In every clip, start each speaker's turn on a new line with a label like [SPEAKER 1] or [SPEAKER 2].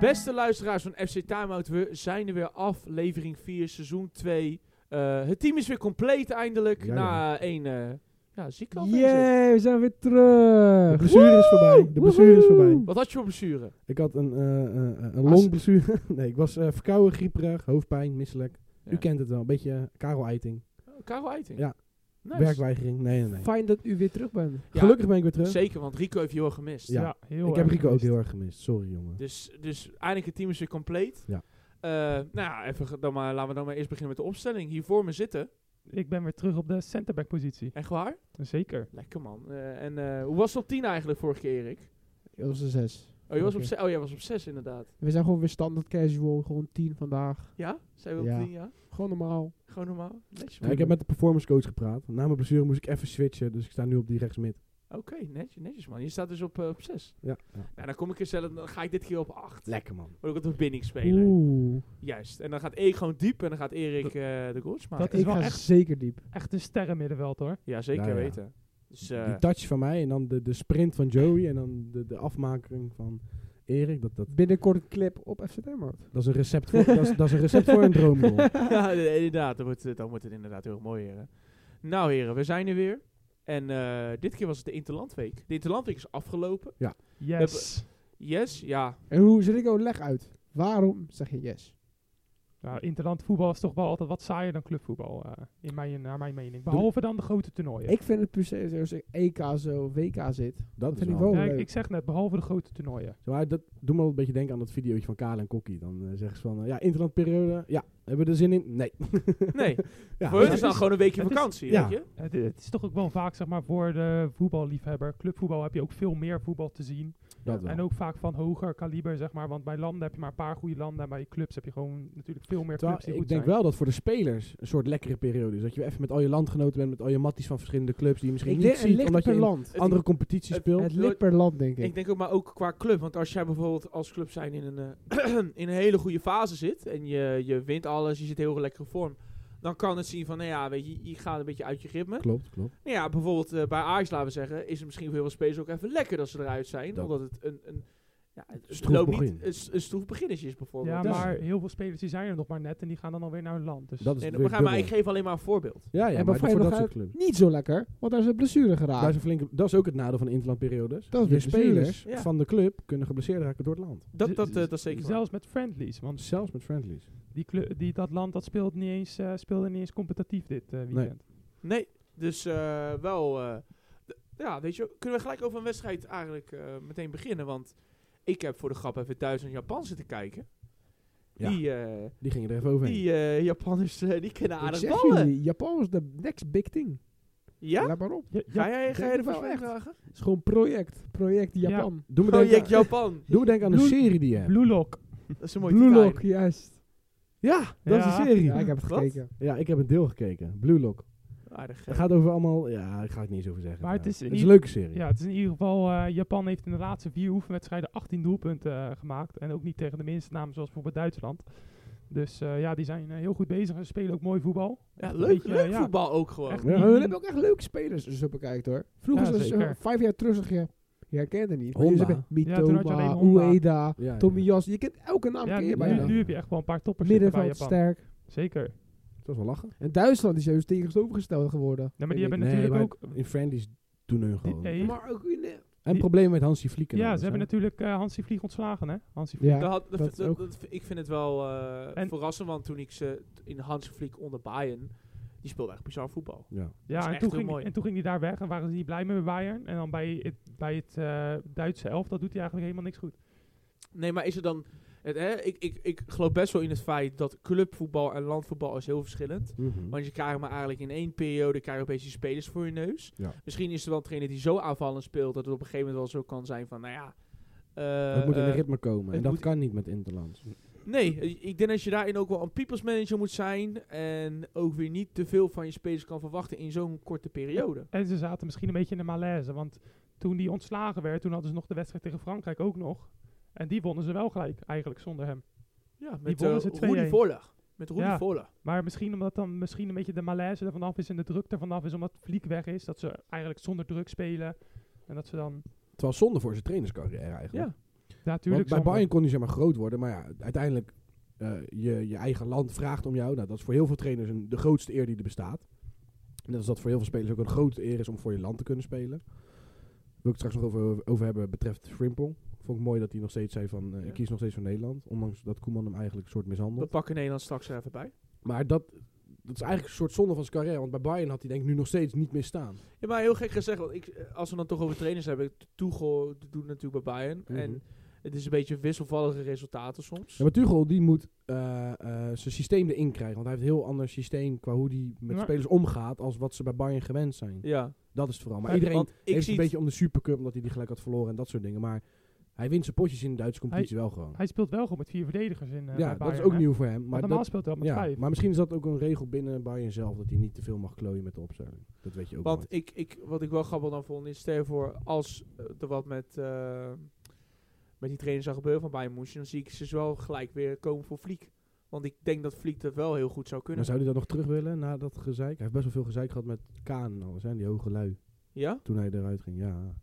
[SPEAKER 1] Beste luisteraars van FC Timeout, we zijn er weer aflevering 4, seizoen 2. Eh, het team is weer compleet eindelijk
[SPEAKER 2] Ja,
[SPEAKER 1] na één eh ja, ziekte.
[SPEAKER 2] Yay, we zijn weer terug.
[SPEAKER 3] De blessure is voorbij. De blessure is voorbij.
[SPEAKER 1] Wat had je voor blessure?
[SPEAKER 3] Ik had een, eh eh, eh, een
[SPEAKER 1] As-
[SPEAKER 3] longblessure. nee, ik was eh, verkouden, grieperig, hoofdpijn, misselijk.
[SPEAKER 1] Ja.
[SPEAKER 3] U kent het wel, een beetje eh, Karel Eiting.
[SPEAKER 1] Karel Eiting.
[SPEAKER 3] Ja.
[SPEAKER 1] Nice.
[SPEAKER 3] Werkweigering, nee, nee, nee.
[SPEAKER 2] Fijn dat u weer terug bent.
[SPEAKER 1] Ja,
[SPEAKER 3] Gelukkig ben ik weer terug.
[SPEAKER 1] Zeker, want Rico heeft je heel erg gemist.
[SPEAKER 3] Ja.
[SPEAKER 2] heel
[SPEAKER 3] ik heb Rico ook heel erg gemist, sorry jongen.
[SPEAKER 1] Dus, dus eindelijk het team is weer compleet.
[SPEAKER 3] Ja.
[SPEAKER 1] Eh, nou ja, even ge- dan maar, laten we dan maar eerst beginnen met de opstelling. Hier voor me zitten.
[SPEAKER 4] Ik ben weer terug op de centerback positie.
[SPEAKER 1] Echt waar?
[SPEAKER 4] Zeker.
[SPEAKER 1] Lekker man. Eh, en eh, hoe was het op 10 eigenlijk vorige keer, Erik?
[SPEAKER 2] Dat was een 6.
[SPEAKER 1] Oh, je was op
[SPEAKER 2] Oké.
[SPEAKER 1] ze- oh, jij was op 6 inderdaad.
[SPEAKER 2] We zijn gewoon weer standaard casual. Gewoon 10 vandaag.
[SPEAKER 1] Ja? Zijn we op
[SPEAKER 2] Ja.
[SPEAKER 1] 10, ja?
[SPEAKER 2] Gewoon normaal.
[SPEAKER 1] Gewoon normaal? Netjes.
[SPEAKER 3] Ja, ik heb met de performance coach gepraat. Na mijn blessure moest ik even switchen, dus ik sta nu op die rechtsmid.
[SPEAKER 1] Oké, netjes, netjes man. Je staat dus op 6. op zes.
[SPEAKER 3] Ja, ja.
[SPEAKER 1] nou, dan kom ik er zelf, dan ga ik dit keer op 8.
[SPEAKER 3] Lekker man.
[SPEAKER 1] Word ik op de verbinding spelen.
[SPEAKER 2] Oeh.
[SPEAKER 1] Juist. En dan gaat Erik gewoon diep en dan gaat Erik eh, de goals maken.
[SPEAKER 4] Dat is
[SPEAKER 2] ik
[SPEAKER 4] wel
[SPEAKER 2] ga
[SPEAKER 4] echt-
[SPEAKER 2] zeker diep.
[SPEAKER 4] Echt een sterrenmiddenveld hoor.
[SPEAKER 1] Ja, zeker
[SPEAKER 3] Ja, ja.
[SPEAKER 1] weten. Dus, eh,
[SPEAKER 3] die touch van mij en dan de, de sprint van Joey en dan de, de afmaking van Erik. Dat, dat,
[SPEAKER 2] Binnenkort een clip op FC Denmark.
[SPEAKER 3] dat, is een recept voor, dat, is, dat is een recept voor een droomgoal.
[SPEAKER 1] ja, eh, inderdaad. Dan wordt, het, dan wordt het inderdaad heel erg mooi, heren. Nou, heren, we zijn er weer. En eh, dit keer was het de Interlandweek. De Interlandweek is afgelopen.
[SPEAKER 4] Yes.
[SPEAKER 1] Yes, ja.
[SPEAKER 2] En hoe zit ik ook leg uit? Waarom zeg je yes?
[SPEAKER 4] Nou, interland voetbal is toch wel altijd wat saaier dan clubvoetbal. eh, in mijn, naar mijn mening. Behalve dan de grote toernooien.
[SPEAKER 2] Ik vind het per se zo als ik EK zo, WK zit.
[SPEAKER 3] Dat is
[SPEAKER 2] vind ik
[SPEAKER 3] wel.
[SPEAKER 2] wel-
[SPEAKER 4] Ja, ik,
[SPEAKER 2] leuk.
[SPEAKER 4] ik zeg net, behalve de grote toernooien.
[SPEAKER 3] Maar dat doet me wel een beetje denken aan dat videootje van Karel en Kokkie. Dan eh, zeggen ze van, eh, ja, interlandperiode. Ja, hebben we er zin in? Nee.
[SPEAKER 1] Nee,
[SPEAKER 3] Ja,
[SPEAKER 1] voor hun
[SPEAKER 3] dat
[SPEAKER 1] is dan gewoon een weekje
[SPEAKER 4] het is-
[SPEAKER 1] vakantie,
[SPEAKER 3] ja.
[SPEAKER 1] weet je?
[SPEAKER 4] Het, het is toch ook wel vaak zeg maar voor de voetballiefhebber. Clubvoetbal heb je ook veel meer voetbal te zien.
[SPEAKER 3] dat wel.
[SPEAKER 4] En ook vaak van hoger kaliber zeg maar. Want bij landen heb je maar een paar goede landen. En bij clubs heb je gewoon natuurlijk veel meer
[SPEAKER 3] Terwijl
[SPEAKER 4] clubs die
[SPEAKER 3] ik
[SPEAKER 4] goed
[SPEAKER 3] denk
[SPEAKER 4] zijn.
[SPEAKER 3] wel dat voor de spelers een soort lekkere periode is. Dat je even met al je landgenoten bent, met al je matties van verschillende clubs die je misschien
[SPEAKER 2] Ik
[SPEAKER 3] niet
[SPEAKER 2] denk, het
[SPEAKER 3] ziet,
[SPEAKER 2] ligt
[SPEAKER 3] omdat je
[SPEAKER 2] per
[SPEAKER 3] in
[SPEAKER 2] land.
[SPEAKER 1] Het-
[SPEAKER 3] andere competities
[SPEAKER 1] het-
[SPEAKER 3] speelt.
[SPEAKER 2] Het ligt per land, denk ik.
[SPEAKER 1] Ik denk ook maar ook qua club. Want als jij bijvoorbeeld als club zijn in een, eh, in een hele goede fase zit. En je, je wint alles, je zit heel lekker in vorm. Dan kan het zien van, nou ja, weet je, je gaat een beetje uit je ritme.
[SPEAKER 3] klopt, klopt.
[SPEAKER 1] Nou ja, bijvoorbeeld eh, bij Ajax, laten we zeggen, is het misschien voor heel veel spelers ook even lekker dat ze eruit zijn.
[SPEAKER 3] Dat-
[SPEAKER 1] Omdat het een, een, ja, het
[SPEAKER 3] Stroef
[SPEAKER 1] loopt
[SPEAKER 3] begin.
[SPEAKER 1] Niet, een, s- een stroef beginnetje is bijvoorbeeld. Dus
[SPEAKER 4] Ja,
[SPEAKER 3] Dat is-
[SPEAKER 4] maar heel veel spelers die zijn er nog maar net. En die gaan dan alweer naar hun land. Dus
[SPEAKER 3] Dat is
[SPEAKER 1] Nee, dat
[SPEAKER 3] weer
[SPEAKER 1] begrijp ik, maar ik
[SPEAKER 3] dubbel.
[SPEAKER 1] geef alleen maar een voorbeeld.
[SPEAKER 3] Ja, ja,
[SPEAKER 2] En
[SPEAKER 3] maar
[SPEAKER 2] bij
[SPEAKER 3] voor dat
[SPEAKER 2] Feyenoord
[SPEAKER 3] soort clubs.
[SPEAKER 2] Niet zo lekker, want daar is een blessure
[SPEAKER 3] Daar is
[SPEAKER 2] geraakt.
[SPEAKER 3] een flinke, dat is ook het nadeel van de interlandperiodes.
[SPEAKER 2] Dat is
[SPEAKER 3] je
[SPEAKER 2] weer blessures.
[SPEAKER 3] spelers
[SPEAKER 1] Ja.
[SPEAKER 3] van de club kunnen geblesseerd raken door het land.
[SPEAKER 1] Dat,
[SPEAKER 4] Z-
[SPEAKER 1] dat, eh,
[SPEAKER 4] z-
[SPEAKER 1] dat is zeker waar.
[SPEAKER 4] Zelfs met friendlies. Want
[SPEAKER 3] Zelfs met friendlies.
[SPEAKER 4] Die clu- die, dat land dat speelt niet eens, eh, speelde niet eens competitief dit eh, weekend.
[SPEAKER 1] Nee, dus eh, wel... eh, d- ja, weet je, kunnen we gelijk over een wedstrijd eigenlijk eh, meteen beginnen. Want ik heb voor de grap even Duitsland-Japan zitten kijken.
[SPEAKER 3] Ja.
[SPEAKER 1] Die, eh,
[SPEAKER 3] Die gingen er even overheen.
[SPEAKER 1] die eh, Japanners, eh, die kennen
[SPEAKER 2] Ik
[SPEAKER 1] aardig
[SPEAKER 2] zeg
[SPEAKER 1] ballen.
[SPEAKER 2] jullie, Japan is de next big thing.
[SPEAKER 1] Ja?
[SPEAKER 2] Laat maar op.
[SPEAKER 4] Ja,
[SPEAKER 1] Ga
[SPEAKER 4] ja,
[SPEAKER 1] jij ga
[SPEAKER 2] denk
[SPEAKER 1] jij
[SPEAKER 2] het
[SPEAKER 1] ervoor
[SPEAKER 2] wel echt.
[SPEAKER 1] dragen?
[SPEAKER 2] Het is gewoon project. Project Japan.
[SPEAKER 3] Doe me denken,
[SPEAKER 1] Project Japan.
[SPEAKER 3] doe me denken aan een
[SPEAKER 2] Blue-
[SPEAKER 3] serie die je hebt.
[SPEAKER 4] Blue Lock.
[SPEAKER 1] Dat is een mooie
[SPEAKER 2] Blue
[SPEAKER 1] titel
[SPEAKER 2] Lock, juist.
[SPEAKER 3] Ja, dat is
[SPEAKER 4] Ja.
[SPEAKER 3] een serie.
[SPEAKER 2] Ja,
[SPEAKER 3] Ja,
[SPEAKER 2] ik heb het
[SPEAKER 1] Wat?
[SPEAKER 2] gekeken.
[SPEAKER 3] ik heb een deel gekeken. Blue Lock.
[SPEAKER 1] eigenlijk. Aardig.
[SPEAKER 3] Het
[SPEAKER 1] eh.
[SPEAKER 3] gaat over allemaal... Ja, ik ga het niet eens over zeggen.
[SPEAKER 4] Maar het is
[SPEAKER 3] het
[SPEAKER 4] niet-
[SPEAKER 3] is een leuke serie.
[SPEAKER 4] Ja, het is in ieder geval, eh, Japan heeft in de laatste vier oefenwedstrijden 18 doelpunten eh, gemaakt. En ook niet tegen de minste namen zoals bijvoorbeeld Duitsland. Dus eh, ja, die zijn eh, heel goed bezig en spelen ook mooi voetbal.
[SPEAKER 1] Ja,
[SPEAKER 4] Echt een
[SPEAKER 1] leuk,
[SPEAKER 4] beetje,
[SPEAKER 1] leuk
[SPEAKER 4] eh, ja.
[SPEAKER 1] voetbal ook gewoon.
[SPEAKER 4] Echt
[SPEAKER 3] Ja.
[SPEAKER 4] niet-
[SPEAKER 2] Maar we hebben ook echt leuke spelers als je zo bekijkt hoor. Vroeger,
[SPEAKER 4] Ja,
[SPEAKER 2] was het zo-
[SPEAKER 4] zeker.
[SPEAKER 2] vijf jaar terug, zeg je, je herkende niet. Maar nu
[SPEAKER 3] Honda.
[SPEAKER 2] zeg je
[SPEAKER 4] Ja, toen had je
[SPEAKER 2] Mitoma,
[SPEAKER 4] alleen Honda.
[SPEAKER 2] Ueda,
[SPEAKER 3] Ja, ja.
[SPEAKER 2] Tommy Jas. Je kent elke naam
[SPEAKER 4] ja,
[SPEAKER 2] keer
[SPEAKER 4] nu,
[SPEAKER 2] bij
[SPEAKER 3] bijna.
[SPEAKER 4] nu,
[SPEAKER 2] jou.
[SPEAKER 4] nu heb je echt wel een paar toppers zitten bij
[SPEAKER 2] Middenveld
[SPEAKER 4] Japan.
[SPEAKER 2] sterk.
[SPEAKER 4] Zeker.
[SPEAKER 3] Het was wel lachen.
[SPEAKER 2] En Duitsland is juist tegenovergesteld geworden.
[SPEAKER 4] Ja, maar
[SPEAKER 2] vind
[SPEAKER 4] die hebben
[SPEAKER 2] ik.
[SPEAKER 3] Nee,
[SPEAKER 4] natuurlijk
[SPEAKER 3] maar
[SPEAKER 4] ook...
[SPEAKER 3] In friendlies doen hun gewoon.
[SPEAKER 4] die- nee,
[SPEAKER 2] Maar ook in de-
[SPEAKER 3] en
[SPEAKER 4] die-
[SPEAKER 3] problemen met Hansi Flieken.
[SPEAKER 4] ja, ze hebben natuurlijk eh, Hansi Vlieg ontslagen, hè? Hansi Vlieg.
[SPEAKER 2] Ja,
[SPEAKER 1] Dat had- dat-
[SPEAKER 2] dat
[SPEAKER 1] dat-
[SPEAKER 2] ook.
[SPEAKER 1] dat- ik vind het wel eh,
[SPEAKER 4] En-
[SPEAKER 1] verrassend, want toen ik ze t- in Hans Vliek onder Bayern, die speelde echt bizar voetbal.
[SPEAKER 3] Ja.
[SPEAKER 4] Ja,
[SPEAKER 1] is
[SPEAKER 4] en
[SPEAKER 1] echt
[SPEAKER 4] toen,
[SPEAKER 1] heel
[SPEAKER 4] ging,
[SPEAKER 1] mooi.
[SPEAKER 4] en toen ging hij daar weg en waren ze niet blij mee met Bayern. En dan bij het, bij het eh, Duitse elftal doet hij eigenlijk helemaal niks goed.
[SPEAKER 1] Nee, maar is er dan... Het, hè, ik, ik, ik geloof best wel in het feit dat clubvoetbal en landvoetbal is heel verschillend.
[SPEAKER 3] Mhm.
[SPEAKER 1] Want je krijgt maar eigenlijk in één periode krijg je opeens die spelers voor je neus.
[SPEAKER 3] Ja.
[SPEAKER 1] Misschien is er wel een trainer die zo aanvallend speelt dat het op een gegeven moment wel zo kan zijn van, nou ja... eh,
[SPEAKER 3] het moet in een
[SPEAKER 1] eh,
[SPEAKER 3] ritme komen. En
[SPEAKER 1] het
[SPEAKER 3] dat
[SPEAKER 1] moet-
[SPEAKER 3] kan niet met Interlands.
[SPEAKER 1] Nee, eh, ik denk dat je daarin ook wel een people's manager moet zijn. En ook weer niet te veel van je spelers kan verwachten in zo'n korte periode.
[SPEAKER 4] En ze zaten misschien een beetje in de malaise. Want toen die ontslagen werd, toen hadden ze nog de wedstrijd tegen Frankrijk ook nog. En die wonnen ze wel gelijk, eigenlijk zonder hem.
[SPEAKER 1] Ja, met eh,
[SPEAKER 4] wonnen ze
[SPEAKER 1] Roelie
[SPEAKER 4] 2-1.
[SPEAKER 1] Voorlag. Met Roelie
[SPEAKER 4] Ja.
[SPEAKER 1] Voorlag.
[SPEAKER 4] Maar misschien omdat dan misschien een beetje de malaise er vanaf is en de druk er vanaf is, omdat Vliek weg is. Dat ze eigenlijk zonder druk spelen. En dat ze dan...
[SPEAKER 3] Het was zonde voor zijn trainerscarrière eigenlijk.
[SPEAKER 1] Ja.
[SPEAKER 4] Ja, tuurlijk.
[SPEAKER 3] Want bij
[SPEAKER 4] Sander.
[SPEAKER 3] Bayern kon hij zeg maar groot worden, maar ja, uiteindelijk eh, je, je eigen land vraagt om jou. Nou, dat is voor heel veel trainers een, de grootste eer die er bestaat. Net als dat voor heel veel spelers ook een grote eer is om voor je land te kunnen spelen. Wil ik het straks nog over, over hebben betreft Frimpong. Vond ik mooi dat hij nog steeds zei van, eh,
[SPEAKER 1] Ja.
[SPEAKER 3] ik kies nog steeds voor Nederland. Ondanks dat Koeman hem eigenlijk een soort
[SPEAKER 1] We
[SPEAKER 3] mishandelt.
[SPEAKER 1] pakken Nederland straks er even bij.
[SPEAKER 3] Maar dat, dat is eigenlijk een soort zonde van zijn carrière. Want bij Bayern had hij denk ik nu nog steeds niet meer staan.
[SPEAKER 1] Ja, maar heel gek gezegd, want ik, eh, als we dan toch over trainers hebben, Tuchel doet natuurlijk bij Bayern.
[SPEAKER 3] Mhm.
[SPEAKER 1] En het is een beetje wisselvallige resultaten soms.
[SPEAKER 3] Ja, maar Tuchel die moet eh, eh, zijn systeem erin krijgen. Want hij heeft een heel ander systeem qua hoe hij met
[SPEAKER 4] Ja.
[SPEAKER 3] spelers omgaat... als wat ze bij Bayern gewend zijn.
[SPEAKER 1] Ja,
[SPEAKER 3] Dat is het vooral. Maar
[SPEAKER 1] Ja,
[SPEAKER 3] iedereen
[SPEAKER 1] want ik
[SPEAKER 3] heeft
[SPEAKER 1] zie
[SPEAKER 3] een
[SPEAKER 1] het-
[SPEAKER 3] beetje om de Supercup... omdat hij die gelijk had verloren en dat soort dingen. Maar hij wint zijn potjes in de Duitse competitie wel gewoon.
[SPEAKER 4] Hij speelt wel gewoon met vier verdedigers in. eh, bij
[SPEAKER 3] ja, dat is
[SPEAKER 4] Bayern,
[SPEAKER 3] ook
[SPEAKER 4] hè.
[SPEAKER 3] nieuw voor hem. Maar,
[SPEAKER 4] Want normaal
[SPEAKER 3] dat,
[SPEAKER 4] speelt hij al met
[SPEAKER 3] ja,
[SPEAKER 4] vijf.
[SPEAKER 3] maar misschien is dat ook een regel binnen Bayern zelf... dat hij niet te veel mag klooien met de opstelling. Dat weet je ook
[SPEAKER 1] want
[SPEAKER 3] nooit.
[SPEAKER 1] ik, ik, wat ik wel grappig dan vond, is stel je voor, als eh, er wat met, eh, met die trainer zou gebeuren van Bayern München, dan zie ik ze wel gelijk weer komen voor Fliek. Want ik denk dat Fliek dat wel heel goed zou
[SPEAKER 3] Maar
[SPEAKER 1] kunnen.
[SPEAKER 3] zou hij dat nog terug willen na dat gezeik? Hij heeft best wel veel gezeik gehad met Kaan en alles. Hè? Die hoge lui
[SPEAKER 1] Ja?
[SPEAKER 3] toen hij eruit ging. Ja,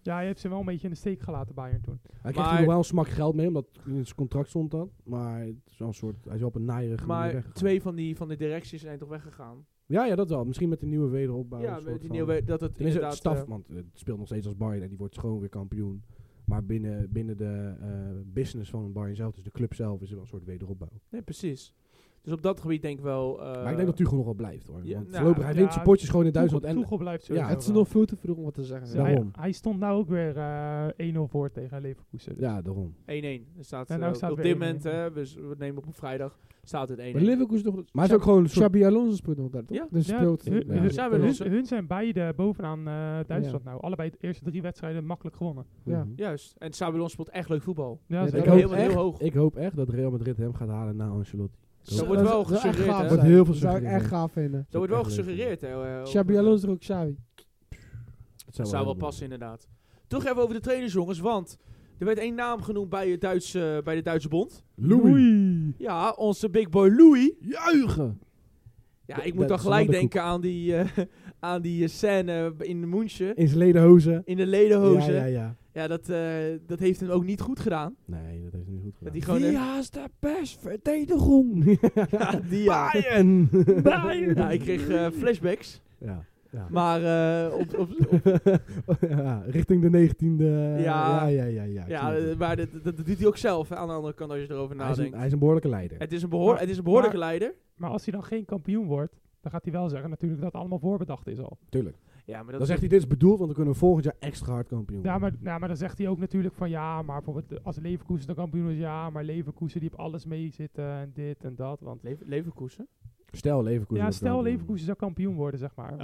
[SPEAKER 4] Ja, hij heeft ze wel een beetje in de steek gelaten, Bayern toen.
[SPEAKER 3] Hij kreeg er
[SPEAKER 1] Maar-
[SPEAKER 3] nog wel een smak geld mee, omdat in zijn contract stond dat. Maar het is wel een soort, hij is wel op een naaierige manier
[SPEAKER 1] Maar
[SPEAKER 3] weggegaan.
[SPEAKER 1] twee van die, van de directies zijn toch weggegaan?
[SPEAKER 3] Ja, ja, dat wel. Misschien met de nieuwe wederopbouw.
[SPEAKER 1] ja,
[SPEAKER 3] een soort
[SPEAKER 1] die
[SPEAKER 3] van-
[SPEAKER 1] nieuwe, dat het
[SPEAKER 3] Tenminste, het
[SPEAKER 1] inderdaad...
[SPEAKER 3] staf,
[SPEAKER 1] eh,
[SPEAKER 3] want het speelt nog steeds als Bayern en die wordt gewoon weer kampioen. Maar binnen, binnen de eh, business van Bayern zelf, dus de club zelf, is er wel een soort wederopbouw.
[SPEAKER 1] nee, precies. Dus op dat gebied denk ik wel... eh,
[SPEAKER 3] maar ik denk dat Tuchel nog wel blijft hoor.
[SPEAKER 1] ja,
[SPEAKER 3] want
[SPEAKER 1] nou,
[SPEAKER 3] voorlopig, hij
[SPEAKER 4] ja,
[SPEAKER 3] wint zijn potjes gewoon in Duitsland.
[SPEAKER 4] Tuchel,
[SPEAKER 3] en
[SPEAKER 4] Tuchel blijft zo.
[SPEAKER 3] Ja,
[SPEAKER 2] Het is nog veel te vroeg om wat te zeggen.
[SPEAKER 3] Ja. daarom.
[SPEAKER 4] Hij, hij stond nou ook weer eh 1-0 voor tegen Leverkusen.
[SPEAKER 3] Ja, daarom.
[SPEAKER 1] 1-1. Er staat,
[SPEAKER 4] En nou
[SPEAKER 1] eh,
[SPEAKER 4] staat
[SPEAKER 1] op
[SPEAKER 4] weer
[SPEAKER 1] dit
[SPEAKER 4] 1-1.
[SPEAKER 1] moment, hè, we, s- we nemen op op vrijdag, staat het 1-1.
[SPEAKER 2] Maar Leverkusen toch...
[SPEAKER 3] Maar hij is ook gewoon een soort...
[SPEAKER 2] Xabi Alonso speelt nog daar, toch?
[SPEAKER 1] Ja.
[SPEAKER 2] Dus
[SPEAKER 4] Ja,
[SPEAKER 2] speelt...
[SPEAKER 4] hun,
[SPEAKER 3] Ja.
[SPEAKER 4] hun-
[SPEAKER 1] Zijn we
[SPEAKER 4] hun-
[SPEAKER 1] lossen?
[SPEAKER 4] hun zijn beide bovenaan eh, Duitsland nou. Allebei de eerste drie wedstrijden makkelijk gewonnen.
[SPEAKER 2] Ja.
[SPEAKER 3] Mhm.
[SPEAKER 1] Juist. En Sabalon speelt echt leuk voetbal.
[SPEAKER 4] Ja,
[SPEAKER 2] Ja,
[SPEAKER 4] ze-
[SPEAKER 2] dat
[SPEAKER 3] Ik,
[SPEAKER 1] is
[SPEAKER 3] hoop
[SPEAKER 1] heel- heel
[SPEAKER 3] echt,
[SPEAKER 1] hoog.
[SPEAKER 3] ik hoop echt dat Real Madrid hem gaat halen na Ancelotti.
[SPEAKER 1] Zo
[SPEAKER 3] Dat
[SPEAKER 1] wordt
[SPEAKER 2] Dat
[SPEAKER 1] wel
[SPEAKER 2] zou echt
[SPEAKER 1] gesuggereerd,
[SPEAKER 2] gaaf
[SPEAKER 1] hè?
[SPEAKER 2] zijn.
[SPEAKER 3] Wordt heel veel
[SPEAKER 2] zou ik
[SPEAKER 3] gesuggereerd,
[SPEAKER 2] echt
[SPEAKER 3] hè?
[SPEAKER 2] gaaf vinden.
[SPEAKER 1] Zo wordt wel
[SPEAKER 3] Echt leuk.
[SPEAKER 1] gesuggereerd. hè, eh,
[SPEAKER 2] Xabi
[SPEAKER 1] op-
[SPEAKER 2] Alonso er ook Xabi.
[SPEAKER 3] Het
[SPEAKER 1] Dat zou wel passen, inderdaad. Toch even over de trainers, jongens. Want er werd één naam genoemd bij, het Duitse, eh, bij de Duitse bond.
[SPEAKER 3] Louis.
[SPEAKER 1] Ja, onze big boy Louis.
[SPEAKER 3] Juichen!
[SPEAKER 1] Ja,
[SPEAKER 3] Dat-
[SPEAKER 1] ik moet
[SPEAKER 3] dat
[SPEAKER 1] dan
[SPEAKER 3] is
[SPEAKER 1] gelijk
[SPEAKER 3] een andere
[SPEAKER 1] denken aan die, eh, aan die eh, scène in de München.
[SPEAKER 3] In zijn ledenhozen.
[SPEAKER 1] In de ledenhozen. Ja,
[SPEAKER 3] Ja, ja, ja.
[SPEAKER 1] dat, eh, dat heeft hem ook niet goed gedaan.
[SPEAKER 3] Nee, dat heeft niet goed
[SPEAKER 1] Dat
[SPEAKER 3] gedaan.
[SPEAKER 1] die gewoon... even-
[SPEAKER 3] haast de best verdediging?
[SPEAKER 1] Ja, die ja.
[SPEAKER 3] Bayern!
[SPEAKER 1] Ja, ik kreeg eh, flashbacks.
[SPEAKER 3] ja. Ja.
[SPEAKER 1] Maar eh, op, op, op-
[SPEAKER 3] ja, richting de 19e.
[SPEAKER 1] Ja.
[SPEAKER 3] Ja, ja, ja. ja, ja,
[SPEAKER 1] ja, eh, maar dat, dat, dat doet hij ook zelf hè, aan de andere kant als je erover
[SPEAKER 3] hij, is een,
[SPEAKER 1] nadenkt.
[SPEAKER 3] hij is een behoorlijke leider.
[SPEAKER 1] Het is een, behoor, het is een behoorlijke leider.
[SPEAKER 4] Maar als hij dan geen kampioen wordt, dan gaat hij wel zeggen natuurlijk dat het allemaal voorbedacht is al.
[SPEAKER 3] Tuurlijk.
[SPEAKER 1] Ja, maar dat
[SPEAKER 3] Dan zegt hij, dit is bedoeld, want dan kunnen we volgend jaar extra hard kampioen
[SPEAKER 4] Ja maar,
[SPEAKER 3] worden.
[SPEAKER 4] ja, maar dan zegt hij ook natuurlijk van ja, maar bijvoorbeeld als Leverkusen dan kampioen is, ja, maar Leverkusen die heeft alles mee zitten en dit en dat. Want
[SPEAKER 1] Lever- Leverkusen?
[SPEAKER 3] Stel Leverkusen.
[SPEAKER 4] ja,
[SPEAKER 3] wordt
[SPEAKER 4] stel
[SPEAKER 3] kampioen.
[SPEAKER 4] Leverkusen zou kampioen worden, zeg maar. Want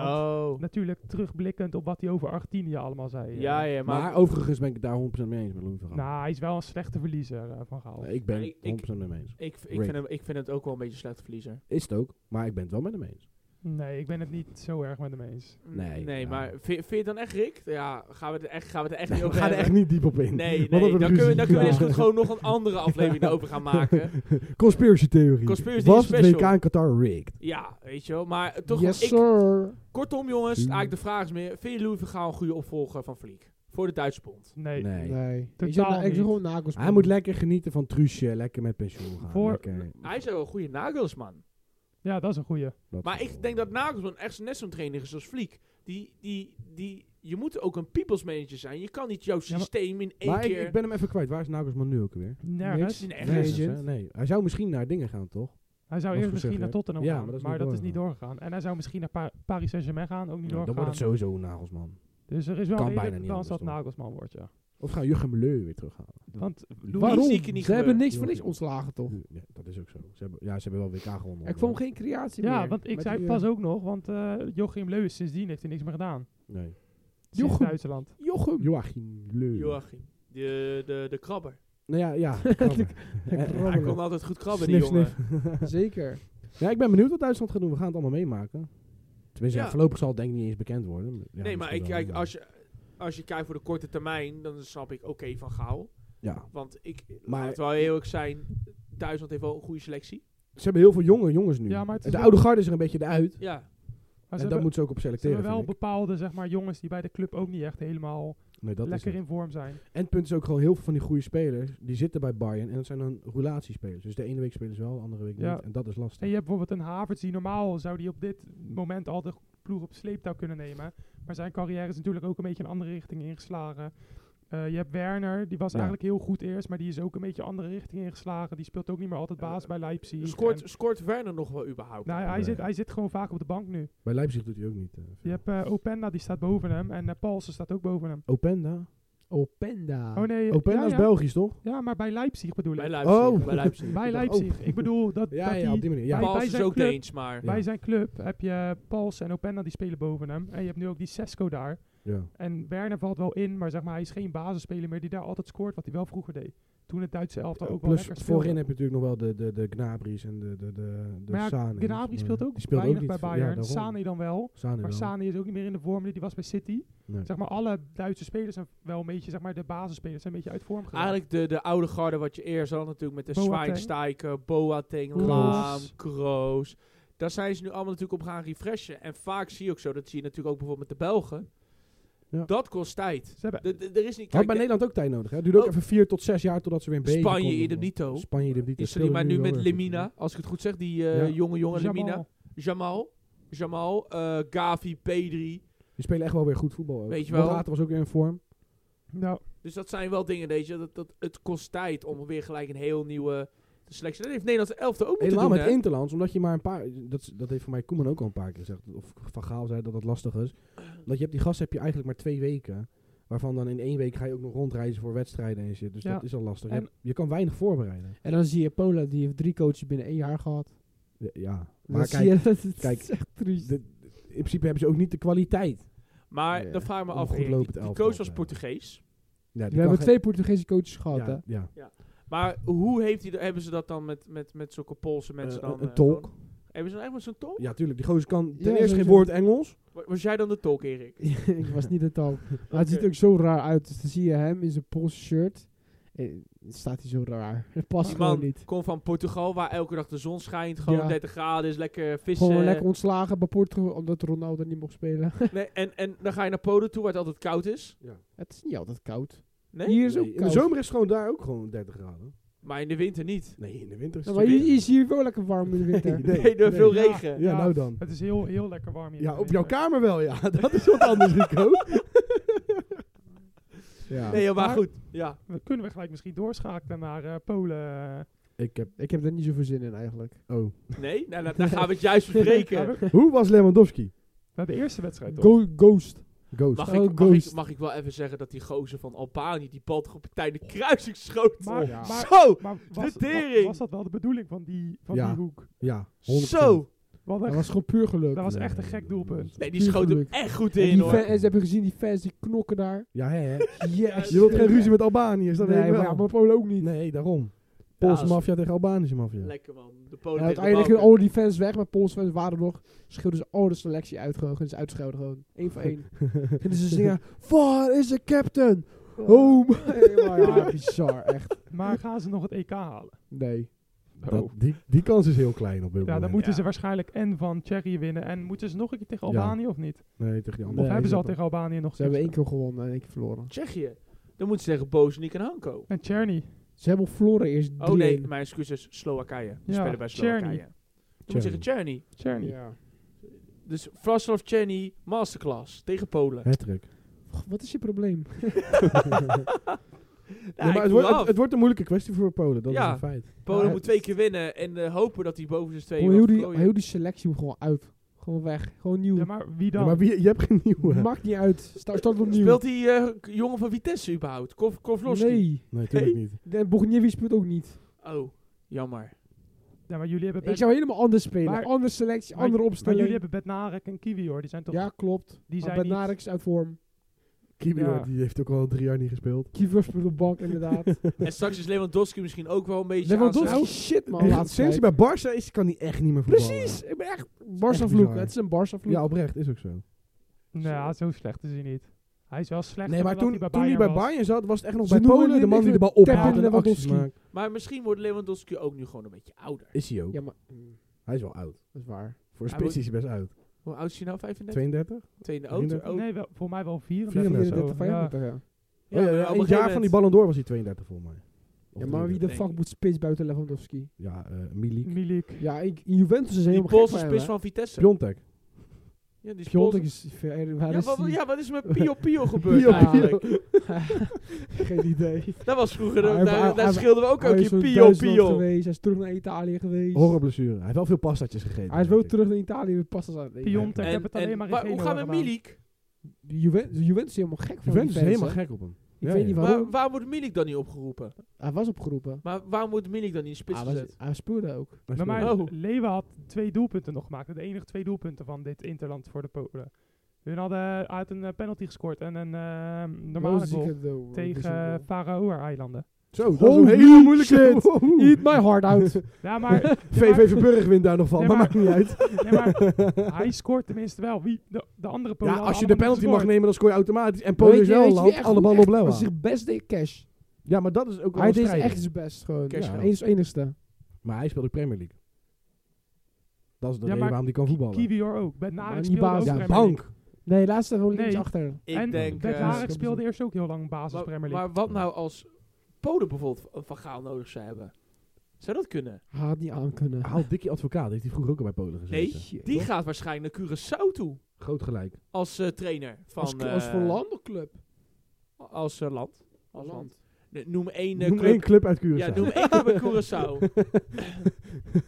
[SPEAKER 1] Oh.
[SPEAKER 4] Natuurlijk terugblikkend op wat hij over Argentinië allemaal zei. eh.
[SPEAKER 1] Ja, ja,
[SPEAKER 3] Maar,
[SPEAKER 1] maar...
[SPEAKER 3] overigens ben ik het daar 100% mee eens met Louis van Gaal.
[SPEAKER 4] Nou, hij is wel een slechte verliezer eh, van Gaal.
[SPEAKER 3] Nee, ik ben
[SPEAKER 1] Nou. Ik- ik-
[SPEAKER 3] het 100% mee eens.
[SPEAKER 1] Ik, ik,
[SPEAKER 3] Rick.
[SPEAKER 1] vind hem, ik vind het ook wel een beetje een slechte verliezer.
[SPEAKER 3] Is het ook, maar ik ben het wel met hem eens.
[SPEAKER 4] Nee, ik ben het niet zo erg met hem eens.
[SPEAKER 3] Nee,
[SPEAKER 1] Nee,
[SPEAKER 3] ja.
[SPEAKER 1] maar vind, vind je het dan echt Rick? Ja, gaan we het echt, gaan we het echt niet
[SPEAKER 3] we
[SPEAKER 1] over
[SPEAKER 3] gaan er echt
[SPEAKER 1] hebben?
[SPEAKER 3] niet diep op in.
[SPEAKER 1] Nee,
[SPEAKER 3] Want
[SPEAKER 1] nee,
[SPEAKER 3] hebben
[SPEAKER 1] dan kunnen we, dan kunnen we
[SPEAKER 3] ruzie.
[SPEAKER 1] eens goed gewoon nog een andere aflevering over gaan maken.
[SPEAKER 3] Conspiracy theorie.
[SPEAKER 1] Conspiracy
[SPEAKER 3] Was
[SPEAKER 1] theory special.
[SPEAKER 3] het WK in Qatar rigged?
[SPEAKER 1] Ja, weet je wel. Maar eh, toch,
[SPEAKER 2] yes
[SPEAKER 1] ik,
[SPEAKER 2] sir.
[SPEAKER 1] kortom jongens, eigenlijk de vraag is meer, vind je Louis van Gaal een goede opvolger van Vliek? Voor de Duitse bond.
[SPEAKER 4] Nee.
[SPEAKER 3] Nee.
[SPEAKER 2] Nee.
[SPEAKER 4] Totaal
[SPEAKER 2] Ik zou nou, ik
[SPEAKER 4] niet.
[SPEAKER 2] zou gewoon nagels
[SPEAKER 3] Hij moet lekker genieten van Truusje, lekker met pensioen gaan.
[SPEAKER 4] Voor-
[SPEAKER 3] lekker-
[SPEAKER 1] Hij is wel een goede Nagelsman.
[SPEAKER 4] Ja, dat is een goeie.
[SPEAKER 3] dat-
[SPEAKER 1] Maar ik denk dat Nagelsman echt net zo'n trainer is als Vliek. Die, die, die, je moet ook een people's manager zijn. Je kan niet jouw
[SPEAKER 4] Ja, maar-
[SPEAKER 1] systeem in één
[SPEAKER 3] Maar ik,
[SPEAKER 1] keer...
[SPEAKER 3] ik ben hem even kwijt. Waar is Nagelsman nu ook weer?
[SPEAKER 4] Nergens.
[SPEAKER 1] Nee,
[SPEAKER 2] Free
[SPEAKER 1] ergens.
[SPEAKER 2] agent.
[SPEAKER 3] hè? Nee. Hij zou misschien naar dingen gaan, toch?
[SPEAKER 4] Hij zou
[SPEAKER 3] Was
[SPEAKER 4] eerst
[SPEAKER 3] gezegd,
[SPEAKER 4] misschien naar
[SPEAKER 3] hè?
[SPEAKER 4] Tottenham
[SPEAKER 3] Ja,
[SPEAKER 4] gaan,
[SPEAKER 3] maar
[SPEAKER 4] maar
[SPEAKER 3] dat
[SPEAKER 4] dat
[SPEAKER 3] is niet
[SPEAKER 4] is niet doorgegaan. En hij zou misschien naar Pa- Paris Saint-Germain gaan, ook niet
[SPEAKER 3] Nou, dan wordt
[SPEAKER 4] doorgegaan.
[SPEAKER 3] het sowieso een Nagelsman.
[SPEAKER 4] Dus er is wel
[SPEAKER 3] Kan
[SPEAKER 4] een
[SPEAKER 3] bijna
[SPEAKER 4] redelijke
[SPEAKER 3] niet
[SPEAKER 4] kans dat
[SPEAKER 3] anders,
[SPEAKER 4] Nagelsman wordt, ja.
[SPEAKER 3] Of gaan Jurgen Meleu weer terughalen?
[SPEAKER 4] Want
[SPEAKER 1] Louis
[SPEAKER 2] Waarom?
[SPEAKER 1] zie ik het niet
[SPEAKER 2] Ze hebben
[SPEAKER 1] gebeuren.
[SPEAKER 2] niks voor niks ontslagen, toch?
[SPEAKER 3] Ja, dat is ook zo. Ze hebben, ja, ze hebben wel WK gewonnen.
[SPEAKER 2] Ik vond geen creatie
[SPEAKER 4] ja,
[SPEAKER 2] meer.
[SPEAKER 4] want ik
[SPEAKER 3] Maar
[SPEAKER 4] zei
[SPEAKER 3] die,
[SPEAKER 4] pas ook nog, want eh Joachim Leu is sindsdien heeft hij niks meer gedaan.
[SPEAKER 3] Nee.
[SPEAKER 4] Sinds
[SPEAKER 2] Jochem.
[SPEAKER 4] Duitsland.
[SPEAKER 2] Jochem.
[SPEAKER 3] Joachim Leu.
[SPEAKER 1] Joachim, de, de, de krabber.
[SPEAKER 3] Nou ja, ja. Eh,
[SPEAKER 2] krabbelen.
[SPEAKER 1] Hij kon altijd goed krabben,
[SPEAKER 3] Snif,
[SPEAKER 1] die jongen.
[SPEAKER 3] snif.
[SPEAKER 2] Zeker.
[SPEAKER 3] ja, ik ben benieuwd wat Duitsland gaat doen. We gaan het allemaal meemaken. Tenminste, ja,
[SPEAKER 1] Ja.
[SPEAKER 3] voorlopig zal het denk ik niet eens bekend worden.
[SPEAKER 1] nee,
[SPEAKER 3] Ja,
[SPEAKER 1] maar ik,
[SPEAKER 3] misschien
[SPEAKER 1] kijk,
[SPEAKER 3] wel.
[SPEAKER 1] als je, als je kijkt voor de korte termijn, dan snap ik oké van Gaal.
[SPEAKER 3] Ja.
[SPEAKER 1] Want ik,
[SPEAKER 3] Maar-
[SPEAKER 1] maar, het wel heel eerlijk zijn, Duitsland heeft wel een goede selectie.
[SPEAKER 3] Ze hebben heel veel jonge jongens nu.
[SPEAKER 4] Ja, maar het is
[SPEAKER 3] de
[SPEAKER 4] ook-
[SPEAKER 3] oude garde is er een beetje uit.
[SPEAKER 1] Ja,
[SPEAKER 4] Maar ze
[SPEAKER 3] en daar
[SPEAKER 4] hebben,
[SPEAKER 3] moeten ze ook op
[SPEAKER 4] ze hebben
[SPEAKER 3] selecteren.
[SPEAKER 4] wel
[SPEAKER 3] vind ik.
[SPEAKER 4] bepaalde zeg maar, jongens die bij de club ook niet echt helemaal
[SPEAKER 3] Nee, dat is
[SPEAKER 4] lekker
[SPEAKER 3] het.
[SPEAKER 4] in vorm zijn.
[SPEAKER 3] En het punt is ook gewoon heel veel van die goede spelers. Die zitten bij Bayern. En dat zijn dan relatiespelers. Dus de ene week spelen ze wel, de andere week
[SPEAKER 4] Ja.
[SPEAKER 3] niet. En dat is lastig.
[SPEAKER 4] En je hebt bijvoorbeeld een Havertz die normaal zou die op dit moment al de ploeg op sleeptouw kunnen nemen. Maar zijn carrière is natuurlijk ook een beetje een andere richting ingeslagen. Eh, je hebt Werner, die was
[SPEAKER 3] Ja.
[SPEAKER 4] eigenlijk heel goed eerst, maar die is ook een beetje een andere richting ingeslagen. Die speelt ook niet meer
[SPEAKER 3] Eh,
[SPEAKER 4] altijd baas bij Leipzig. En-
[SPEAKER 1] Dus Scoort, scoort Werner nog wel überhaupt?
[SPEAKER 4] nou, ja, hij,
[SPEAKER 3] Nee.
[SPEAKER 4] zit, hij zit gewoon vaak op de bank nu.
[SPEAKER 3] Bij Leipzig doet hij ook niet. eh,
[SPEAKER 4] Je
[SPEAKER 3] veel.
[SPEAKER 4] hebt eh, Openda, die staat boven hem. En eh, Paulsen staat ook boven hem.
[SPEAKER 3] Openda.
[SPEAKER 2] Openda.
[SPEAKER 4] Oh nee,
[SPEAKER 3] Openda
[SPEAKER 4] ja,
[SPEAKER 3] is
[SPEAKER 4] ja.
[SPEAKER 3] Belgisch, toch?
[SPEAKER 4] Ja, maar bij Leipzig bedoel ik.
[SPEAKER 1] bij Leipzig.
[SPEAKER 3] Oh.
[SPEAKER 1] Bij Leipzig.
[SPEAKER 4] bij
[SPEAKER 3] Ik dacht,
[SPEAKER 4] Leipzig.
[SPEAKER 3] oh.
[SPEAKER 4] Ik bedoel dat,
[SPEAKER 3] Ja,
[SPEAKER 4] dat
[SPEAKER 3] ja,
[SPEAKER 4] die-
[SPEAKER 3] op die manier. Ja.
[SPEAKER 4] bij-
[SPEAKER 1] Paulsen is
[SPEAKER 4] zijn
[SPEAKER 1] ook
[SPEAKER 4] club-
[SPEAKER 1] Deens, maar...
[SPEAKER 4] bij
[SPEAKER 3] Ja.
[SPEAKER 4] zijn club heb je Pauls en Openda die spelen boven hem. En je hebt nu ook die Sesco daar.
[SPEAKER 3] Ja.
[SPEAKER 4] En Werner valt wel in, maar zeg maar, hij is geen basisspeler meer die daar altijd scoort wat hij wel vroeger deed. Toen het Duitse elftal ook wel
[SPEAKER 3] Plus
[SPEAKER 4] lekker speelde.
[SPEAKER 3] voorin heb je natuurlijk nog wel de, de, de Gnabri's en de, de, de, de
[SPEAKER 4] Maar ja,
[SPEAKER 3] Sane's,
[SPEAKER 4] Gnabry
[SPEAKER 3] maar
[SPEAKER 4] speelt ook
[SPEAKER 3] die speelt
[SPEAKER 4] weinig
[SPEAKER 3] ook
[SPEAKER 4] bij
[SPEAKER 3] niet.
[SPEAKER 4] Bayern.
[SPEAKER 3] Ja,
[SPEAKER 4] Sane dan wel.
[SPEAKER 3] Sane
[SPEAKER 4] Maar
[SPEAKER 3] wel.
[SPEAKER 4] Sane is ook niet meer in de vorm die die was bij City.
[SPEAKER 3] Nee.
[SPEAKER 4] Zeg maar, alle Duitse spelers zijn wel een beetje, zeg maar, de basisspelers zijn een beetje uit vorm geraakt.
[SPEAKER 1] Eigenlijk de, de oude garde wat je eerst had natuurlijk met de
[SPEAKER 4] Boateng.
[SPEAKER 1] Schweinsteiger, Boateng,
[SPEAKER 4] Kroos.
[SPEAKER 1] Laam, Kroos. Daar zijn ze nu allemaal natuurlijk op gaan refreshen. En vaak zie je ook zo, dat zie je natuurlijk ook bijvoorbeeld met de Belgen.
[SPEAKER 3] Ja.
[SPEAKER 1] Dat kost tijd.
[SPEAKER 4] Ze hebben,
[SPEAKER 1] De- de- er is niet...
[SPEAKER 3] Had bij
[SPEAKER 1] kijk,
[SPEAKER 3] Nederland ook tijd nodig. Hè? Het duurde ook
[SPEAKER 1] Oh.
[SPEAKER 3] even 4 tot 6 jaar totdat ze weer een beetje.
[SPEAKER 1] Spanje,
[SPEAKER 3] konden,
[SPEAKER 1] idem
[SPEAKER 3] man.
[SPEAKER 1] dito.
[SPEAKER 3] Spanje, idem dito.
[SPEAKER 1] die sorry,
[SPEAKER 3] Speelde
[SPEAKER 1] maar
[SPEAKER 3] nu
[SPEAKER 1] nu
[SPEAKER 3] wel
[SPEAKER 1] met
[SPEAKER 3] weer goed,
[SPEAKER 1] Lemina,
[SPEAKER 3] hoor.
[SPEAKER 1] als ik het goed zeg, die eh,
[SPEAKER 3] Ja.
[SPEAKER 1] jonge jongen
[SPEAKER 4] Jamal.
[SPEAKER 1] Lemina. Jamal, Jamal, eh, Gavi, Pedri.
[SPEAKER 3] Die spelen echt wel weer goed voetbal. Ook.
[SPEAKER 1] Weet je wel.
[SPEAKER 3] Later was ook weer in vorm.
[SPEAKER 4] Nou,
[SPEAKER 1] Dus dat zijn wel dingen, weet je. Dat, dat, het kost tijd om weer gelijk een heel nieuwe selectie... Dat heeft Nederland de elfde ook moeten
[SPEAKER 3] Helemaal
[SPEAKER 1] doen,
[SPEAKER 3] met
[SPEAKER 1] hè?
[SPEAKER 3] Interlands, omdat je maar een paar... Dat, is- dat heeft voor mij Koeman ook al een paar keer gezegd. Of Van Gaal zei dat dat lastig is. Dat je hebt die gasten heb je eigenlijk maar twee weken. Waarvan dan in één week ga je ook nog rondreizen voor wedstrijden en shit. Dus
[SPEAKER 4] Ja.
[SPEAKER 3] dat is al lastig. Je,
[SPEAKER 4] En-
[SPEAKER 3] hebt- je kan weinig voorbereiden.
[SPEAKER 2] En dan zie je Polen, die heeft drie coaches binnen één jaar gehad.
[SPEAKER 3] Ja, Ja,
[SPEAKER 2] Maar
[SPEAKER 3] maar
[SPEAKER 2] dan zie
[SPEAKER 3] kijk,
[SPEAKER 2] je dat het
[SPEAKER 3] kijk,
[SPEAKER 2] is echt triest.
[SPEAKER 3] de- in principe hebben ze ook niet de kwaliteit.
[SPEAKER 1] Maar
[SPEAKER 3] Ja,
[SPEAKER 1] dan vraag ik me
[SPEAKER 3] om
[SPEAKER 1] af,
[SPEAKER 3] goed
[SPEAKER 1] Erik,
[SPEAKER 3] lopend
[SPEAKER 1] die, die
[SPEAKER 3] elftal
[SPEAKER 1] coach
[SPEAKER 3] te
[SPEAKER 1] was
[SPEAKER 3] hebben.
[SPEAKER 1] Portugees.
[SPEAKER 3] Ja, die
[SPEAKER 2] We hebben
[SPEAKER 3] kan
[SPEAKER 2] twee Portugese coaches
[SPEAKER 3] geen-
[SPEAKER 2] gehad, hè?
[SPEAKER 3] ja, ja.
[SPEAKER 1] Maar hoe heeft die, hebben ze dat dan met, met, met zulke Poolse mensen
[SPEAKER 3] Eh,
[SPEAKER 1] dan?
[SPEAKER 3] een- een
[SPEAKER 1] eh,
[SPEAKER 3] tolk.
[SPEAKER 1] gewoon- Hebben ze dan echt met zo'n tolk?
[SPEAKER 3] ja, tuurlijk. Die gozer kan ten eerste
[SPEAKER 2] Ja,
[SPEAKER 3] geen
[SPEAKER 2] sowieso.
[SPEAKER 3] woord Engels.
[SPEAKER 1] Wa- Was jij dan de tolk, Erik?
[SPEAKER 2] ik was niet het al. Maar het ziet
[SPEAKER 1] Oké.
[SPEAKER 2] er ook zo raar uit. Dus dan zie je hem in zijn Poolse shirt. En staat hij zo raar. Dat past
[SPEAKER 1] Die
[SPEAKER 2] gewoon
[SPEAKER 1] man
[SPEAKER 2] niet.
[SPEAKER 1] komt van Portugal, waar elke dag de zon schijnt. Gewoon
[SPEAKER 2] Ja.
[SPEAKER 1] 30 graden, is eh, lekker vissen.
[SPEAKER 2] Gewoon lekker ontslagen bij Portugal, omdat Ronaldo niet mocht spelen.
[SPEAKER 1] Nee, en, en dan ga je naar Polen toe, waar het altijd koud is.
[SPEAKER 2] het is niet altijd koud.
[SPEAKER 1] Nee?
[SPEAKER 2] Hier is
[SPEAKER 3] Nee,
[SPEAKER 2] ook
[SPEAKER 3] in de
[SPEAKER 2] koud.
[SPEAKER 3] zomer is het gewoon daar ook gewoon 30 graden.
[SPEAKER 1] Maar in de winter niet.
[SPEAKER 3] Nee, in de winter is
[SPEAKER 2] Ja,
[SPEAKER 3] het
[SPEAKER 2] Nou, maar
[SPEAKER 3] weer-
[SPEAKER 2] hier hier is hier wel lekker warm in de winter.
[SPEAKER 3] Nee,
[SPEAKER 1] Nee, door veel
[SPEAKER 4] ja,
[SPEAKER 1] regen.
[SPEAKER 3] Ja, nou dan.
[SPEAKER 4] Het is heel, heel lekker warm hier. in
[SPEAKER 3] Ja,
[SPEAKER 4] de
[SPEAKER 3] op jouw
[SPEAKER 4] winter.
[SPEAKER 3] kamer wel, ja. Dat is wat anders, Rico. ja.
[SPEAKER 1] Nee, joh, maar
[SPEAKER 4] Maar-
[SPEAKER 1] goed. Ja.
[SPEAKER 4] We kunnen we gelijk misschien doorschakelen naar eh, Polen.
[SPEAKER 3] ik heb...
[SPEAKER 2] Ik heb er niet zoveel zin in eigenlijk.
[SPEAKER 3] Oh.
[SPEAKER 1] Nee? Nou, nou, daar gaan we het juist bespreken.
[SPEAKER 4] Maar we,
[SPEAKER 3] Hoe was Lewandowski?
[SPEAKER 4] we hebben de eerste wedstrijd toch?
[SPEAKER 2] Go ghost.
[SPEAKER 3] Ghost.
[SPEAKER 1] Mag
[SPEAKER 2] Oh,
[SPEAKER 1] ik, mag, ik,
[SPEAKER 2] ghost.
[SPEAKER 1] mag ik wel even zeggen dat die gozer van Albanië die bal toch op de tijd de kruising schoot?
[SPEAKER 4] Maar,
[SPEAKER 2] Ja.
[SPEAKER 4] maar,
[SPEAKER 1] Zo!
[SPEAKER 4] maar was,
[SPEAKER 1] de
[SPEAKER 4] wa-
[SPEAKER 1] tering.
[SPEAKER 4] was dat wel de bedoeling van die, van
[SPEAKER 3] Ja.
[SPEAKER 4] die hoek?
[SPEAKER 3] Ja, 100%.
[SPEAKER 1] Zo!
[SPEAKER 4] Wat
[SPEAKER 2] Dat
[SPEAKER 4] een-
[SPEAKER 2] was gewoon puur geluk.
[SPEAKER 4] dat was
[SPEAKER 3] Nee.
[SPEAKER 4] echt een gek doelpunt.
[SPEAKER 1] Nee, die schoot hem
[SPEAKER 2] Tuurlijk.
[SPEAKER 1] echt goed
[SPEAKER 2] En
[SPEAKER 1] in
[SPEAKER 2] die
[SPEAKER 1] hoor.
[SPEAKER 2] fan- en ze hebben gezien die fans die knokken daar.
[SPEAKER 3] Ja, hè, hè.
[SPEAKER 2] Yes.
[SPEAKER 3] Je wilt geen ruzie met Albaniërs, dat weet
[SPEAKER 2] Nee,
[SPEAKER 3] ik
[SPEAKER 2] maar,
[SPEAKER 3] wel.
[SPEAKER 2] ja, maar Polen ook niet.
[SPEAKER 3] Nee, daarom.
[SPEAKER 1] Ja,
[SPEAKER 3] Poolse
[SPEAKER 1] dat is-
[SPEAKER 3] maffia tegen Albanische maffia.
[SPEAKER 1] Lekker man. De
[SPEAKER 2] En
[SPEAKER 3] Oh,
[SPEAKER 1] Polen tegen de
[SPEAKER 2] uiteindelijk gingen
[SPEAKER 1] Balken.
[SPEAKER 2] al die fans weg, maar Poolse fans waren er nog. Schilden ze al de selectie uit gewoon. Dus uitschelden gewoon. Eén voor één. Gingen
[SPEAKER 3] Dus
[SPEAKER 2] ze zingen, Waar is de captain? Oh my Ja, bizar, echt.
[SPEAKER 4] Maar gaan ze nog het EK halen?
[SPEAKER 2] Nee.
[SPEAKER 3] Dat, die, die kans is heel klein op dit
[SPEAKER 4] Ja, dan
[SPEAKER 3] moment.
[SPEAKER 4] moeten
[SPEAKER 1] Ja.
[SPEAKER 4] ze waarschijnlijk en van Tsjechië winnen. En moeten ze nog een keer tegen
[SPEAKER 3] Ja.
[SPEAKER 4] Albanië of niet?
[SPEAKER 3] Nee, tegen die
[SPEAKER 4] Of
[SPEAKER 3] andere.
[SPEAKER 2] Nee,
[SPEAKER 4] hebben ze
[SPEAKER 2] ze
[SPEAKER 4] al
[SPEAKER 2] hebben-
[SPEAKER 4] tegen Albanië nog
[SPEAKER 2] Ze hebben één
[SPEAKER 4] gespeeld?
[SPEAKER 2] keer gewonnen en één keer verloren.
[SPEAKER 1] Tsjechië. Dan moeten ze tegen Bosnië en Hanko.
[SPEAKER 4] En Czerny.
[SPEAKER 2] Ze hebben verloren eerst 3-1.
[SPEAKER 1] Oh nee, mijn excuses. Slowakije. Ze
[SPEAKER 4] Ja,
[SPEAKER 1] spelen bij
[SPEAKER 4] Czerny.
[SPEAKER 1] Slowakije. Dan moeten ze tegen Czerny.
[SPEAKER 4] Czerny.
[SPEAKER 2] Ja.
[SPEAKER 1] Dus Vlaslav Czerny, masterclass tegen Polen.
[SPEAKER 3] Hattrick.
[SPEAKER 2] Och, Wat is je probleem?
[SPEAKER 1] Ja,
[SPEAKER 3] Nee,
[SPEAKER 1] ik
[SPEAKER 3] maar het,
[SPEAKER 1] voel
[SPEAKER 3] wordt, het,
[SPEAKER 1] af.
[SPEAKER 3] het wordt een moeilijke kwestie voor Polen, dat
[SPEAKER 1] Ja.
[SPEAKER 3] is een feit.
[SPEAKER 1] Polen
[SPEAKER 2] Ja,
[SPEAKER 1] moet twee keer winnen en eh, hopen dat die boven zijn twee
[SPEAKER 2] Gewoon heel, die,
[SPEAKER 1] verklooien.
[SPEAKER 2] heel die selectie moet gewoon uit. Gewoon weg. Gewoon nieuw.
[SPEAKER 4] Ja, maar wie
[SPEAKER 3] Ja,
[SPEAKER 4] dan?
[SPEAKER 3] maar wie, je hebt geen nieuwe.
[SPEAKER 2] Maakt niet uit. Sta- Start opnieuw.
[SPEAKER 1] Speelt die eh, k- jongen van Vitesse überhaupt? Kov Kovlovski?
[SPEAKER 2] Nee.
[SPEAKER 3] nee, natuurlijk niet.
[SPEAKER 2] En Bogniewicz speelt ook niet.
[SPEAKER 1] Oh, jammer.
[SPEAKER 4] Ja, maar jullie hebben
[SPEAKER 2] Ik
[SPEAKER 4] Bet-
[SPEAKER 2] zou helemaal anders spelen.
[SPEAKER 4] Maar-
[SPEAKER 2] andere selectie,
[SPEAKER 4] maar-
[SPEAKER 2] andere
[SPEAKER 4] maar
[SPEAKER 2] opstelling.
[SPEAKER 4] jullie hebben Bednarek en Kiwi hoor. Die zijn toch...
[SPEAKER 2] ja, klopt.
[SPEAKER 4] die
[SPEAKER 2] Maar
[SPEAKER 4] zijn niet-
[SPEAKER 2] Bednarek is uit vorm.
[SPEAKER 3] Kibior,
[SPEAKER 4] Ja.
[SPEAKER 3] die heeft ook al drie jaar niet gespeeld.
[SPEAKER 2] Kiefer speelt op bank, inderdaad.
[SPEAKER 1] en straks is Lewandowski misschien ook wel een beetje
[SPEAKER 2] Lewandowski,
[SPEAKER 1] aansluit.
[SPEAKER 2] shit man.
[SPEAKER 3] Echt,
[SPEAKER 2] laatste
[SPEAKER 3] Sinds hij
[SPEAKER 2] tijd.
[SPEAKER 3] bij Barça is, kan hij echt niet meer voetballen.
[SPEAKER 2] Precies. Ik ben echt
[SPEAKER 3] Echt
[SPEAKER 2] Barca
[SPEAKER 3] bizar.
[SPEAKER 2] vloek. Het is een Barca vloek.
[SPEAKER 3] Ja, oprecht, is ook zo.
[SPEAKER 4] Nou, zo slecht is hij niet. Hij is wel slecht.
[SPEAKER 3] Nee, maar toen,
[SPEAKER 4] hij bij
[SPEAKER 3] toen hij
[SPEAKER 4] Bayern
[SPEAKER 3] bij
[SPEAKER 4] was.
[SPEAKER 3] Bayern zat, was het echt nog
[SPEAKER 2] Ze
[SPEAKER 3] bij
[SPEAKER 2] noemen
[SPEAKER 3] Polen de
[SPEAKER 2] hem
[SPEAKER 3] man die de
[SPEAKER 2] even
[SPEAKER 3] bal ophaalt
[SPEAKER 2] Tappen
[SPEAKER 3] en de acties
[SPEAKER 2] Lewandowski.
[SPEAKER 3] maakt.
[SPEAKER 1] Maar misschien wordt Lewandowski ook nu gewoon een beetje ouder.
[SPEAKER 3] Is hij ook.
[SPEAKER 2] Ja, maar... mm,
[SPEAKER 3] Hij is wel oud.
[SPEAKER 2] Dat is waar.
[SPEAKER 3] Voor een
[SPEAKER 1] Hij moet-
[SPEAKER 3] spits is hij best oud.
[SPEAKER 1] Hoe oud is hij nou? 35?
[SPEAKER 3] 32?
[SPEAKER 1] Tweede auto.
[SPEAKER 3] 33?
[SPEAKER 1] Oh,
[SPEAKER 4] Nee, wel, voor mij wel 34.
[SPEAKER 2] 34,
[SPEAKER 4] of zo. Ja.
[SPEAKER 2] 35 ja.
[SPEAKER 3] Ja,
[SPEAKER 1] maar
[SPEAKER 3] ja,
[SPEAKER 1] op
[SPEAKER 3] een
[SPEAKER 1] gegeven
[SPEAKER 3] jaar van
[SPEAKER 1] moment-
[SPEAKER 3] die Ballon d'Or was hij 32 volgens mij. Of
[SPEAKER 2] Ja, maar wie de
[SPEAKER 3] 33.
[SPEAKER 1] denk
[SPEAKER 2] fuck
[SPEAKER 1] ik.
[SPEAKER 2] moet spits buiten Lewandowski?
[SPEAKER 3] Ja, eh Milik.
[SPEAKER 4] Milik.
[SPEAKER 2] Ja, ik, Juventus is
[SPEAKER 1] Die
[SPEAKER 2] helemaal gek
[SPEAKER 1] Poolse
[SPEAKER 2] van hem,
[SPEAKER 1] spits
[SPEAKER 2] hè.
[SPEAKER 1] van Vitesse.
[SPEAKER 3] Piontek.
[SPEAKER 1] Ja, die is
[SPEAKER 2] Piontek
[SPEAKER 1] Poolse-
[SPEAKER 2] is... ver- Waar
[SPEAKER 1] Ja,
[SPEAKER 2] is
[SPEAKER 1] wat,
[SPEAKER 2] die?
[SPEAKER 1] ja, wat is er met Pio Pio gebeurd
[SPEAKER 2] Pio
[SPEAKER 1] eigenlijk?
[SPEAKER 2] Geen idee.
[SPEAKER 1] Dat was vroeger,
[SPEAKER 2] Ah, hij- hij-
[SPEAKER 1] daar, daar
[SPEAKER 2] hij-
[SPEAKER 1] scheelden we ook
[SPEAKER 2] Hij
[SPEAKER 1] ook
[SPEAKER 2] is
[SPEAKER 1] in
[SPEAKER 2] van
[SPEAKER 1] Pio
[SPEAKER 2] Duitsland
[SPEAKER 1] Pio.
[SPEAKER 2] geweest, Hij is terug naar Italië geweest.
[SPEAKER 3] Horror blessure. Hij heeft wel veel pastaatjes gegeten.
[SPEAKER 2] Hij
[SPEAKER 3] denk
[SPEAKER 2] is wel
[SPEAKER 3] ik.
[SPEAKER 2] terug naar Italië met pastas aan het eten.
[SPEAKER 4] Piontek. Ik heb het alleen maar in
[SPEAKER 1] hoe
[SPEAKER 4] Genoa
[SPEAKER 1] gaan we met
[SPEAKER 4] gedaan.
[SPEAKER 1] Milik?
[SPEAKER 2] Die Juven- de Juventus is helemaal gek van
[SPEAKER 3] Juventus
[SPEAKER 2] die
[SPEAKER 3] is
[SPEAKER 2] fans,
[SPEAKER 3] helemaal
[SPEAKER 2] hè.
[SPEAKER 3] gek op hem.
[SPEAKER 2] Ik
[SPEAKER 3] Ja,
[SPEAKER 2] weet
[SPEAKER 3] ja.
[SPEAKER 2] niet
[SPEAKER 1] Waar,
[SPEAKER 2] waarom.
[SPEAKER 1] waar wordt Milik dan niet opgeroepen?
[SPEAKER 2] Hij was opgeroepen.
[SPEAKER 1] Maar waarom wordt Milik dan niet in de spits
[SPEAKER 2] Ah, hij was-
[SPEAKER 1] gezet?
[SPEAKER 2] hij speelde ook.
[SPEAKER 3] Hij
[SPEAKER 4] Maar
[SPEAKER 3] speelt-
[SPEAKER 4] mij,
[SPEAKER 1] Oh.
[SPEAKER 4] Leeuwen had twee doelpunten nog gemaakt. De enige twee doelpunten van dit Interland voor de Polen. Hun hadden uit een eh, penalty gescoord en een ehm, normale
[SPEAKER 2] Mozes, ik
[SPEAKER 4] goal
[SPEAKER 2] heb het over.
[SPEAKER 3] eh,
[SPEAKER 4] tegen eh, Faroe-eilanden.
[SPEAKER 3] Zo, dat is een
[SPEAKER 2] Holy
[SPEAKER 3] hele moeilijke.
[SPEAKER 2] shit.
[SPEAKER 3] Woehoe.
[SPEAKER 2] Eat my heart out.
[SPEAKER 4] Ja, maar,
[SPEAKER 3] VV Verburg wint daar nog van,
[SPEAKER 4] Nee,
[SPEAKER 3] maar
[SPEAKER 4] maar-
[SPEAKER 3] maakt niet uit.
[SPEAKER 4] nee, maar hij scoort tenminste wel. Wie, de, de andere Polen
[SPEAKER 3] Ja, als je
[SPEAKER 4] hadden
[SPEAKER 3] de
[SPEAKER 4] allemaal
[SPEAKER 3] penalty mag
[SPEAKER 4] niet gescoord.
[SPEAKER 3] nemen, dan scoor je automatisch. En
[SPEAKER 2] Weet
[SPEAKER 3] Polen
[SPEAKER 2] je-
[SPEAKER 3] is wel
[SPEAKER 2] weet
[SPEAKER 3] een
[SPEAKER 2] je wie
[SPEAKER 3] land,
[SPEAKER 2] echt
[SPEAKER 3] alle
[SPEAKER 2] goed-
[SPEAKER 3] ballen op
[SPEAKER 2] echt
[SPEAKER 3] blauw.
[SPEAKER 2] zijn best deed cash.
[SPEAKER 3] Ja, maar dat is ook wel
[SPEAKER 2] Hij
[SPEAKER 3] een
[SPEAKER 2] deed
[SPEAKER 3] strijd.
[SPEAKER 2] echt zijn best gewoon.
[SPEAKER 1] Cash
[SPEAKER 2] Ja.
[SPEAKER 1] wel.
[SPEAKER 2] Eens enigste.
[SPEAKER 3] Maar hij speelt ook Premier League. Dat is de
[SPEAKER 4] Ja,
[SPEAKER 3] reden
[SPEAKER 4] maar
[SPEAKER 3] waarom hij kan voetballen.
[SPEAKER 4] Kiwior ook. Ben
[SPEAKER 2] Maar
[SPEAKER 4] Narek
[SPEAKER 2] die
[SPEAKER 4] speelde ook
[SPEAKER 2] baas-
[SPEAKER 3] ja,
[SPEAKER 4] Premier League.
[SPEAKER 3] bank.
[SPEAKER 2] Nee, laatste gewoon links
[SPEAKER 4] Nee.
[SPEAKER 2] achter.
[SPEAKER 1] Ik
[SPEAKER 4] en
[SPEAKER 1] denk...
[SPEAKER 4] Ben
[SPEAKER 1] eh,
[SPEAKER 2] Haag
[SPEAKER 4] Narek speelde eerst ook heel lang basis
[SPEAKER 1] maar,
[SPEAKER 4] Premier League.
[SPEAKER 1] maar wat nou als Polen bijvoorbeeld een Van Gaal nodig zou hebben? Zou dat kunnen?
[SPEAKER 2] Hij had niet aan kunnen.
[SPEAKER 3] Haal Dikkie Advocaat, heeft hij vroeger ook al bij Polen gezeten.
[SPEAKER 1] Nee, die
[SPEAKER 3] Toch?
[SPEAKER 1] gaat waarschijnlijk naar Curaçao toe.
[SPEAKER 3] Groot gelijk.
[SPEAKER 1] Als eh, trainer van...
[SPEAKER 2] als, als
[SPEAKER 1] eh,
[SPEAKER 2] voor landenclub.
[SPEAKER 1] Als eh, land. Als land. Nee, Noem één eh,
[SPEAKER 3] noem
[SPEAKER 1] club.
[SPEAKER 3] één club uit Curaçao.
[SPEAKER 1] Ja, noem één club in Curaçao.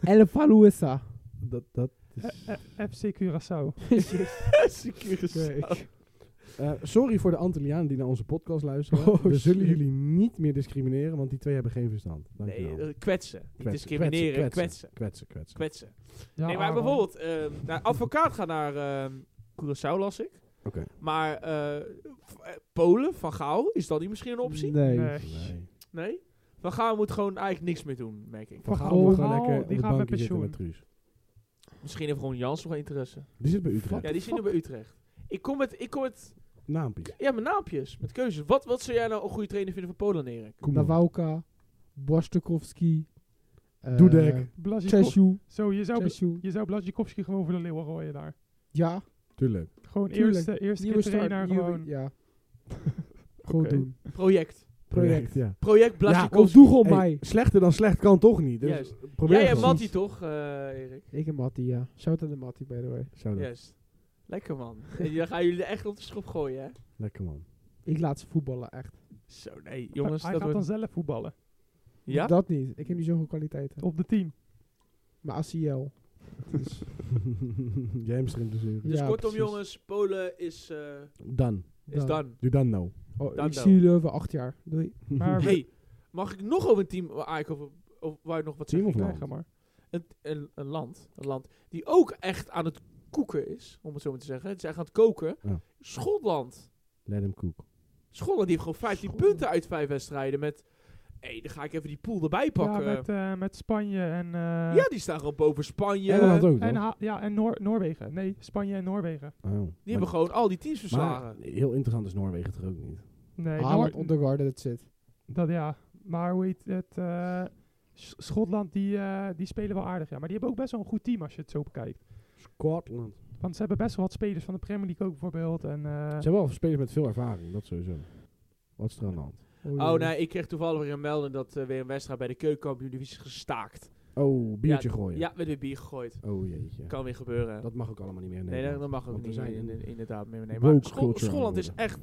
[SPEAKER 2] El Faluessa.
[SPEAKER 3] dat, dat is...
[SPEAKER 4] Eh, eh, FC Curaçao.
[SPEAKER 2] Kijk.
[SPEAKER 3] Eh, sorry voor de Antillianen die naar onze podcast luisteren.
[SPEAKER 2] Oh,
[SPEAKER 3] We zullen
[SPEAKER 2] shit.
[SPEAKER 3] jullie niet meer discrimineren, want die twee hebben geen verstand. Dankjewel.
[SPEAKER 1] Nee, eh, kwetsen. Niet
[SPEAKER 3] Kwetsen,
[SPEAKER 1] discrimineren,
[SPEAKER 3] kwetsen,
[SPEAKER 1] kwetsen.
[SPEAKER 3] kwetsen, kwetsen.
[SPEAKER 1] Kwetsen.
[SPEAKER 4] Ja, ah,
[SPEAKER 1] Nee, maar
[SPEAKER 4] Aaron.
[SPEAKER 1] bijvoorbeeld... ehm, nou, advocaat gaat naar ehm Curaçao, las ik.
[SPEAKER 3] Oké.
[SPEAKER 1] Maar eh, v- eh, Polen, Van Gaal, is dat niet misschien een optie?
[SPEAKER 2] Nee.
[SPEAKER 4] Nee.
[SPEAKER 3] Nee.
[SPEAKER 1] Nee? Van Gaal moet gewoon eigenlijk niks meer doen, merk ik.
[SPEAKER 3] Van
[SPEAKER 4] Van
[SPEAKER 3] Gaal moet
[SPEAKER 4] Gaal,
[SPEAKER 3] gewoon lekker
[SPEAKER 4] die
[SPEAKER 3] op de
[SPEAKER 4] gaat met
[SPEAKER 3] bankje zitten
[SPEAKER 4] pensioen.
[SPEAKER 3] met Truus.
[SPEAKER 1] Misschien heeft gewoon Jans nog wel interesse.
[SPEAKER 3] Die zit bij Utrecht.
[SPEAKER 1] Ja, die zit nu bij Utrecht. Ik kom met, ik kom met,
[SPEAKER 3] Naampie.
[SPEAKER 1] ja, met naampjes, met keuzes. Wat, wat zou jij nou een goede trainer vinden voor Polen, Erik?
[SPEAKER 3] Kom op.
[SPEAKER 2] Nawalka. Borstukowski. eh,
[SPEAKER 3] Dudek.
[SPEAKER 4] Blazikov-
[SPEAKER 2] Ceshu.
[SPEAKER 4] Zo, je zou,
[SPEAKER 2] Ceshu.
[SPEAKER 4] je zou Blazikowski gewoon voor de leeuwen gooien daar.
[SPEAKER 2] Ja.
[SPEAKER 3] Tuurlijk.
[SPEAKER 4] Gewoon
[SPEAKER 2] Tuurlijk.
[SPEAKER 4] eerste, eerste
[SPEAKER 2] Nieuwe
[SPEAKER 4] keer
[SPEAKER 2] start.
[SPEAKER 4] trainer
[SPEAKER 2] nieuwe-
[SPEAKER 4] gewoon.
[SPEAKER 2] Ja. Gewoon
[SPEAKER 4] Oké.
[SPEAKER 2] doen.
[SPEAKER 1] Project.
[SPEAKER 3] Project, ja.
[SPEAKER 1] Project
[SPEAKER 2] Of
[SPEAKER 1] Blazikowski.
[SPEAKER 2] doe gewoon
[SPEAKER 3] Hey,
[SPEAKER 2] mij.
[SPEAKER 3] Slechter dan slecht kan toch niet. Dus
[SPEAKER 1] Juist.
[SPEAKER 3] probeer
[SPEAKER 1] Jij
[SPEAKER 3] het
[SPEAKER 1] en
[SPEAKER 3] gewoon.
[SPEAKER 1] Matty toch, eh, Erik?
[SPEAKER 2] Ik en Matty, ja. Shout aan de Matty, by the way.
[SPEAKER 3] Zo dan.
[SPEAKER 1] Juist. Lekker man. En dan gaan jullie er echt op de schop gooien, hè?
[SPEAKER 3] Lekker man.
[SPEAKER 2] Ik laat ze voetballen, echt.
[SPEAKER 1] Zo, nee, jongens.
[SPEAKER 4] hij
[SPEAKER 1] dat
[SPEAKER 4] gaat
[SPEAKER 1] wordt-
[SPEAKER 4] dan zelf voetballen.
[SPEAKER 1] Ja?
[SPEAKER 2] Dat niet. Ik heb niet zoveel kwaliteiten.
[SPEAKER 4] Op de team.
[SPEAKER 2] Maar ACL.
[SPEAKER 3] Jij hem erin te zuren.
[SPEAKER 1] Dus
[SPEAKER 2] Ja,
[SPEAKER 1] kortom,
[SPEAKER 2] precies.
[SPEAKER 1] jongens, Polen is, eh
[SPEAKER 3] Dan.
[SPEAKER 1] is dan.
[SPEAKER 3] Doe dan nou.
[SPEAKER 2] Oh,
[SPEAKER 1] Dan
[SPEAKER 2] ik
[SPEAKER 1] dan.
[SPEAKER 2] zie jullie over acht jaar. Doei.
[SPEAKER 4] Maar
[SPEAKER 1] Hey, mag ik nog over een team, eh, Ajax, of, of waar je nog wat
[SPEAKER 3] Team
[SPEAKER 1] zeggen?
[SPEAKER 3] of
[SPEAKER 4] Nee,
[SPEAKER 3] land?
[SPEAKER 4] ga maar.
[SPEAKER 1] een, een, een land, een land die ook echt aan het koeken is, om het zo maar te zeggen. Het is echt aan het koken.
[SPEAKER 3] Ja.
[SPEAKER 1] Schotland.
[SPEAKER 3] Let hem koek.
[SPEAKER 1] Schotland die heeft gewoon 15
[SPEAKER 2] Schotland.
[SPEAKER 1] punten uit vijf wedstrijden met... Hé, dan ga ik even die pool erbij
[SPEAKER 4] Ja,
[SPEAKER 1] pakken. Ja,
[SPEAKER 4] met, eh, met Spanje en... eh,
[SPEAKER 1] die staan gewoon boven Spanje.
[SPEAKER 3] Engeland ook,
[SPEAKER 4] en,
[SPEAKER 3] toch?
[SPEAKER 4] Ha- ja, en Noor- Noorwegen. Nee, Spanje en Noorwegen.
[SPEAKER 3] Oh.
[SPEAKER 1] Die hebben gewoon al die teams
[SPEAKER 3] maar
[SPEAKER 1] verslagen.
[SPEAKER 3] heel interessant is Noorwegen toch ook niet.
[SPEAKER 4] Nee,
[SPEAKER 2] Haaland
[SPEAKER 4] Noor-
[SPEAKER 2] on the guard, that's it.
[SPEAKER 4] dat ja. Maar hoe heet het? eh, Sch- Schotland, die, eh, die spelen wel aardig, ja. Maar die hebben ook best wel een goed team als je het zo bekijkt.
[SPEAKER 3] Scotland.
[SPEAKER 4] Want ze hebben best wel wat spelers van de Premier League ook bijvoorbeeld. En, eh,
[SPEAKER 3] Ze hebben wel spelers met veel ervaring, dat sowieso. Wat is er aan de hand?
[SPEAKER 1] Oh nee, ik kreeg toevallig weer een melding dat eh, weer een wedstrijd bij de keukenkampioen divisie is gestaakt.
[SPEAKER 3] Oh, biertje gooien.
[SPEAKER 1] Ja, werd weer bier gegooid.
[SPEAKER 3] Oh jeetje.
[SPEAKER 1] Kan weer gebeuren.
[SPEAKER 3] Dat mag ook allemaal niet meer. in
[SPEAKER 1] Nee, dat,
[SPEAKER 3] Nederland.
[SPEAKER 1] dat mag ook
[SPEAKER 3] Want we
[SPEAKER 1] niet.
[SPEAKER 3] zijn
[SPEAKER 1] in-
[SPEAKER 3] een
[SPEAKER 1] in- inderdaad, meer nee,
[SPEAKER 3] woke
[SPEAKER 1] Maar Schol-
[SPEAKER 3] culture aan
[SPEAKER 1] Schotland
[SPEAKER 3] het
[SPEAKER 1] is echt,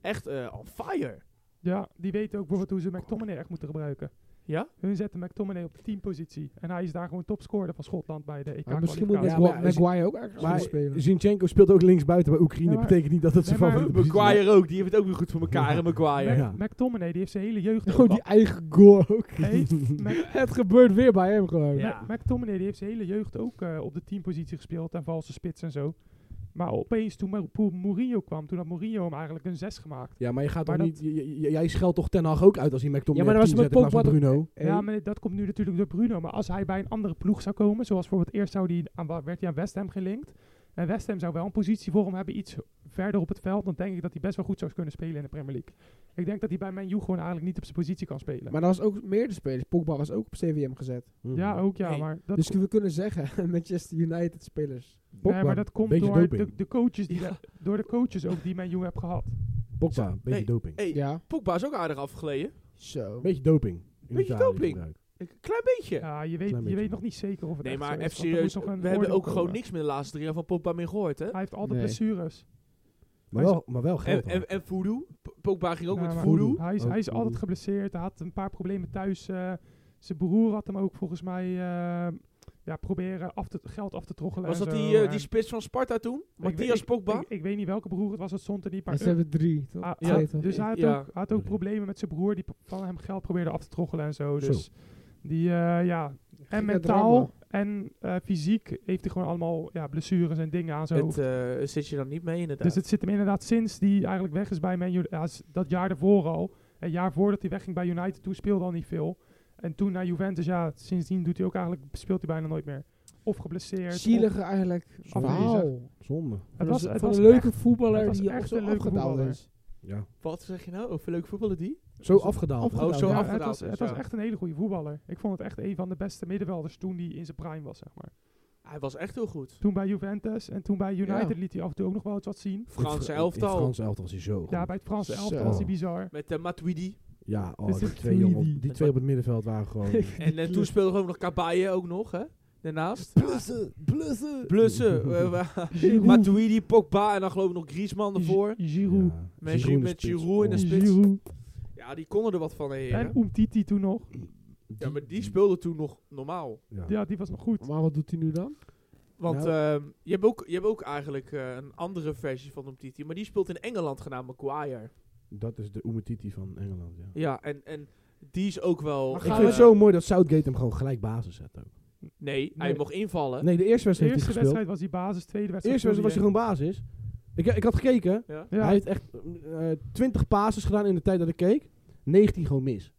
[SPEAKER 1] echt eh on fire.
[SPEAKER 4] Ja, die weten ook bijvoorbeeld hoe ze McTominay echt moeten gebruiken.
[SPEAKER 1] Ja?
[SPEAKER 4] Hun zetten McTominay op de teampositie. En hij is daar gewoon topscorer van Schotland bij de EK
[SPEAKER 2] Maar Ah, misschien moet
[SPEAKER 4] kwalificatie.
[SPEAKER 3] Ja, maar-
[SPEAKER 2] Maguire Maguire ook ergens
[SPEAKER 3] Maar-
[SPEAKER 2] goed spelen.
[SPEAKER 3] Zinchenko speelt ook linksbuiten bij Oekraïne.
[SPEAKER 4] Ja, maar-
[SPEAKER 3] betekent niet dat dat ze
[SPEAKER 4] Nee,
[SPEAKER 3] van
[SPEAKER 4] maar-
[SPEAKER 3] favoriete positie is.
[SPEAKER 1] Maguire ook, die heeft het ook weer goed voor elkaar, hè, Maguire.
[SPEAKER 3] Ja. Oh,
[SPEAKER 4] Mac- McTominay Oh, die heeft zijn hele jeugd
[SPEAKER 2] Gewoon die eigen goal ook.
[SPEAKER 4] Hey, Mac-
[SPEAKER 2] Het gebeurt weer bij hem gewoon.
[SPEAKER 1] Ja.
[SPEAKER 4] Mac- McTominay die heeft zijn hele jeugd ook eh, op de teampositie gespeeld en valse spits en zo. Maar opeens toen Mou- Pou- Mourinho kwam, toen had Mourinho hem eigenlijk een 6 gemaakt.
[SPEAKER 3] Ja, maar je gaat
[SPEAKER 4] Maar
[SPEAKER 3] toch
[SPEAKER 4] dat-
[SPEAKER 3] niet... je- je- jij scheldt toch Ten Hag ook uit als hij McTominay
[SPEAKER 2] Ja, maar dat was
[SPEAKER 3] op
[SPEAKER 2] met
[SPEAKER 3] 10 zet in plaats
[SPEAKER 2] Pogba
[SPEAKER 3] van Bruno.
[SPEAKER 2] Hey,
[SPEAKER 4] Ja, maar dat komt nu natuurlijk door Bruno. Maar als hij bij een andere ploeg zou komen, zoals bijvoorbeeld eerst zou die aan, wa- werd hij aan West Ham gelinkt. En West Ham zou wel een positie voor hem hebben, iets verder op het veld. Dan denk ik dat hij best wel goed zou kunnen spelen in de Premier League. Ik denk dat hij bij Man U gewoon eigenlijk niet op zijn positie kan spelen.
[SPEAKER 2] Maar er was ook meer te spelen. Pogba was ook op CVM gezet.
[SPEAKER 1] Hm.
[SPEAKER 4] ja, ook ja,
[SPEAKER 1] Nee.
[SPEAKER 4] maar dat,
[SPEAKER 2] Dus we kunnen zeggen, Manchester United spelers.
[SPEAKER 4] nee, maar dat komt
[SPEAKER 3] beetje
[SPEAKER 4] door
[SPEAKER 3] doping.
[SPEAKER 4] de, de coaches die door de coaches ook die Man U heb gehad.
[SPEAKER 3] Pogba, beetje
[SPEAKER 1] Hey.
[SPEAKER 3] doping.
[SPEAKER 1] Hey,
[SPEAKER 2] Ja.
[SPEAKER 1] Pogba is ook aardig afgeleden.
[SPEAKER 2] Zo.
[SPEAKER 3] Beetje doping. in
[SPEAKER 1] Beetje
[SPEAKER 3] Italië
[SPEAKER 1] doping.
[SPEAKER 3] gebruikt.
[SPEAKER 1] Een klein beetje.
[SPEAKER 4] Ja, je weet,
[SPEAKER 3] Klein
[SPEAKER 4] je
[SPEAKER 3] beetje.
[SPEAKER 4] weet nog niet zeker of het
[SPEAKER 1] nee,
[SPEAKER 4] echt zo
[SPEAKER 1] maar
[SPEAKER 4] is,
[SPEAKER 1] even
[SPEAKER 4] want er
[SPEAKER 1] serieus.
[SPEAKER 4] moet nog een
[SPEAKER 1] We hebben
[SPEAKER 4] oordeel
[SPEAKER 1] ook gewoon
[SPEAKER 4] komen.
[SPEAKER 1] niks meer de laatste drie jaar van Pogba meer gehoord, hè?
[SPEAKER 4] Hij heeft altijd
[SPEAKER 2] Nee.
[SPEAKER 4] blessures.
[SPEAKER 3] Maar wel, maar wel
[SPEAKER 1] En,
[SPEAKER 3] geld. aan.
[SPEAKER 1] en, en Voodoo. P- Pogba ging ook
[SPEAKER 4] Ja,
[SPEAKER 1] met
[SPEAKER 4] maar-
[SPEAKER 1] Voodoo.
[SPEAKER 4] Hij is,
[SPEAKER 3] Ook
[SPEAKER 4] hij is
[SPEAKER 3] voodoo.
[SPEAKER 4] altijd geblesseerd. Hij had een paar problemen thuis. eh, zijn broer had hem ook volgens mij eh, ja, proberen af te, geld af te troggelen.
[SPEAKER 1] Was
[SPEAKER 4] en
[SPEAKER 1] dat
[SPEAKER 4] zo.
[SPEAKER 1] die, eh, die
[SPEAKER 4] En
[SPEAKER 1] spits van Sparta toen? Matthias
[SPEAKER 4] ik-
[SPEAKER 1] Pogba?
[SPEAKER 4] ik, ik weet niet welke broer het was, dat stond er niet. Maar
[SPEAKER 2] En ze hebben drie. toch?
[SPEAKER 4] Ah,
[SPEAKER 2] Twee,
[SPEAKER 1] ja,
[SPEAKER 2] toch?
[SPEAKER 4] Dus hij had,
[SPEAKER 1] Ja.
[SPEAKER 4] ook, hij had ook problemen met zijn broer die p- van hem geld probeerde af te troggelen en zo.
[SPEAKER 3] Zo.
[SPEAKER 4] Dus die, eh, ja. En
[SPEAKER 2] Gekke
[SPEAKER 4] mentaal
[SPEAKER 2] drama.
[SPEAKER 4] en eh, fysiek heeft hij gewoon allemaal ja, blessures en dingen aan zijn
[SPEAKER 1] Het
[SPEAKER 4] hoofd.
[SPEAKER 1] eh, zit je dan niet mee, inderdaad.
[SPEAKER 4] Dus het zit hem inderdaad sinds die eigenlijk weg is bij Man U- ja, s- dat jaar daarvoor al. Een jaar voordat hij wegging bij United, toen speelde al niet veel. En toen naar Juventus, ja, sindsdien doet hij ook eigenlijk, speelt hij bijna nooit meer. Of geblesseerd. of-
[SPEAKER 2] Zielig eigenlijk.
[SPEAKER 4] Afwezig.
[SPEAKER 2] Wauw.
[SPEAKER 3] Zonde.
[SPEAKER 4] het was, het
[SPEAKER 2] van
[SPEAKER 4] was
[SPEAKER 2] een leuke
[SPEAKER 4] echt- het
[SPEAKER 2] voetballer
[SPEAKER 4] was
[SPEAKER 2] die
[SPEAKER 4] echt
[SPEAKER 2] ook
[SPEAKER 4] een
[SPEAKER 2] zo
[SPEAKER 4] leuke
[SPEAKER 2] afgedaald
[SPEAKER 4] voetballer.
[SPEAKER 2] is.
[SPEAKER 3] Ja.
[SPEAKER 1] Wat zeg je nou? Over leuk voetballen die?
[SPEAKER 3] Zo afgedaald.
[SPEAKER 2] afgedaald.
[SPEAKER 1] Oh, zo
[SPEAKER 2] Ja,
[SPEAKER 4] Ja, het
[SPEAKER 1] afgedaald.
[SPEAKER 4] was,
[SPEAKER 1] is,
[SPEAKER 4] het was
[SPEAKER 1] ja.
[SPEAKER 4] echt een hele goede voetballer. Ik vond het echt een van de beste middenvelders toen hij in zijn prime was, zeg maar.
[SPEAKER 1] Hij was echt heel goed.
[SPEAKER 4] Toen bij Juventus en toen bij United
[SPEAKER 2] Ja.
[SPEAKER 4] liet hij af en toe ook nog wel eens wat zien.
[SPEAKER 1] Franse
[SPEAKER 3] Franse
[SPEAKER 1] elftal.
[SPEAKER 3] Franse elftal was hij zo goed.
[SPEAKER 4] Ja, bij het Franse elftal
[SPEAKER 2] Zo.
[SPEAKER 4] was hij bizar.
[SPEAKER 1] Met eh, Matuidi.
[SPEAKER 3] Ja, oh,
[SPEAKER 4] Dus
[SPEAKER 3] die,
[SPEAKER 4] het-
[SPEAKER 3] twee jongen,
[SPEAKER 2] die-
[SPEAKER 3] op- die twee op het middenveld waren gewoon...
[SPEAKER 1] En eh, toen speelde ook nog Kabaye ook nog, hè? Daarnaast.
[SPEAKER 3] blussen, blussen.
[SPEAKER 1] Blussen. eh, wa- Matuidi, Pogba en dan geloof ik nog Griezmann ervoor.
[SPEAKER 4] Giroud.
[SPEAKER 3] Ja,
[SPEAKER 1] Met
[SPEAKER 3] Giroud in de
[SPEAKER 1] met
[SPEAKER 3] spits.
[SPEAKER 1] Giroud in de
[SPEAKER 3] Oh,
[SPEAKER 1] spits.
[SPEAKER 4] Giroud.
[SPEAKER 1] Ja, die konden er wat van, hè.
[SPEAKER 4] En Umtiti toen nog.
[SPEAKER 1] Ja, maar die speelde toen nog normaal.
[SPEAKER 4] Ja, die was nog goed.
[SPEAKER 2] Maar wat doet hij nu dan?
[SPEAKER 1] Want
[SPEAKER 3] Nou.
[SPEAKER 1] ehm, je, hebt ook, je hebt ook eigenlijk eh, een andere versie van Umtiti. Maar die speelt in Engeland genaamd Maguire.
[SPEAKER 3] Dat is de Umetiti van Engeland, ja.
[SPEAKER 1] Ja, en, en die is ook wel...
[SPEAKER 2] Maar
[SPEAKER 3] Ik
[SPEAKER 2] gaan
[SPEAKER 1] eh,
[SPEAKER 3] vind het zo mooi dat Southgate hem gewoon gelijk basis zet ook.
[SPEAKER 1] Nee, hij
[SPEAKER 4] Nee.
[SPEAKER 1] mocht invallen.
[SPEAKER 3] Nee, de eerste
[SPEAKER 4] De
[SPEAKER 3] wedstrijd heeft
[SPEAKER 4] eerste
[SPEAKER 3] hij gespeeld.
[SPEAKER 4] wedstrijd was die basis, tweede
[SPEAKER 3] De
[SPEAKER 4] wedstrijd.
[SPEAKER 3] eerste wedstrijd was hij
[SPEAKER 4] speelde
[SPEAKER 3] gewoon basis. Ik, ik had gekeken.
[SPEAKER 1] Ja.
[SPEAKER 4] hij-
[SPEAKER 3] Hij
[SPEAKER 4] Ja,
[SPEAKER 3] heeft echt eh, 20 passes gedaan in de tijd dat ik keek. 19 gewoon mis.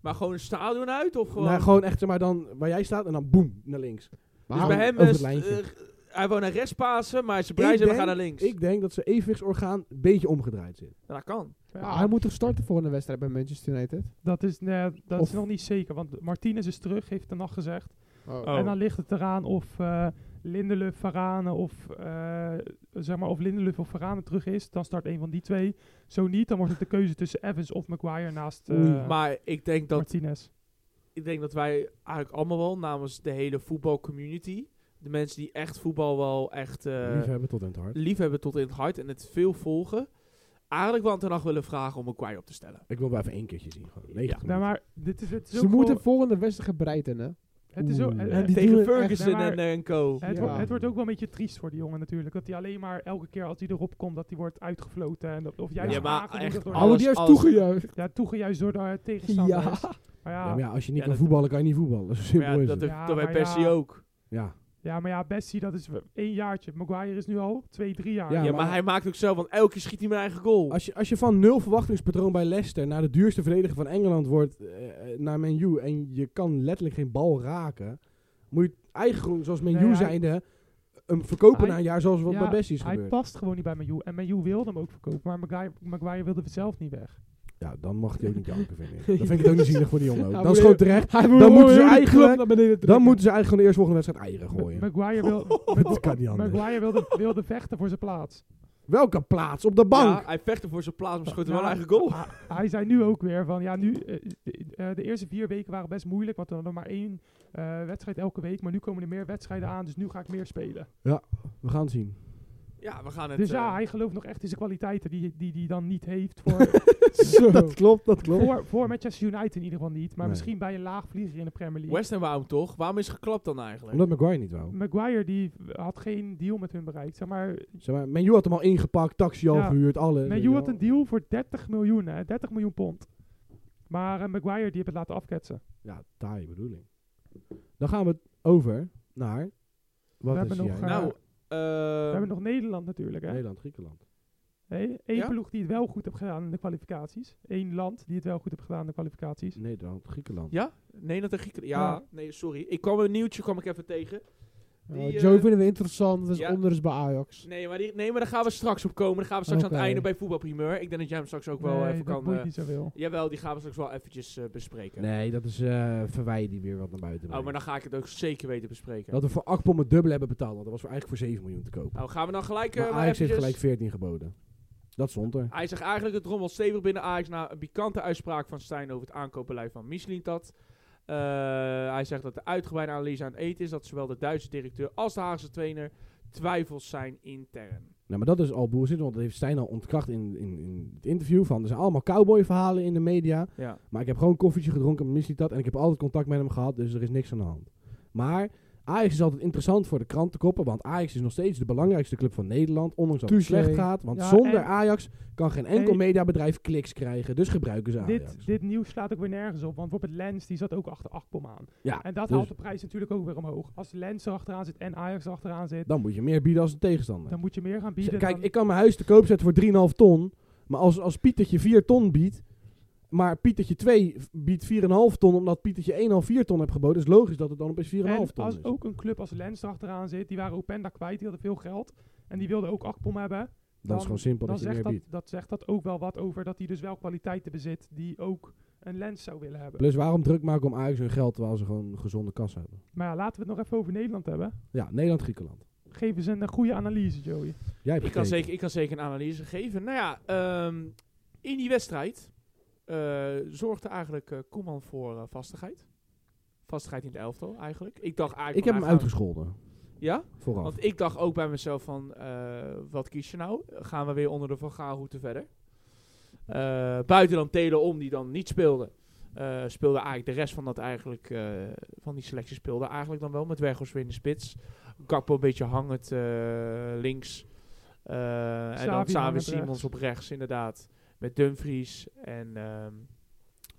[SPEAKER 1] Maar gewoon een stadion uit of gewoon...
[SPEAKER 3] Nou, gewoon echt zeg maar dan waar jij staat en dan boem naar links.
[SPEAKER 1] dus bij
[SPEAKER 2] Maar
[SPEAKER 3] gewoon
[SPEAKER 1] hem
[SPEAKER 3] over
[SPEAKER 1] is...
[SPEAKER 3] het lijntje.
[SPEAKER 1] eh, hij wou naar rechts pasen, maar ze prijzen en we
[SPEAKER 3] denk-
[SPEAKER 1] gaan naar links.
[SPEAKER 3] Ik denk dat zijn evenwichtsorgaan een beetje omgedraaid zit.
[SPEAKER 1] Nou, dat kan.
[SPEAKER 4] ja,
[SPEAKER 2] Maar hij moet toch starten voor een wedstrijd bij Manchester United?
[SPEAKER 4] dat, is, nee, dat is
[SPEAKER 2] Of-
[SPEAKER 4] nog niet zeker, want Martinez is terug, heeft de nacht gezegd.
[SPEAKER 1] Oh.
[SPEAKER 4] En dan ligt het eraan of eh Lindelöf, Varane of, eh, zeg maar, of Lindelöf of Varane terug is. Dan start een van die twee. Zo niet, dan wordt het de keuze tussen Evans of Maguire naast eh,
[SPEAKER 1] Maar ik denk dat,
[SPEAKER 4] Martinez.
[SPEAKER 1] ik denk dat wij eigenlijk allemaal wel namens de hele voetbalcommunity... De mensen die echt voetbal wel echt... eh,
[SPEAKER 3] Liefhebben tot in het hart.
[SPEAKER 1] liefhebben tot in het hart en het veel volgen. Eigenlijk wel aan Ten Hag willen vragen om een kwaai op te stellen.
[SPEAKER 3] Ik wil wel even één keertje zien. Gewoon. 90
[SPEAKER 4] Nou,
[SPEAKER 3] minuten.
[SPEAKER 4] maar dit is, het is
[SPEAKER 2] Ze
[SPEAKER 4] ook
[SPEAKER 2] moeten
[SPEAKER 4] wel-
[SPEAKER 2] volgende wedstrijd gaan bereiden, hè?
[SPEAKER 4] het is ook,
[SPEAKER 3] Oeh.
[SPEAKER 4] het-
[SPEAKER 2] En
[SPEAKER 4] het-
[SPEAKER 2] die doen
[SPEAKER 1] Tegen
[SPEAKER 2] het
[SPEAKER 1] Ferguson
[SPEAKER 4] echt, nee,
[SPEAKER 1] en, eh,
[SPEAKER 4] maar-
[SPEAKER 1] en co.
[SPEAKER 4] het,
[SPEAKER 2] Ja.
[SPEAKER 4] wordt, het wordt ook wel een beetje triest voor die jongen natuurlijk. Dat hij alleen maar elke keer als hij erop komt, dat hij wordt uitgefloten. En dat, of juist
[SPEAKER 1] Ja, maar
[SPEAKER 4] aangemoedigd
[SPEAKER 1] echt
[SPEAKER 4] door-
[SPEAKER 1] Alles-
[SPEAKER 2] Alle die heeft
[SPEAKER 1] alles-
[SPEAKER 2] toegejuicht.
[SPEAKER 4] Ja, toegejuicht door de tegenstander.
[SPEAKER 2] Ja.
[SPEAKER 4] Maar
[SPEAKER 3] Ja, maar ja, als je niet
[SPEAKER 1] Ja,
[SPEAKER 3] kan
[SPEAKER 1] dat-
[SPEAKER 3] voetballen, kan je niet voetballen. Zo simpel
[SPEAKER 1] Maar
[SPEAKER 3] is
[SPEAKER 1] ja, dat
[SPEAKER 3] het.
[SPEAKER 1] heeft
[SPEAKER 4] Ja,
[SPEAKER 1] dat bij
[SPEAKER 4] maar
[SPEAKER 1] Persie
[SPEAKER 4] ja.
[SPEAKER 1] ook.
[SPEAKER 3] Ja.
[SPEAKER 4] Ja, maar ja, Bessie, dat is één jaartje. Maguire is nu al twee, drie jaar.
[SPEAKER 1] Ja,
[SPEAKER 3] Ja,
[SPEAKER 4] Ja,
[SPEAKER 1] maar,
[SPEAKER 3] maar-
[SPEAKER 1] hij maakt ook zelf, want elke keer schiet hij mijn eigen goal.
[SPEAKER 3] Als, je, als je van nul verwachtingspatroon bij Leicester naar de duurste verdediger van Engeland wordt eh, eh, naar Man U en je kan letterlijk geen bal raken, moet je het eigen gewoon, zoals Man
[SPEAKER 4] Nee,
[SPEAKER 3] U
[SPEAKER 4] hij-
[SPEAKER 3] zijnde hem verkopen
[SPEAKER 4] Hij-
[SPEAKER 3] na een jaar zoals wat
[SPEAKER 4] Ja,
[SPEAKER 3] bij Bessie is
[SPEAKER 4] hij
[SPEAKER 3] gebeurd.
[SPEAKER 4] past gewoon niet bij Manu. En Manu wilde hem ook verkopen, maar Maguire, Maguire wilde het zelf niet weg.
[SPEAKER 3] Ja, dan mag hij ook niet janken, vind ik. Dan vind ik het ook niet zielig voor die jongen ook.
[SPEAKER 2] Ja,
[SPEAKER 3] dan
[SPEAKER 2] moet
[SPEAKER 3] is
[SPEAKER 2] je-
[SPEAKER 3] gewoon terecht.
[SPEAKER 2] Hij
[SPEAKER 3] Dan moeten ze
[SPEAKER 2] heel de club
[SPEAKER 3] eigenlijk-
[SPEAKER 2] naar beneden
[SPEAKER 3] Dan
[SPEAKER 2] trekken.
[SPEAKER 3] moeten ze eigenlijk gewoon de eerste volgende wedstrijd eieren
[SPEAKER 4] Ma-
[SPEAKER 3] gooien. Oh,
[SPEAKER 4] Maguire, wil,
[SPEAKER 3] Dat kan niet anders.
[SPEAKER 4] Maguire wilde, wilde vechten voor zijn plaats.
[SPEAKER 3] Welke plaats? Op de bank!
[SPEAKER 1] Ja, hij vecht er voor zijn plaats, maar schoot er
[SPEAKER 4] Ja,
[SPEAKER 1] wel een eigen
[SPEAKER 3] Oh.
[SPEAKER 1] goal.
[SPEAKER 4] hij- Hij zei nu ook weer van, ja, nu, eh, de, eh, de eerste vier weken waren best moeilijk, want we hadden maar één eh, wedstrijd elke week. Maar nu komen er meer wedstrijden aan, dus nu ga ik meer spelen.
[SPEAKER 3] We gaan het zien.
[SPEAKER 1] Ja, we gaan het...
[SPEAKER 4] Dus
[SPEAKER 1] eh,
[SPEAKER 4] ja, hij gelooft nog echt in zijn kwaliteiten die hij die, die dan niet heeft voor,
[SPEAKER 2] Zo.
[SPEAKER 3] Dat klopt, dat klopt.
[SPEAKER 4] voor, voor Manchester United in ieder geval niet. Maar
[SPEAKER 3] Nee.
[SPEAKER 4] misschien bij een laagvlieger in de Premier League.
[SPEAKER 1] West Ham wou hem toch? Waarom is geklapt dan eigenlijk?
[SPEAKER 3] Omdat Maguire niet wou.
[SPEAKER 4] Maguire die had geen deal met hun bereikt. Zeg maar,
[SPEAKER 3] Zeg maar, Man U had hem al ingepakt, taxi al
[SPEAKER 4] Ja.
[SPEAKER 3] gehuurd, alles. weet
[SPEAKER 4] Man
[SPEAKER 3] je
[SPEAKER 4] U
[SPEAKER 3] wel.
[SPEAKER 4] had een deal voor 30 miljoen, hè, 30 miljoen pond. Maar eh, Maguire die heeft het laten afketsen.
[SPEAKER 3] Ja, taaie bedoeling. Dan gaan we over naar... Wat
[SPEAKER 4] We
[SPEAKER 3] is
[SPEAKER 4] hebben nog,
[SPEAKER 3] jij?
[SPEAKER 4] eh,
[SPEAKER 1] nou,
[SPEAKER 4] We hebben
[SPEAKER 1] eh
[SPEAKER 4] nog Nederland natuurlijk. Hè?
[SPEAKER 3] Nederland, Griekenland.
[SPEAKER 4] Nee, één
[SPEAKER 1] Ja?
[SPEAKER 4] ploeg die het wel goed heeft gedaan in de kwalificaties. Eén land die het wel goed heeft gedaan in de kwalificaties.
[SPEAKER 3] Nederland, Griekenland.
[SPEAKER 1] ja? Nederland en Griekenland. Ja,
[SPEAKER 4] Ja.
[SPEAKER 1] nee, sorry. Ik kwam een nieuwtje kwam ik even tegen. Die, eh,
[SPEAKER 2] Joe vinden we interessant. Dat is
[SPEAKER 1] ja.
[SPEAKER 2] onder is bij Ajax.
[SPEAKER 1] Nee maar, die, nee, maar daar gaan we straks op komen. Daar gaan we straks aan
[SPEAKER 2] Oké.
[SPEAKER 1] het einde bij voetbalprimeur. Ik denk dat jij hem straks ook wel
[SPEAKER 4] nee,
[SPEAKER 1] even
[SPEAKER 4] dat
[SPEAKER 1] kan...
[SPEAKER 4] boeit
[SPEAKER 1] eh,
[SPEAKER 4] niet zoveel.
[SPEAKER 1] jawel, die gaan we straks wel eventjes eh, bespreken.
[SPEAKER 3] Nee, dat is eh verwijder die weer wat naar buiten.
[SPEAKER 1] Oh, maar
[SPEAKER 3] brengt.
[SPEAKER 1] dan ga ik het ook zeker weten bespreken.
[SPEAKER 3] Dat we voor Akpom het dubbele hebben betaald. want Dat was voor eigenlijk voor 7 miljoen te kopen.
[SPEAKER 1] Nou, gaan we dan gelijk... eh,
[SPEAKER 3] maar
[SPEAKER 1] maar
[SPEAKER 3] Ajax heeft
[SPEAKER 1] eventjes-
[SPEAKER 3] gelijk 14 geboden. Dat stond er.
[SPEAKER 1] Hij zegt eigenlijk het rommelt stevig binnen Ajax na een pikante uitspraak van Stijn over het aankoopbeleid van Mislintat. Eh hij zegt dat de uitgebreide analyse aan het eten is dat zowel de Duitse directeur als de Haagse trainer twijfels zijn intern.
[SPEAKER 3] Nou, maar dat is al boezit, want dat heeft Stijn al ontkracht in, in, in het interview. Van, er zijn allemaal cowboy-verhalen in de media.
[SPEAKER 1] Ja.
[SPEAKER 3] Maar ik heb gewoon een koffietje gedronken met Missie dat. En ik heb altijd contact met hem gehad, dus er is niks aan de hand. Maar Ajax is altijd interessant voor de krantenkoppen. Want Ajax is nog steeds de belangrijkste club van Nederland. Ondanks dat
[SPEAKER 2] Touché.
[SPEAKER 3] het slecht gaat. Want
[SPEAKER 4] Ja,
[SPEAKER 3] zonder
[SPEAKER 4] en-
[SPEAKER 3] Ajax kan geen enkel
[SPEAKER 4] Hey.
[SPEAKER 3] mediabedrijf kliks krijgen. Dus gebruiken ze Ajax.
[SPEAKER 4] Dit, dit nieuws slaat ook weer nergens op, want bijvoorbeeld Lens die zat ook achter Akpom aan.
[SPEAKER 3] ja,
[SPEAKER 4] En dat
[SPEAKER 3] dus
[SPEAKER 4] haalt de prijs natuurlijk ook weer omhoog. Als Lens erachteraan zit en Ajax erachteraan zit,
[SPEAKER 3] dan moet je meer bieden als een tegenstander.
[SPEAKER 4] dan moet je meer gaan bieden.
[SPEAKER 3] Kijk,
[SPEAKER 4] dan-
[SPEAKER 3] ik kan mijn huis te koop zetten voor 3,5 ton. Maar als, als Pietertje 4 ton biedt. Maar Pietertje 2 biedt 4,5 ton. Omdat Pietertje 1,5 4 ton heeft geboden. Is logisch dat het dan opeens 4,5
[SPEAKER 4] en
[SPEAKER 3] ton dus.
[SPEAKER 4] als
[SPEAKER 3] is.
[SPEAKER 4] ook een club als Lens erachteraan zit, die waren Openda kwijt, die hadden veel geld. En die wilden ook Akpom hebben.
[SPEAKER 3] dat is gewoon simpel
[SPEAKER 4] dan
[SPEAKER 3] dat je meer
[SPEAKER 4] zegt dat,
[SPEAKER 3] biedt.
[SPEAKER 4] dat zegt dat ook wel wat over dat hij dus wel kwaliteiten bezit die ook een Lens zou willen hebben.
[SPEAKER 3] Plus waarom druk maken om Ajax hun geld terwijl ze gewoon een gezonde kas hebben.
[SPEAKER 4] Maar ja, laten we het nog even over Nederland hebben.
[SPEAKER 3] Ja, Nederland-Griekenland.
[SPEAKER 4] Geef eens een goede analyse, Joey.
[SPEAKER 3] Jij hebt
[SPEAKER 1] Ik kan,
[SPEAKER 3] gekeken.
[SPEAKER 1] zeker, ik kan zeker een analyse geven. Nou ja, ehm, in die wedstrijd eh, zorgde eigenlijk eh, Koeman voor eh, vastigheid. Vastigheid in het elftal eigenlijk. Ik dacht eigenlijk...
[SPEAKER 3] Ik heb
[SPEAKER 1] van,
[SPEAKER 3] hem
[SPEAKER 1] hij gaat-
[SPEAKER 3] uitgescholden.
[SPEAKER 1] Ja?
[SPEAKER 3] Vooraf.
[SPEAKER 1] Want ik dacht ook bij mezelf van, eh, wat kies je nou? Gaan we weer onder de Van Gaalroute verder? Eh buiten dan Telen om, die dan niet speelde. eh, speelde eigenlijk de rest van, dat eigenlijk, eh, van die selectie speelde eigenlijk dan wel. Met Weghorst weer in de spits. Gakpo een beetje hangend eh, links. Eh, en dan
[SPEAKER 4] hangend
[SPEAKER 1] Xavi
[SPEAKER 4] rechts.
[SPEAKER 1] Simons op rechts inderdaad. Met Dumfries en... ehm,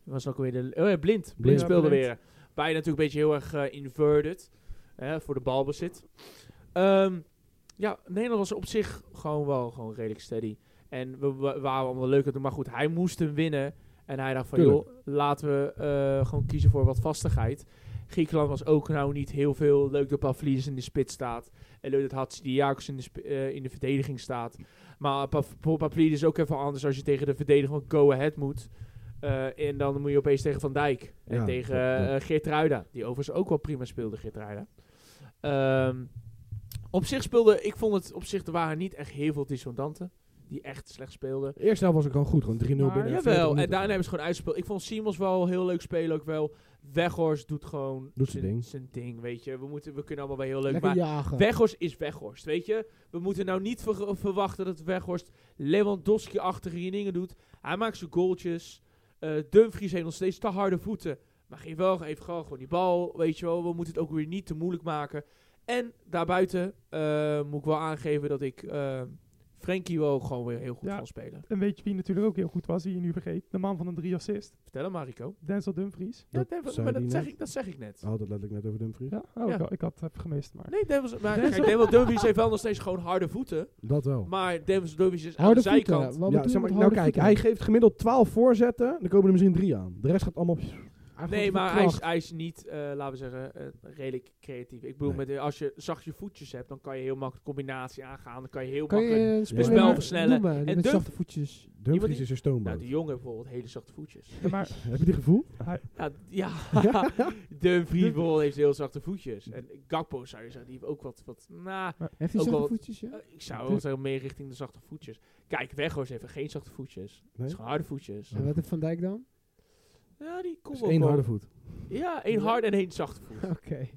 [SPEAKER 1] wie was het ook weer de... Oh ja, Blind. Blind,
[SPEAKER 3] Blind.
[SPEAKER 1] speelde
[SPEAKER 4] Ja, Blind.
[SPEAKER 1] weer. Beide natuurlijk een beetje heel erg eh, inverted. Hè, voor de balbezit. Ehm, ja, Nederland was op zich gewoon wel gewoon redelijk steady. En we, wa- waren allemaal leuk. aan het doen. Maar goed, hij moest hem winnen. En hij dacht van,
[SPEAKER 3] Tuurlijk.
[SPEAKER 1] joh, laten we eh, gewoon kiezen voor wat vastigheid. Griekenland was ook nou niet heel veel. Leuk dat Pavlidis in de spits staat. En leuk dat Hatsidiakos in, de sp- eh, in de verdediging staat. Maar Pav- voor Pavlidis is ook even anders als je tegen de verdediger van Go Ahead moet. Eh, en dan moet je opeens tegen Van Dijk. En
[SPEAKER 3] Ja,
[SPEAKER 1] tegen
[SPEAKER 3] klopt,
[SPEAKER 1] eh
[SPEAKER 3] klopt.
[SPEAKER 1] Geert Ruida. Die overigens ook wel prima speelde, Geert Ruida. Ehm, op zich speelde, ik vond het op zich, er waren niet echt heel veel dissonanten. Die echt slecht speelden.
[SPEAKER 3] De eerste helft was ik gewoon goed. Gewoon 3-0 binnen.
[SPEAKER 4] Maar- Ja,
[SPEAKER 3] veertig
[SPEAKER 1] Jawel, en
[SPEAKER 3] minuten.
[SPEAKER 1] daarna hebben ze gewoon uitgespeeld. Ik vond Simons wel heel leuk spelen ook wel. Weghorst doet gewoon
[SPEAKER 3] Doet zijn ding.
[SPEAKER 1] zijn ding, weet je. We, moeten, we kunnen allemaal wel heel leuk,
[SPEAKER 2] Lekker
[SPEAKER 1] maar
[SPEAKER 2] jagen.
[SPEAKER 1] Weghorst is Weghorst, weet je. We moeten nou niet ver- verwachten dat Weghorst Lewandowski-achtige dingen doet. Hij maakt zijn goaltjes. Eh, Dumfries heeft nog steeds te harde voeten. Maar geef wel even gewoon, gewoon die bal, weet je wel. We moeten het ook weer niet te moeilijk maken. En daarbuiten eh, moet ik wel aangeven dat ik eh Frenkie wel gewoon weer heel goed
[SPEAKER 4] Ja.
[SPEAKER 1] kan spelen.
[SPEAKER 4] En weet je wie natuurlijk ook heel goed was, die je nu vergeet? De man van de drie assist,
[SPEAKER 1] Vertel hem maar, Rico.
[SPEAKER 4] Denzel Dumfries.
[SPEAKER 1] Ja,
[SPEAKER 3] Dat
[SPEAKER 1] Denver-
[SPEAKER 3] zei
[SPEAKER 1] maar
[SPEAKER 3] die
[SPEAKER 1] dat, zeg
[SPEAKER 3] net.
[SPEAKER 1] ik, dat zeg ik net.
[SPEAKER 3] Oh, dat letterlijk net over Dumfries.
[SPEAKER 4] Ja, oh,
[SPEAKER 1] Ja.
[SPEAKER 4] Ik, had- ik had het gemist, maar...
[SPEAKER 1] Nee, Denver, maar
[SPEAKER 4] Denzel-
[SPEAKER 1] kijk, Denver Dumfries heeft wel nog steeds gewoon harde voeten.
[SPEAKER 3] Dat wel.
[SPEAKER 1] Maar Denver Dumfries is aan de
[SPEAKER 2] Harde
[SPEAKER 1] zijkant.
[SPEAKER 2] voeten. Wat
[SPEAKER 3] Ja,
[SPEAKER 2] ja,
[SPEAKER 3] zeg maar, nou kijk, hij geeft gemiddeld 12 voorzetten. Dan komen er misschien 3 aan. De rest gaat allemaal op
[SPEAKER 1] Nee, maar hij is, hij is niet, eh, laten we zeggen, eh, redelijk creatief. Ik bedoel,
[SPEAKER 3] Nee.
[SPEAKER 1] met, als je zachtje voetjes hebt, dan kan je heel makkelijk combinatie aangaan. Dan kan je heel
[SPEAKER 2] Kan je
[SPEAKER 1] makkelijk...
[SPEAKER 2] eh, spelen
[SPEAKER 1] spel
[SPEAKER 2] met-
[SPEAKER 1] versnellen.
[SPEAKER 2] Doe maar,
[SPEAKER 1] En
[SPEAKER 2] met
[SPEAKER 1] Dumf-
[SPEAKER 2] zachte voetjes.
[SPEAKER 1] Iemand
[SPEAKER 3] Dumfries
[SPEAKER 1] die-
[SPEAKER 3] is dus een
[SPEAKER 1] Nou,
[SPEAKER 3] stoomboot.
[SPEAKER 1] die jongen heeft bijvoorbeeld hele zachte voetjes.
[SPEAKER 4] Ja, maar
[SPEAKER 3] Heb je die gevoel?
[SPEAKER 1] Ja, d- ja. Dumfries bijvoorbeeld heeft heel zachte voetjes. En Gakpo zou je zeggen, die heeft ook wat... wat nou,
[SPEAKER 2] Heeft hij
[SPEAKER 1] Ook
[SPEAKER 2] zachte
[SPEAKER 1] wel-
[SPEAKER 2] voetjes, ja?
[SPEAKER 1] eh, ik zou wel zeggen, meer richting de zachte voetjes. Kijk, Weghorst heeft geen zachte voetjes. Het
[SPEAKER 3] Nee?
[SPEAKER 1] is gewoon harde voetjes.
[SPEAKER 2] En wat heeft Van Dijk dan?
[SPEAKER 1] Ja, die komt
[SPEAKER 3] Dus
[SPEAKER 1] wel
[SPEAKER 3] één
[SPEAKER 1] komen.
[SPEAKER 3] harde voet.
[SPEAKER 1] Ja, één hard en één zachte voet.
[SPEAKER 2] Oké.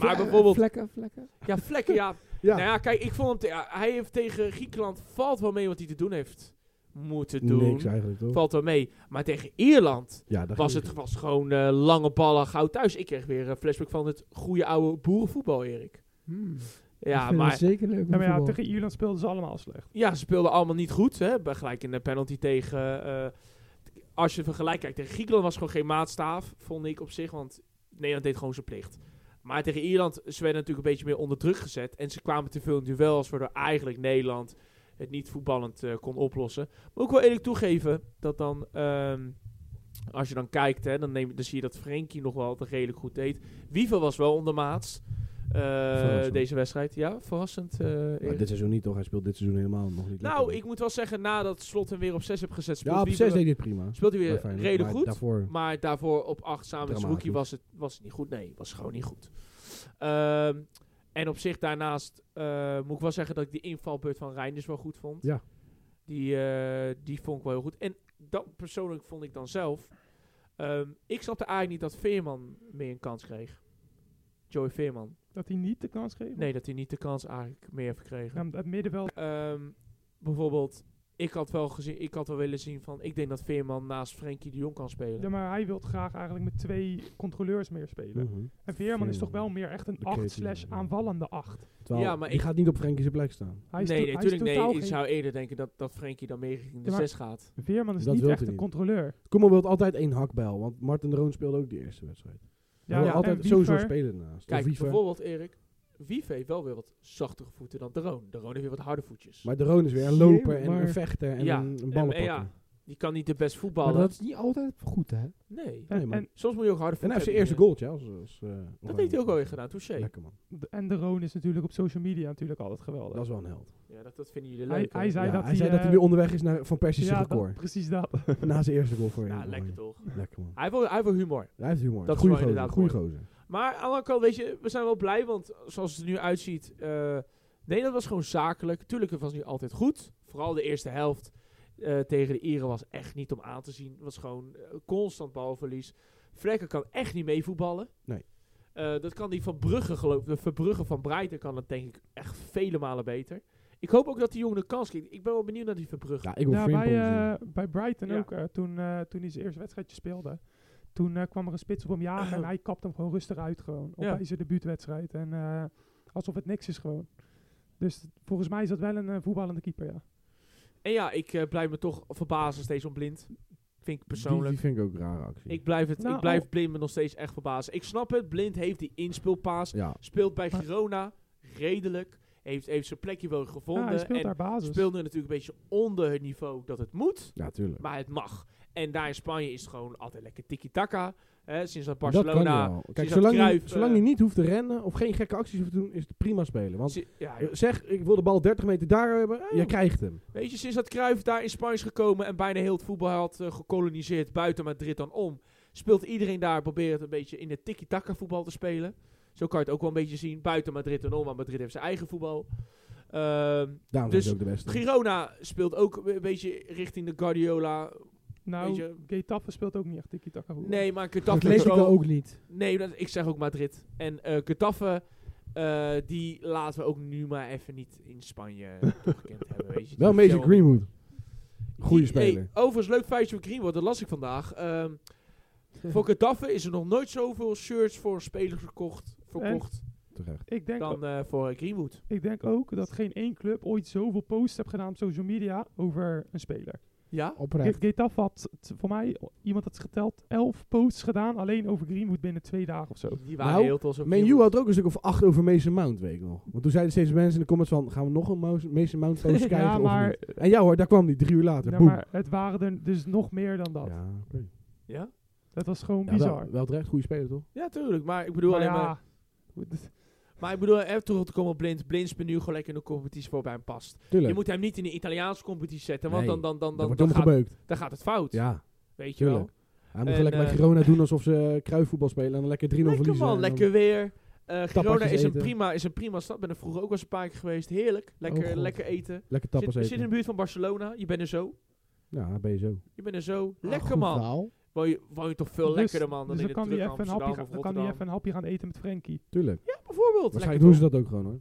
[SPEAKER 1] Maar bijvoorbeeld-
[SPEAKER 2] Vlekken, vlekken.
[SPEAKER 1] Ja, vlekken, ja.
[SPEAKER 3] Ja.
[SPEAKER 1] Nou ja, kijk, ik vond hem... te- ja, hij heeft tegen Griekenland... Valt wel mee wat hij te doen heeft moeten doen.
[SPEAKER 3] Niks eigenlijk, toch?
[SPEAKER 1] Valt wel mee. Maar tegen Ierland
[SPEAKER 3] Ja, daar
[SPEAKER 1] was
[SPEAKER 3] ging
[SPEAKER 1] het was gewoon eh, lange ballen goud thuis. Ik kreeg weer een flashback van het goede oude boerenvoetbal, Erik.
[SPEAKER 2] Hmm. Ik
[SPEAKER 1] Ja,
[SPEAKER 2] vind
[SPEAKER 1] maar
[SPEAKER 2] het zeker leuk.
[SPEAKER 4] Ja, maar ja,
[SPEAKER 2] voetbal.
[SPEAKER 4] tegen Ierland speelden ze allemaal slecht.
[SPEAKER 1] ja, ze speelden allemaal niet goed. Hè. Bij- Gelijk in de penalty tegen... eh, als je vergelijkt, kijk, tegen Griekenland was gewoon geen maatstaaf, vond ik op zich. Want Nederland deed gewoon zijn plicht. Maar tegen Ierland, ze werden natuurlijk een beetje meer onder druk gezet. En ze kwamen te veel in duels, waardoor eigenlijk Nederland het niet voetballend eh, kon oplossen. Maar ook wel eerlijk toegeven dat dan, ehm, als je dan kijkt, hè, dan, neem, dan zie je dat Frenkie nog wel het redelijk goed deed. Wiever was wel ondermaats. eh,
[SPEAKER 3] Verrassend.
[SPEAKER 1] deze wedstrijd. Ja, verrassend. eh,
[SPEAKER 3] Maar
[SPEAKER 1] Erik.
[SPEAKER 3] dit seizoen niet toch? Hij speelt dit seizoen helemaal nog niet.
[SPEAKER 1] nou,
[SPEAKER 3] lekker.
[SPEAKER 1] ik moet wel zeggen, nadat Slot hem weer op 6 heb gezet, speelt,
[SPEAKER 3] Ja, op
[SPEAKER 1] hij
[SPEAKER 3] 6
[SPEAKER 1] weer-
[SPEAKER 3] deed hij het prima.
[SPEAKER 1] speelt hij
[SPEAKER 3] Bij
[SPEAKER 1] weer
[SPEAKER 3] Feyenoord,
[SPEAKER 1] redelijk
[SPEAKER 3] maar
[SPEAKER 1] goed.
[SPEAKER 3] Daarvoor
[SPEAKER 1] Maar daarvoor op 8 samen met
[SPEAKER 3] Dramatisch.
[SPEAKER 1] Suzuki was het, was het niet goed. Nee, was gewoon niet goed. Ehm, en op zich daarnaast eh, moet ik wel zeggen dat ik die invalbeurt van Reinders wel goed vond.
[SPEAKER 3] Ja.
[SPEAKER 1] Die, eh, die vond ik wel heel goed. En dat persoonlijk vond ik dan zelf. ehm, ik snapte eigenlijk niet dat Veerman meer een kans kreeg. Joey Veerman.
[SPEAKER 4] Dat hij niet de kans kreeg?
[SPEAKER 1] Nee, dat hij niet de kans eigenlijk meer heeft gekregen.
[SPEAKER 4] Ja, maar het middenveld.
[SPEAKER 1] Ehm, bijvoorbeeld, ik had wel gezien, ik had wel willen zien van, ik denk dat Veerman naast Frenkie de Jong kan spelen.
[SPEAKER 4] Ja, maar hij wil graag eigenlijk met twee controleurs meer
[SPEAKER 3] Mhm.
[SPEAKER 4] spelen. En Veerman is
[SPEAKER 3] Veerman,
[SPEAKER 4] toch wel meer echt een
[SPEAKER 3] De
[SPEAKER 4] 8
[SPEAKER 3] creatieve,
[SPEAKER 4] slash
[SPEAKER 3] ja.
[SPEAKER 4] aanvallende 8.
[SPEAKER 3] Terwijl,
[SPEAKER 1] Ja, maar
[SPEAKER 3] die
[SPEAKER 1] ik-
[SPEAKER 3] gaat niet op Frenkie zijn plek staan.
[SPEAKER 4] Hij is
[SPEAKER 1] nee,
[SPEAKER 4] to- hij is
[SPEAKER 1] natuurlijk
[SPEAKER 4] totaal
[SPEAKER 1] nee. Ik
[SPEAKER 4] geen-
[SPEAKER 1] zou eerder denken dat, dat Frenkie dan meer richting de
[SPEAKER 4] Ja, maar-
[SPEAKER 1] 6 gaat.
[SPEAKER 4] Veerman is
[SPEAKER 3] Dat
[SPEAKER 4] niet
[SPEAKER 3] wil
[SPEAKER 4] echt
[SPEAKER 3] hij
[SPEAKER 4] een
[SPEAKER 3] niet.
[SPEAKER 4] controleur.
[SPEAKER 3] Commonwealth altijd één hakbijl, want Martin de Roon speelde ook die eerste wedstrijd. Ja,
[SPEAKER 1] ja,
[SPEAKER 3] altijd
[SPEAKER 4] en
[SPEAKER 3] sowieso
[SPEAKER 4] Wiever-
[SPEAKER 3] spelen naast.
[SPEAKER 1] Kijk,
[SPEAKER 3] Of Wiever.
[SPEAKER 1] bijvoorbeeld Erik, Wiever heeft wel weer wat zachtere voeten dan De Roon. De Roon heeft weer wat harde voetjes.
[SPEAKER 3] Maar de Roon is weer een
[SPEAKER 2] Jee,
[SPEAKER 3] loper en
[SPEAKER 2] maar-
[SPEAKER 3] een vechter en
[SPEAKER 1] Ja,
[SPEAKER 3] een, een
[SPEAKER 1] en- en
[SPEAKER 3] ballenpakker.
[SPEAKER 1] ja. Die kan niet de best
[SPEAKER 2] Maar
[SPEAKER 1] voetballen.
[SPEAKER 2] dat is niet altijd goed, hè?
[SPEAKER 1] nee.
[SPEAKER 3] Nee,
[SPEAKER 4] en-
[SPEAKER 3] man.
[SPEAKER 4] en,
[SPEAKER 1] Soms moet je ook harde
[SPEAKER 3] En
[SPEAKER 1] voeten
[SPEAKER 3] hij heeft zijn
[SPEAKER 1] hebben.
[SPEAKER 3] eerste goaltje. Als, als, eh,
[SPEAKER 1] Dat
[SPEAKER 3] Oranje.
[SPEAKER 1] heeft hij ook alweer gedaan, touché.
[SPEAKER 3] Lekker man.
[SPEAKER 4] de- en de Roon is natuurlijk op social media natuurlijk altijd geweldig.
[SPEAKER 3] Dat is wel een held.
[SPEAKER 1] Ja, dat, dat vinden jullie
[SPEAKER 4] Hij-
[SPEAKER 1] leuk. hè?
[SPEAKER 4] hij zei
[SPEAKER 3] Ja,
[SPEAKER 4] dat
[SPEAKER 3] hij
[SPEAKER 4] hij,
[SPEAKER 3] zei dat hij
[SPEAKER 4] eh,
[SPEAKER 3] nu onderweg is naar Van Persische
[SPEAKER 4] ja, dat,
[SPEAKER 3] record.
[SPEAKER 4] precies dat.
[SPEAKER 3] Na zijn eerste goal voor
[SPEAKER 1] ja,
[SPEAKER 3] Oranje.
[SPEAKER 1] lekker toch.
[SPEAKER 3] Lekker man.
[SPEAKER 1] Hij heeft wel- hij heeft wel humor.
[SPEAKER 3] Hij heeft humor.
[SPEAKER 1] Dat is
[SPEAKER 3] goeie
[SPEAKER 1] wel
[SPEAKER 3] gozer.
[SPEAKER 1] inderdaad
[SPEAKER 3] Goeie gozer.
[SPEAKER 1] Maar aan de andere kant, weet je, we zijn wel blij, want zoals het er nu uitziet, eh Nederland was gewoon zakelijk. Tuurlijk, het was niet altijd goed. Vooral de eerste helft eh, tegen de Ieren was echt niet om aan te zien. Het was gewoon eh, constant balverlies. Vlekken kan echt niet mee voetballen.
[SPEAKER 3] Nee.
[SPEAKER 1] Eh, dat kan die Van Brugge, geloof ik. De Verbrugge van Breiten kan dat denk ik echt vele malen beter. Ik hoop ook dat die jongen de kans krijgt. Ik ben wel benieuwd naar die Verbrugge.
[SPEAKER 3] Ja, ik wil
[SPEAKER 4] Ja, bij,
[SPEAKER 3] Frimpong zien.
[SPEAKER 4] eh, bij Brighton
[SPEAKER 1] Ja.
[SPEAKER 4] ook, eh, toen, eh, toen hij zijn eerste wedstrijdje speelde. Toen eh, kwam er een spits op hem jagen en hij kapte hem gewoon rustig uit gewoon. Op
[SPEAKER 1] Ja.
[SPEAKER 4] bij zijn debuutwedstrijd. En eh, alsof het niks is gewoon. Dus volgens mij is dat wel een eh, voetballende keeper, ja.
[SPEAKER 1] En ja, ik eh, blijf me toch verbazen steeds om blind. Vind ik persoonlijk.
[SPEAKER 3] Die, die vind ik ook een rare actie.
[SPEAKER 1] Ik blijf, het,
[SPEAKER 4] Nou,
[SPEAKER 1] ik blijf
[SPEAKER 4] al-
[SPEAKER 1] Blind me nog steeds echt verbazen. Ik snap het, Blind heeft die inspeelpaas.
[SPEAKER 3] ja.
[SPEAKER 1] Speelt bij
[SPEAKER 4] Maar-
[SPEAKER 1] Girona, redelijk. Heeft, heeft zijn plekje wel
[SPEAKER 4] Ja,
[SPEAKER 1] gevonden.
[SPEAKER 4] hij speelt
[SPEAKER 1] en
[SPEAKER 4] daar basis.
[SPEAKER 1] speelde natuurlijk een beetje onder het niveau dat het moet.
[SPEAKER 3] ja, tuurlijk.
[SPEAKER 1] Maar het mag. En daar in Spanje is het gewoon altijd lekker tiki-taka. Hè, sinds dat
[SPEAKER 3] Dat kan hij
[SPEAKER 1] Barcelona...
[SPEAKER 3] wel. Kijk,
[SPEAKER 1] dat
[SPEAKER 3] zolang,
[SPEAKER 1] Cruijff,
[SPEAKER 3] je,
[SPEAKER 1] eh,
[SPEAKER 3] zolang je niet hoeft te rennen of geen gekke acties hoeft te doen, is het prima spelen. Want
[SPEAKER 1] si- ja,
[SPEAKER 3] eh, zeg, ik wil de bal 30 meter daar hebben, je krijgt hem.
[SPEAKER 1] weet je, sinds dat Cruijff daar in Spanje is gekomen... en bijna heel het voetbal had eh, gekoloniseerd buiten Madrid dan om... speelt iedereen daar, probeert het een beetje in het tiki-taka voetbal te spelen. Zo kan je het ook wel een beetje zien. Buiten Madrid dan om, want Madrid heeft zijn eigen voetbal. Ehm,
[SPEAKER 3] Daarom
[SPEAKER 1] Dus
[SPEAKER 3] is ook de beste.
[SPEAKER 1] Girona speelt ook een beetje richting de Guardiola.
[SPEAKER 4] nou,
[SPEAKER 1] weet je-
[SPEAKER 4] Getafe speelt ook niet echt tiki-taka voetbal.
[SPEAKER 1] Nee, maar Getafe is
[SPEAKER 2] Atletico
[SPEAKER 1] wel...
[SPEAKER 2] ook niet.
[SPEAKER 1] Nee, dat, ik zeg ook Madrid. En eh Getafe, eh, die laten we ook nu maar even niet in Spanje toegekend hebben. Weet je.
[SPEAKER 3] Wel Mason
[SPEAKER 1] Ja,
[SPEAKER 3] Greenwood.
[SPEAKER 1] die-
[SPEAKER 3] goeie
[SPEAKER 1] hey,
[SPEAKER 3] speler.
[SPEAKER 1] overigens, leuk feitje van Greenwood, dat las ik vandaag. Ehm, voor Getafe is er nog nooit zoveel shirts voor een speler gekocht, verkocht
[SPEAKER 3] Terecht.
[SPEAKER 4] Ik denk,
[SPEAKER 1] dan eh, voor eh, Greenwood.
[SPEAKER 4] ik denk ook dat geen één club ooit zoveel posts heeft gedaan op social media over een speler.
[SPEAKER 1] Ja?
[SPEAKER 2] Oprecht.
[SPEAKER 4] Getafe had, t- voor mij, o- iemand had geteld, 11 posts gedaan alleen over Greenwood binnen twee dagen of zo.
[SPEAKER 1] Die waren
[SPEAKER 3] Nou,
[SPEAKER 1] heel trots op
[SPEAKER 3] Man U
[SPEAKER 1] Greenwood.
[SPEAKER 3] had er ook een stuk of acht over Mason Mount, weet ik nog. Want toen zeiden steeds mensen in de comments van, gaan we nog een Mo- Mason Mount post krijgen
[SPEAKER 4] ja, maar,
[SPEAKER 3] of niet? En ja hoor, daar kwam die drie uur later.
[SPEAKER 4] ja,
[SPEAKER 3] Boom.
[SPEAKER 4] maar het waren er dus nog meer dan dat.
[SPEAKER 3] ja, oké.
[SPEAKER 1] Ja?
[SPEAKER 4] Dat was gewoon
[SPEAKER 3] ja
[SPEAKER 4] bizar.
[SPEAKER 3] wel, wel terecht, goede speler toch?
[SPEAKER 1] ja, tuurlijk. Maar ik bedoel
[SPEAKER 4] Maar
[SPEAKER 1] alleen maar...
[SPEAKER 4] ja, hoe- dat-
[SPEAKER 1] Maar ik bedoel, eh, even terug te komen op Blind. Blind speelt nu gewoon lekker in de competitie voor bij hem past.
[SPEAKER 3] Tuurlijk.
[SPEAKER 1] Je moet hem niet in de Italiaanse competitie zetten, want
[SPEAKER 3] Nee,
[SPEAKER 1] dan, dan, dan,
[SPEAKER 3] dan
[SPEAKER 1] dan,
[SPEAKER 3] wordt
[SPEAKER 1] dan,
[SPEAKER 3] hem
[SPEAKER 1] gaat,
[SPEAKER 3] gebeukt.
[SPEAKER 1] dan gaat het fout.
[SPEAKER 3] Ja,
[SPEAKER 1] weet je wel.
[SPEAKER 3] tuurlijk. Hij moet
[SPEAKER 1] En,
[SPEAKER 3] gelijk bij
[SPEAKER 1] eh,
[SPEAKER 3] Girona doen alsof ze kruifvoetbal spelen en dan lekker 3-0
[SPEAKER 1] Lekker
[SPEAKER 3] verliezen.
[SPEAKER 1] man,
[SPEAKER 3] en dan-
[SPEAKER 1] lekker weer. Eh Girona is een,
[SPEAKER 3] eten.
[SPEAKER 1] prima, is een prima stad. Ben er vroeger ook wel eens een paar keer geweest. Heerlijk.
[SPEAKER 3] Oh,
[SPEAKER 1] Lekker,
[SPEAKER 3] God.
[SPEAKER 1] lekker eten.
[SPEAKER 3] Lekker
[SPEAKER 1] Zit,
[SPEAKER 3] tapas
[SPEAKER 1] zit in
[SPEAKER 3] eten.
[SPEAKER 1] de buurt van Barcelona. Je bent er zo.
[SPEAKER 3] Ja, dan ben je zo.
[SPEAKER 1] Je bent er zo.
[SPEAKER 2] Ah,
[SPEAKER 1] Lekker
[SPEAKER 2] goed
[SPEAKER 1] man.
[SPEAKER 2] verhaal.
[SPEAKER 1] Woon je, woon je toch veel
[SPEAKER 4] dus-
[SPEAKER 1] lekkerder man dan
[SPEAKER 4] dus
[SPEAKER 1] in het
[SPEAKER 4] kan hij
[SPEAKER 1] drukke
[SPEAKER 4] even een
[SPEAKER 1] Amsterdam
[SPEAKER 4] hapje
[SPEAKER 1] of
[SPEAKER 4] gaan- dan
[SPEAKER 1] Rotterdam.
[SPEAKER 4] kan hij even een hapje gaan eten met Frenkie.
[SPEAKER 3] Tuurlijk.
[SPEAKER 1] Ja, bijvoorbeeld. Lekker
[SPEAKER 3] Waarschijnlijk doen ze
[SPEAKER 1] toch?
[SPEAKER 3] dat ook gewoon hoor.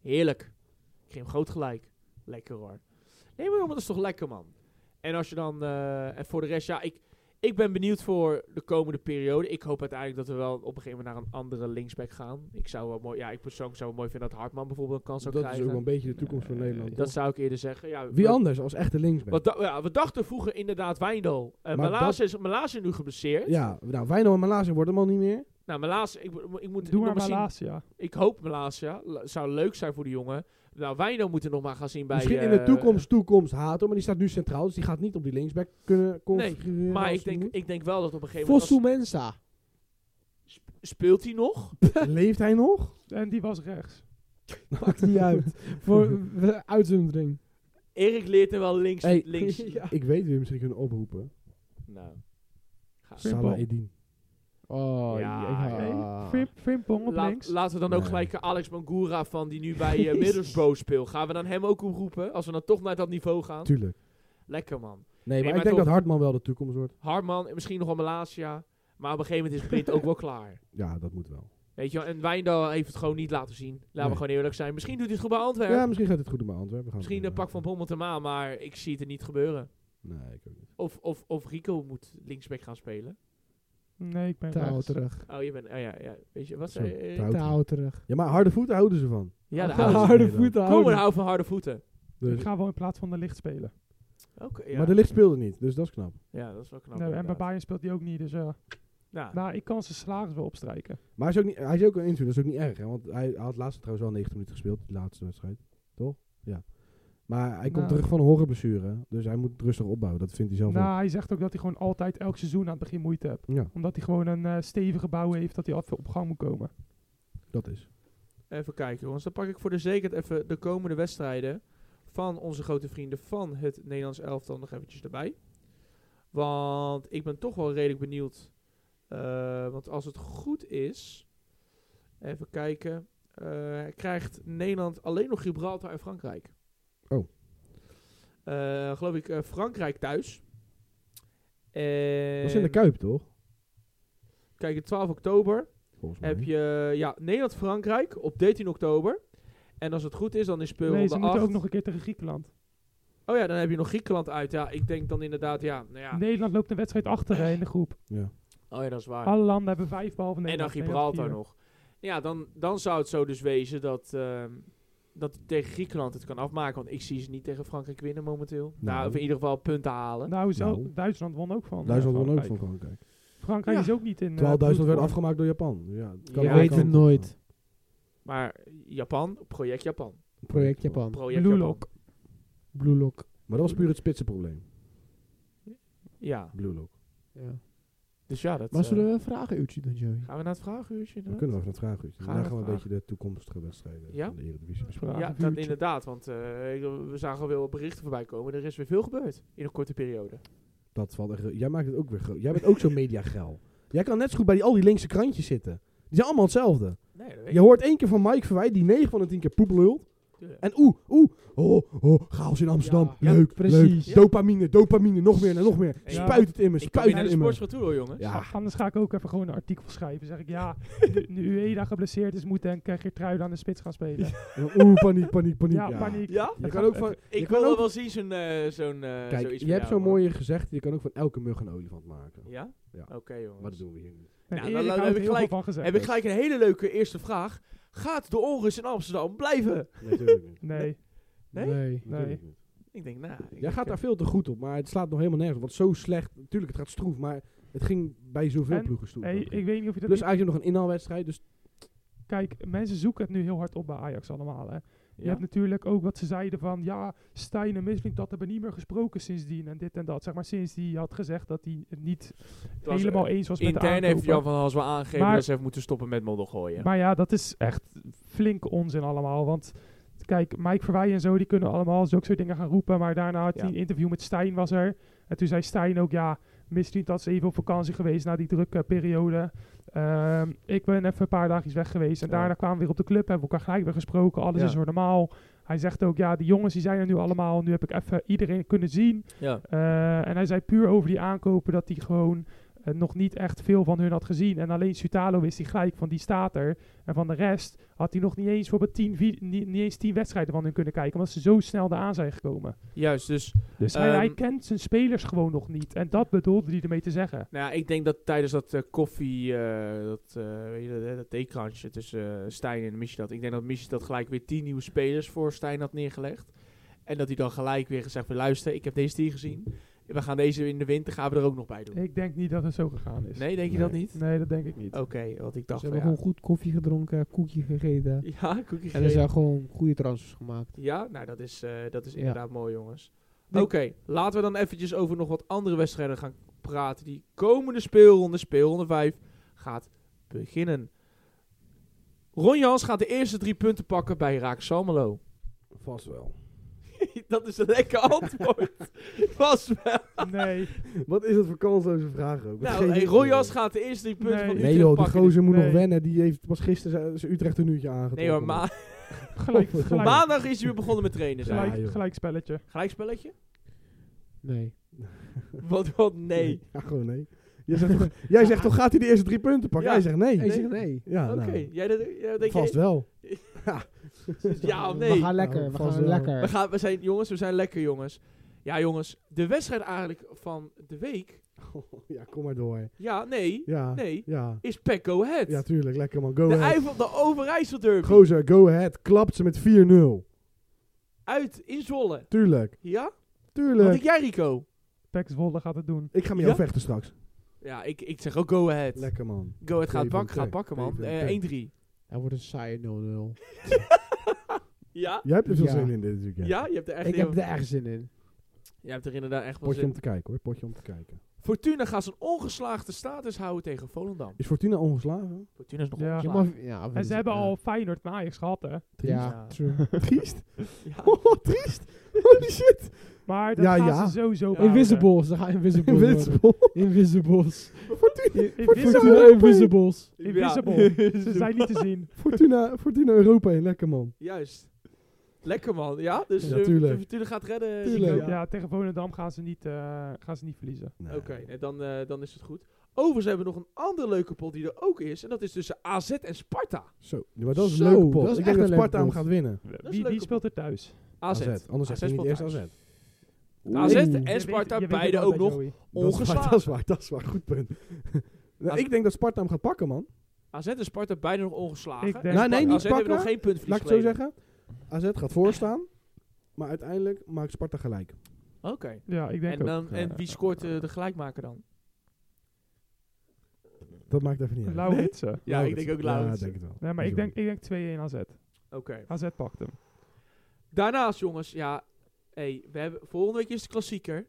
[SPEAKER 1] Heerlijk. Ik geef hem groot gelijk. Lekker hoor. Nee, maar jongen, dat is toch lekker, man. En als je dan... eh, en voor de rest, ja, ik, ik ben benieuwd voor de komende periode. Ik hoop uiteindelijk dat we wel op een gegeven moment naar een andere linksback gaan. Ik zou wel mooi... Ja, ik persoonlijk zou het mooi vinden dat Hartman bijvoorbeeld een kans zou
[SPEAKER 3] Dat is ook
[SPEAKER 1] krijgen.
[SPEAKER 3] wel een beetje de toekomst van
[SPEAKER 4] Eh,
[SPEAKER 3] Nederland.
[SPEAKER 1] dat
[SPEAKER 3] toch?
[SPEAKER 1] zou ik eerder zeggen. Ja,
[SPEAKER 3] Wie
[SPEAKER 1] we,
[SPEAKER 3] anders als echte linksback?
[SPEAKER 1] wat da- ja, we dachten vroeger inderdaad Wijndal. Eh
[SPEAKER 3] Maar
[SPEAKER 1] Malaas is Malaas is nu geblesseerd.
[SPEAKER 3] Ja, nou, Wijnal en Malazen worden hem al niet meer.
[SPEAKER 1] Nou, Malaas... Ik, mo- ik moet
[SPEAKER 4] Doe maar
[SPEAKER 1] nog maar zien.
[SPEAKER 4] Malasia.
[SPEAKER 1] Ik hoop Malaas, ja. Le- zou leuk zijn voor die jongen. Nou, Wijndal moet er nog maar gaan zien bij...
[SPEAKER 3] Misschien in
[SPEAKER 1] eh,
[SPEAKER 3] de toekomst, toekomst Hato, maar die staat nu centraal, dus die gaat niet op die linksback kunnen configureren.
[SPEAKER 1] Maar
[SPEAKER 3] eh, als
[SPEAKER 1] ik denk,
[SPEAKER 3] die moet.
[SPEAKER 1] ik denk wel dat op een gegeven moment...
[SPEAKER 2] Fosu Mensa.
[SPEAKER 1] als- Speelt hij nog?
[SPEAKER 3] Leeft hij nog?
[SPEAKER 4] En die was rechts.
[SPEAKER 2] Maakt niet uit. Voor eh, uitzondering.
[SPEAKER 1] Erik leert hem wel links.
[SPEAKER 3] Hey.
[SPEAKER 1] links.
[SPEAKER 2] Ja.
[SPEAKER 3] Ik weet wie misschien kunnen oproepen.
[SPEAKER 1] Nou. Ga-
[SPEAKER 4] Frimpong.
[SPEAKER 3] Salah Edin.
[SPEAKER 2] Oh,
[SPEAKER 1] Ja,
[SPEAKER 2] ja.
[SPEAKER 1] nee.
[SPEAKER 3] Ah.
[SPEAKER 4] Nee, Frim- Frimpong op
[SPEAKER 1] Laat-
[SPEAKER 4] links.
[SPEAKER 1] laten we dan ook
[SPEAKER 3] Nee.
[SPEAKER 1] gelijk eh, Alex Mangura van die nu bij eh Middlesbrough speelt. Gaan we dan hem ook oproepen? Als we dan toch naar dat niveau gaan?
[SPEAKER 3] Tuurlijk.
[SPEAKER 1] Lekker man.
[SPEAKER 3] Nee, maar,
[SPEAKER 1] maar
[SPEAKER 3] ik denk
[SPEAKER 1] toch-
[SPEAKER 3] dat Hartman wel de toekomst wordt.
[SPEAKER 1] Harman, en misschien nog wel Malasia. Maar op een gegeven moment is Blind ook wel klaar.
[SPEAKER 3] Ja, dat moet wel.
[SPEAKER 1] Weet je wel, en Wijndal heeft het gewoon niet laten zien. Laten we
[SPEAKER 3] Nee.
[SPEAKER 1] gewoon eerlijk zijn. Misschien doet hij het goed bij Antwerpen.
[SPEAKER 3] Ja, misschien gaat het goed om Antwerpen. We gaan
[SPEAKER 1] misschien
[SPEAKER 3] het
[SPEAKER 1] een
[SPEAKER 3] zien.
[SPEAKER 1] pak van Bommel hem aan, maar ik zie het er niet gebeuren.
[SPEAKER 3] Nee, ik ook niet.
[SPEAKER 1] Of, of, of Rico moet linksback gaan spelen.
[SPEAKER 4] Nee, ik ben
[SPEAKER 2] Taal
[SPEAKER 4] rechts.
[SPEAKER 2] terug.
[SPEAKER 1] Oh, je bent... Oh ja, ja. Weet je, wat
[SPEAKER 3] Zo,
[SPEAKER 1] zei eh,
[SPEAKER 3] trouw.
[SPEAKER 2] Taal terug.
[SPEAKER 3] Ja, maar harde voeten houden ze van.
[SPEAKER 1] Ja, de
[SPEAKER 3] Ah,
[SPEAKER 1] oude-
[SPEAKER 3] harde
[SPEAKER 2] harde
[SPEAKER 3] voeten
[SPEAKER 2] voeten
[SPEAKER 1] Komen
[SPEAKER 2] houden.
[SPEAKER 1] hou nou van harde voeten.
[SPEAKER 3] Dus-
[SPEAKER 4] Ik ga wel in plaats van de licht spelen.
[SPEAKER 1] Oké, ja.
[SPEAKER 3] Maar Nou, de licht speelde niet, dus dat is knap.
[SPEAKER 1] ja, dat is wel knap.
[SPEAKER 4] Nee, en bij
[SPEAKER 1] inderdaad.
[SPEAKER 4] Bayern speelt hij ook niet. Dus ja.
[SPEAKER 1] Nou,
[SPEAKER 4] nou, ik kan zijn salaris wel opstrijken.
[SPEAKER 3] Maar hij is ook, niet, hij is ook een intuïtie, dat is ook niet erg. Hè, want hij had laatst trouwens wel 90 minuten gespeeld, die laatste wedstrijd. Toch? Ja. Maar hij komt
[SPEAKER 4] Nou.
[SPEAKER 3] terug van een horrorblessure, dus hij moet rustig opbouwen. Dat vindt hij zelf
[SPEAKER 4] Nou, hij zegt ook dat hij gewoon altijd elk seizoen aan het begin moeite hebt.
[SPEAKER 3] ook. Ja,
[SPEAKER 4] Omdat hij gewoon een eh, stevige bouw heeft dat hij altijd op gang moet komen.
[SPEAKER 3] dat is.
[SPEAKER 1] Even kijken, jongens. Dan pak ik voor de zekerheid even de komende wedstrijden van onze grote vrienden van het Nederlands elftal nog eventjes erbij. Want ik ben toch wel redelijk benieuwd. eh, want als het goed is, even kijken, eh, krijgt Nederland alleen nog Gibraltar en Frankrijk.
[SPEAKER 3] Oh.
[SPEAKER 1] Eh, geloof ik eh, Frankrijk thuis.
[SPEAKER 3] Dat is in de
[SPEAKER 1] En
[SPEAKER 3] Kuip, toch?
[SPEAKER 1] kijk, het 12 oktober
[SPEAKER 3] Volgens mij.
[SPEAKER 1] heb je ja, Nederland-Frankrijk op 13 oktober. En als het goed is, dan is speelronde
[SPEAKER 4] Nee, ze moeten
[SPEAKER 1] 8.
[SPEAKER 4] ook nog een keer tegen Griekenland.
[SPEAKER 1] Oh ja, dan heb je nog Griekenland uit. Ja, ik denk dan inderdaad, ja, nou ja.
[SPEAKER 4] Nederland loopt een wedstrijd achter hè, in de groep.
[SPEAKER 3] Ja.
[SPEAKER 1] Oh ja, dat is waar.
[SPEAKER 4] Alle landen hebben vijf behalve
[SPEAKER 1] en dan
[SPEAKER 4] Nederland.
[SPEAKER 1] Gibraltar
[SPEAKER 4] Nederland
[SPEAKER 1] nog. Ja, dan, dan zou het zo dus wezen dat, ehm, dat tegen Griekenland het kan afmaken. Want ik zie ze niet tegen Frankrijk winnen momenteel. Nou,
[SPEAKER 3] Nou.
[SPEAKER 1] of in ieder geval punten halen.
[SPEAKER 4] vier. Nou, zo,
[SPEAKER 3] Nou.
[SPEAKER 4] Duitsland won ook van. eh,
[SPEAKER 3] Duitsland won ook
[SPEAKER 4] Frankrijk.
[SPEAKER 3] van Frankrijk.
[SPEAKER 4] Frankrijk
[SPEAKER 1] Ja.
[SPEAKER 4] is ook niet in. eh,
[SPEAKER 1] Nou,
[SPEAKER 3] Terwijl Duitsland werd
[SPEAKER 4] bloedvorm.
[SPEAKER 3] afgemaakt door Japan. Ja, het
[SPEAKER 1] Ja,
[SPEAKER 2] Je
[SPEAKER 3] aan
[SPEAKER 2] weet
[SPEAKER 3] alle
[SPEAKER 2] het
[SPEAKER 3] kanten
[SPEAKER 2] nooit.
[SPEAKER 1] Maar Japan, project Japan.
[SPEAKER 3] gaan.
[SPEAKER 2] Project Japan.
[SPEAKER 1] Project
[SPEAKER 4] Blue
[SPEAKER 1] Japan.
[SPEAKER 4] Lock.
[SPEAKER 2] Blue Lock.
[SPEAKER 3] Maar dat was puur het spitsenprobleem.
[SPEAKER 1] Ja,
[SPEAKER 3] Blue Lock.
[SPEAKER 2] Ja.
[SPEAKER 1] dus ja, dat
[SPEAKER 2] Maar
[SPEAKER 1] eh,
[SPEAKER 2] zullen we een vragenuurtje doen, Joey?
[SPEAKER 1] gaan we naar het vragenuurtje.
[SPEAKER 3] Dan
[SPEAKER 1] inderdaad?
[SPEAKER 3] kunnen we even naar het vragen.
[SPEAKER 1] Gaan we
[SPEAKER 3] Daar gaan we een
[SPEAKER 1] vragen.
[SPEAKER 3] beetje de toekomstige wedstrijden
[SPEAKER 1] Ja?
[SPEAKER 3] van de Eredivisie bespreken.
[SPEAKER 4] Vragen
[SPEAKER 1] Ja, dat
[SPEAKER 4] vuurtje.
[SPEAKER 1] inderdaad, want eh, ik- we zagen alweer wat berichten voorbij komen. Er is weer veel gebeurd in een korte periode.
[SPEAKER 3] Dat valt echt- Jij maakt het ook weer groot. Jij bent ook zo mediageil. Jij kan net zo goed bij die, al die linkse krantjes zitten. Die zijn allemaal hetzelfde.
[SPEAKER 1] Nee, dat weet
[SPEAKER 3] Je hoort één keer van Mike Verwij die 9 van de 10 keer poep lult. En oeh, oeh, oh, oh, chaos in Amsterdam.
[SPEAKER 1] Ja,
[SPEAKER 3] leuk,
[SPEAKER 2] precies.
[SPEAKER 3] leuk. Dopamine, dopamine, nog meer en nog meer.
[SPEAKER 1] Ja.
[SPEAKER 3] Spuit het in me,
[SPEAKER 1] ik kan weer
[SPEAKER 3] spuit
[SPEAKER 1] naar
[SPEAKER 3] het
[SPEAKER 1] de
[SPEAKER 3] in me.
[SPEAKER 1] sportschool toe hoor, jongens.
[SPEAKER 3] Ja.
[SPEAKER 4] Ah, Anders ga ik ook even gewoon een artikel schrijven. Zeg ik ja, nu- nu Ueda geblesseerd is, moet denk ik Geertruiden aan de spits gaan spelen.
[SPEAKER 3] Oeh, paniek, paniek, paniek.
[SPEAKER 4] Ja, paniek.
[SPEAKER 1] Ja?
[SPEAKER 3] Je
[SPEAKER 4] Ik
[SPEAKER 3] kan
[SPEAKER 4] ga-
[SPEAKER 3] ook van, je
[SPEAKER 1] Ik
[SPEAKER 3] kan
[SPEAKER 1] wil
[SPEAKER 3] ook-
[SPEAKER 1] wel zien zo'n... eh, zo'n eh,
[SPEAKER 3] kijk,
[SPEAKER 1] zoiets
[SPEAKER 3] je
[SPEAKER 1] van jou,
[SPEAKER 3] hebt zo'n mooie gezegd. Je kan ook van elke mug een olifant maken.
[SPEAKER 1] hoor. Ja?
[SPEAKER 3] Ja.
[SPEAKER 1] Oké,
[SPEAKER 3] Maar
[SPEAKER 1] jongens.
[SPEAKER 3] dat doen we hier niet.
[SPEAKER 4] En
[SPEAKER 1] Ja,
[SPEAKER 4] Erik
[SPEAKER 1] dan- dan
[SPEAKER 4] houdt
[SPEAKER 1] heb
[SPEAKER 4] er
[SPEAKER 1] ik
[SPEAKER 4] heel
[SPEAKER 1] gelijk-
[SPEAKER 4] veel van gezegd.
[SPEAKER 1] Heb ik gelijk een hele leuke eerste vraag. Gaat de onrust in Amsterdam blijven?
[SPEAKER 3] Nee, natuurlijk niet.
[SPEAKER 4] Nee,
[SPEAKER 1] Nee?
[SPEAKER 3] Natuurlijk niet.
[SPEAKER 1] Ik denk, nou... ik
[SPEAKER 3] Jij
[SPEAKER 1] denk,
[SPEAKER 3] gaat
[SPEAKER 1] eh,
[SPEAKER 3] daar veel te goed op, maar het slaat nog helemaal nergens op. Want zo slecht, natuurlijk, het gaat stroef, maar het ging bij zoveel
[SPEAKER 4] En-
[SPEAKER 3] ploegen stroef.
[SPEAKER 4] hey, ik weet niet of je dat...
[SPEAKER 3] Plus eigenlijk nog een inhaalwedstrijd, dus
[SPEAKER 4] Kijk, mensen zoeken het nu heel hard op bij Ajax allemaal. Hè. Je
[SPEAKER 1] ja.
[SPEAKER 4] hebt natuurlijk ook wat ze zeiden van... Ja, Stijn en Misling, dat hebben niet meer gesproken sindsdien. En dit en dat. Zeg maar sinds hij had gezegd dat hij het niet
[SPEAKER 1] Het was, eh,
[SPEAKER 4] helemaal eens was met de
[SPEAKER 1] Intern heeft
[SPEAKER 4] aankopen.
[SPEAKER 1] Jan van Hals wel aangegeven
[SPEAKER 4] Maar-
[SPEAKER 1] dat ze even moeten stoppen met modder gooien.
[SPEAKER 4] Maar ja, dat is echt flinke onzin allemaal. Want kijk, Mike Verwij en zo, die kunnen allemaal zulke soort dingen gaan roepen. Maar daarna had
[SPEAKER 1] Ja.
[SPEAKER 4] hij een interview met Stijn was er. En toen zei Stijn ook, ja, misschien dat ze even op vakantie geweest na die drukke periode. Ehm, ik ben even een paar dagjes weg geweest. En
[SPEAKER 1] Ja.
[SPEAKER 4] daarna kwamen we weer op de club, hebben we elkaar gelijk weer gesproken. Alles
[SPEAKER 1] Ja.
[SPEAKER 4] is weer normaal. Hij zegt ook, ja, die jongens die zijn er nu allemaal. Nu heb ik even iedereen kunnen zien.
[SPEAKER 1] ja.
[SPEAKER 4] Eh, en hij zei puur over die aankopen dat hij gewoon eh, nog niet echt veel van hun had gezien. En alleen Sutalo wist hij gelijk van die staat er. En van de rest had hij nog niet eens, bijvoorbeeld tien, vi- niet, niet eens tien wedstrijden van hun kunnen kijken. Omdat ze zo snel eraan zijn gekomen.
[SPEAKER 1] Juist, dus...
[SPEAKER 4] Dus hij,
[SPEAKER 1] Ehm,
[SPEAKER 4] hij kent zijn spelers gewoon nog niet. En dat bedoelde hij ermee te zeggen.
[SPEAKER 1] Nou ja, ik denk dat tijdens dat eh, koffie, eh, dat, eh weet je, dat, hè, dat theekransje tussen eh, Stijn en Michi dat, ik denk dat Michi dat gelijk weer tien nieuwe spelers voor Stijn had neergelegd. En dat hij dan gelijk weer gezegd heeft, luister, ik heb deze tien gezien. We gaan deze in de winter, gaan we er ook nog bij doen.
[SPEAKER 4] Ik denk niet dat het zo gegaan is.
[SPEAKER 1] Nee, denk je dat niet?
[SPEAKER 4] Nee, dat denk ik niet.
[SPEAKER 1] Oké, want ik dacht
[SPEAKER 2] Ze
[SPEAKER 1] van,
[SPEAKER 2] hebben
[SPEAKER 1] ja.
[SPEAKER 2] gewoon goed koffie gedronken, koekje gegeten.
[SPEAKER 1] Ja, cookie
[SPEAKER 2] En er
[SPEAKER 1] gegeten.
[SPEAKER 2] zijn gewoon goede transfers gemaakt.
[SPEAKER 1] Ja, nou dat is, eh, dat is
[SPEAKER 2] Ja.
[SPEAKER 1] inderdaad mooi jongens. Oké,
[SPEAKER 2] Denk-
[SPEAKER 1] laten we dan eventjes over nog wat andere wedstrijden gaan praten. Die komende speelronde, speelronde 5, gaat beginnen. Ron Jans gaat de eerste drie punten pakken bij Raak Salmelo.
[SPEAKER 3] Vast wel.
[SPEAKER 1] dat is een lekker antwoord. Vast wel.
[SPEAKER 4] Nee.
[SPEAKER 5] Wat is dat voor kansloze vraag ook? Wat
[SPEAKER 1] Nou,
[SPEAKER 5] geen
[SPEAKER 1] hey,
[SPEAKER 5] idee.
[SPEAKER 1] Ron Jans gaat de eerste drie punten
[SPEAKER 4] Nee.
[SPEAKER 1] van Utrecht
[SPEAKER 3] Nee joh, die
[SPEAKER 1] pakken. dus
[SPEAKER 3] gozer moet nog
[SPEAKER 4] Nee.
[SPEAKER 3] wennen. Die heeft pas gisteren zijn Utrecht een uurtje aangetrokken.
[SPEAKER 1] Nee hoor, ma
[SPEAKER 4] Gelijk,
[SPEAKER 3] Godverdomme.
[SPEAKER 4] gelijk,
[SPEAKER 1] maandag is hij weer begonnen met trainen. zei hij.
[SPEAKER 4] gelijk,
[SPEAKER 3] Ja, joh.
[SPEAKER 4] gelijk spelletje.
[SPEAKER 1] Gelijkspelletje?
[SPEAKER 2] Nee.
[SPEAKER 1] Wat, wat, nee.
[SPEAKER 3] Ja, gewoon nee. Jij zegt, toch, jij zegt toch gaat hij de eerste drie punten pakken?
[SPEAKER 1] Ja.
[SPEAKER 3] Jij zegt nee.
[SPEAKER 2] Ik zeg nee.
[SPEAKER 3] Ja,
[SPEAKER 1] Oké,
[SPEAKER 3] nou,
[SPEAKER 1] jij dat, jij denkt-
[SPEAKER 3] vast wel.
[SPEAKER 1] Ja of
[SPEAKER 2] We
[SPEAKER 1] nee?
[SPEAKER 2] gaan lekker,
[SPEAKER 3] Nou,
[SPEAKER 2] we
[SPEAKER 3] vast
[SPEAKER 2] gaan
[SPEAKER 3] wel.
[SPEAKER 2] lekker.
[SPEAKER 1] We, gaan, we zijn, jongens, we zijn lekker jongens. Ja jongens, de wedstrijd eigenlijk van de week.
[SPEAKER 3] ja, kom maar door.
[SPEAKER 1] Ja, nee,
[SPEAKER 3] Ja,
[SPEAKER 1] nee.
[SPEAKER 3] ja.
[SPEAKER 1] Is Pack Go Ahead.
[SPEAKER 3] Ja, tuurlijk. Lekker man. Go
[SPEAKER 1] de
[SPEAKER 3] ahead.
[SPEAKER 1] Eifel, de Overijssel Derby.
[SPEAKER 3] Gozer, go ahead. Klapt ze met 4-0.
[SPEAKER 1] Uit in Zwolle.
[SPEAKER 3] Tuurlijk.
[SPEAKER 1] Ja? Wat
[SPEAKER 3] Tuurlijk.
[SPEAKER 1] denk jij Rico?
[SPEAKER 4] Pax Zwolle gaat het doen.
[SPEAKER 3] Ik ga met jou
[SPEAKER 1] Ja?
[SPEAKER 3] vechten straks.
[SPEAKER 1] Ja, ik, ik zeg ook Go Ahead.
[SPEAKER 3] Lekker man.
[SPEAKER 1] Go Ahead gaat,
[SPEAKER 3] Twee
[SPEAKER 1] bak,
[SPEAKER 3] van
[SPEAKER 1] gaat
[SPEAKER 3] Tech.
[SPEAKER 1] pakken
[SPEAKER 3] Twee
[SPEAKER 1] man.
[SPEAKER 3] van
[SPEAKER 1] Eh,
[SPEAKER 3] Tech.
[SPEAKER 1] 1-3.
[SPEAKER 2] Dat wordt een saaie 0-0.
[SPEAKER 1] Ja?
[SPEAKER 3] Jij hebt er veel
[SPEAKER 2] Ja.
[SPEAKER 3] zin in dit weekend.
[SPEAKER 1] Ja, je hebt er echt
[SPEAKER 2] Ik
[SPEAKER 1] heel-
[SPEAKER 2] heb er erg zin in.
[SPEAKER 1] Jij hebt er inderdaad echt wel
[SPEAKER 3] Potje om
[SPEAKER 1] zin.
[SPEAKER 3] te kijken hoor. Potje om te kijken.
[SPEAKER 1] Fortuna gaat zijn ongeslaagde status houden tegen Volendam.
[SPEAKER 3] Is Fortuna ongeslagen?
[SPEAKER 1] Fortuna is nog
[SPEAKER 4] Ja.
[SPEAKER 2] Ja,
[SPEAKER 1] ongeslagen.
[SPEAKER 2] maar, ja,
[SPEAKER 4] En ze hebben al Feyenoord en Ajax gehad, hè.
[SPEAKER 2] Ja,
[SPEAKER 1] Ja.
[SPEAKER 2] true.
[SPEAKER 3] Triest.
[SPEAKER 1] Ja.
[SPEAKER 3] Oh, triest. Holy shit.
[SPEAKER 4] Maar dat
[SPEAKER 3] Ja,
[SPEAKER 4] gaan
[SPEAKER 3] ja.
[SPEAKER 4] ze sowieso
[SPEAKER 1] Ja.
[SPEAKER 4] behouden.
[SPEAKER 2] Invisibles, ze gaan Invisibles worden.
[SPEAKER 3] Invincible.
[SPEAKER 2] Invisibles.
[SPEAKER 3] Fortuna.
[SPEAKER 4] Invisible.
[SPEAKER 2] Fortuna Invisibles.
[SPEAKER 4] Invisible. Ze zijn niet te zien.
[SPEAKER 3] Fortuna, Fortuna Europa in. Lekker man.
[SPEAKER 1] Juist. Lekker man, ja? Dus
[SPEAKER 3] Ja,
[SPEAKER 1] eh,
[SPEAKER 3] tuurlijk.
[SPEAKER 1] Fortuna gaat redden.
[SPEAKER 3] Tuurlijk.
[SPEAKER 1] Rico?
[SPEAKER 3] Ja.
[SPEAKER 4] Ja, tegen Volendam gaan ze niet, eh, gaan ze niet verliezen.
[SPEAKER 3] Nee.
[SPEAKER 1] Oké, nee, dan, eh, dan is het goed. Overigens hebben we nog een andere leuke pot die er ook is. En dat is tussen AZ en Sparta.
[SPEAKER 3] Zo, maar dat is
[SPEAKER 2] Zo,
[SPEAKER 3] een leuke pot.
[SPEAKER 2] dat is
[SPEAKER 3] ik denk
[SPEAKER 2] echt
[SPEAKER 3] dat
[SPEAKER 2] een leuke
[SPEAKER 3] Sparta hem
[SPEAKER 2] pot.
[SPEAKER 3] gaat winnen.
[SPEAKER 1] een
[SPEAKER 4] Wie,
[SPEAKER 1] leuke
[SPEAKER 4] wie speelt er thuis?
[SPEAKER 1] AZ.
[SPEAKER 3] Anders zeg je niet
[SPEAKER 1] speelt
[SPEAKER 3] eerst
[SPEAKER 1] thuis.
[SPEAKER 3] AZ.
[SPEAKER 1] AZ
[SPEAKER 2] Oeh.
[SPEAKER 1] en
[SPEAKER 4] Je
[SPEAKER 1] Sparta
[SPEAKER 4] weet- je weet
[SPEAKER 1] beide
[SPEAKER 4] het
[SPEAKER 1] ook
[SPEAKER 4] wel
[SPEAKER 1] nog
[SPEAKER 4] bij Joey.
[SPEAKER 3] Dat is waar,
[SPEAKER 1] ongeslaagd.
[SPEAKER 3] Dat is waar, dat is waar. Goed punt. Nou,
[SPEAKER 1] Als-
[SPEAKER 3] ik denk dat Sparta hem gaat pakken, man.
[SPEAKER 1] AZ en Sparta beide nog ongeslagen.
[SPEAKER 4] Ik denk-
[SPEAKER 1] En
[SPEAKER 4] Nou,
[SPEAKER 1] Sparta-
[SPEAKER 3] nee, niet
[SPEAKER 1] AZ hebben
[SPEAKER 3] pakken.
[SPEAKER 1] nog geen punt
[SPEAKER 3] Laat ik het zo zeggen. AZ gaat voorstaan. Maar uiteindelijk maakt Sparta gelijk.
[SPEAKER 1] Oké.
[SPEAKER 4] Ja, ik denk
[SPEAKER 1] En,
[SPEAKER 4] ook.
[SPEAKER 1] dan, en
[SPEAKER 4] Eh,
[SPEAKER 1] wie scoort eh, de gelijkmaker dan?
[SPEAKER 3] Dat maakt even niet uit.
[SPEAKER 4] Lauritsen.
[SPEAKER 1] Ja, ik denk ook
[SPEAKER 3] Ja,
[SPEAKER 1] Laurens.
[SPEAKER 3] denk het wel.
[SPEAKER 4] Nee, maar ik denk, ik denk 2-1 AZ.
[SPEAKER 1] Oké.
[SPEAKER 4] AZ pakt hem.
[SPEAKER 1] Daarnaast, jongens, ja. Hey, we hebben, volgende week is de klassieker.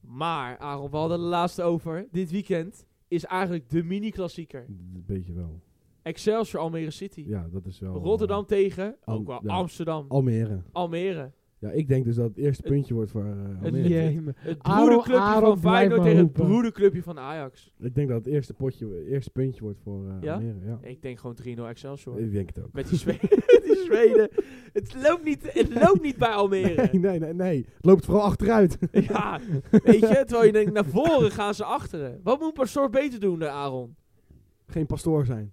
[SPEAKER 1] Maar, Aaron, we hadden de laatste over. Dit weekend is eigenlijk de mini-klassieker.
[SPEAKER 3] Een beetje wel.
[SPEAKER 1] Excelsior Almere City.
[SPEAKER 3] Ja, dat is wel...
[SPEAKER 1] Rotterdam tegen,
[SPEAKER 3] Am-
[SPEAKER 1] ook wel
[SPEAKER 3] Oh. ja.
[SPEAKER 1] Amsterdam.
[SPEAKER 3] Almere.
[SPEAKER 1] Almere.
[SPEAKER 3] Ja, ik denk dus dat het eerste
[SPEAKER 1] Het-
[SPEAKER 3] puntje wordt voor
[SPEAKER 2] Oh,
[SPEAKER 3] eh,
[SPEAKER 1] het-
[SPEAKER 3] Almere.
[SPEAKER 2] Jemig.
[SPEAKER 1] Het
[SPEAKER 2] Aaron-
[SPEAKER 1] broederclubje
[SPEAKER 2] Aaron
[SPEAKER 1] van Feyenoord
[SPEAKER 2] blijft
[SPEAKER 1] tegen het
[SPEAKER 2] maar roepen.
[SPEAKER 1] broederclubje van Ajax.
[SPEAKER 3] Ik denk dat het eerste, potje, het eerste puntje wordt voor eh,
[SPEAKER 1] Ja?
[SPEAKER 3] Almere. Ja?
[SPEAKER 1] Ik denk gewoon 3-0 Excelsior.
[SPEAKER 3] Ik denk het ook.
[SPEAKER 1] Met die Zweden. die Zweden. Het loopt niet, het loopt niet bij Almere.
[SPEAKER 3] Nee, nee, nee, nee. Het loopt vooral achteruit.
[SPEAKER 1] Ja, weet je, terwijl je denkt, naar voren gaan ze achteren. Wat moet Pastoor beter doen, eh, Aaron?
[SPEAKER 3] Geen pastoor zijn.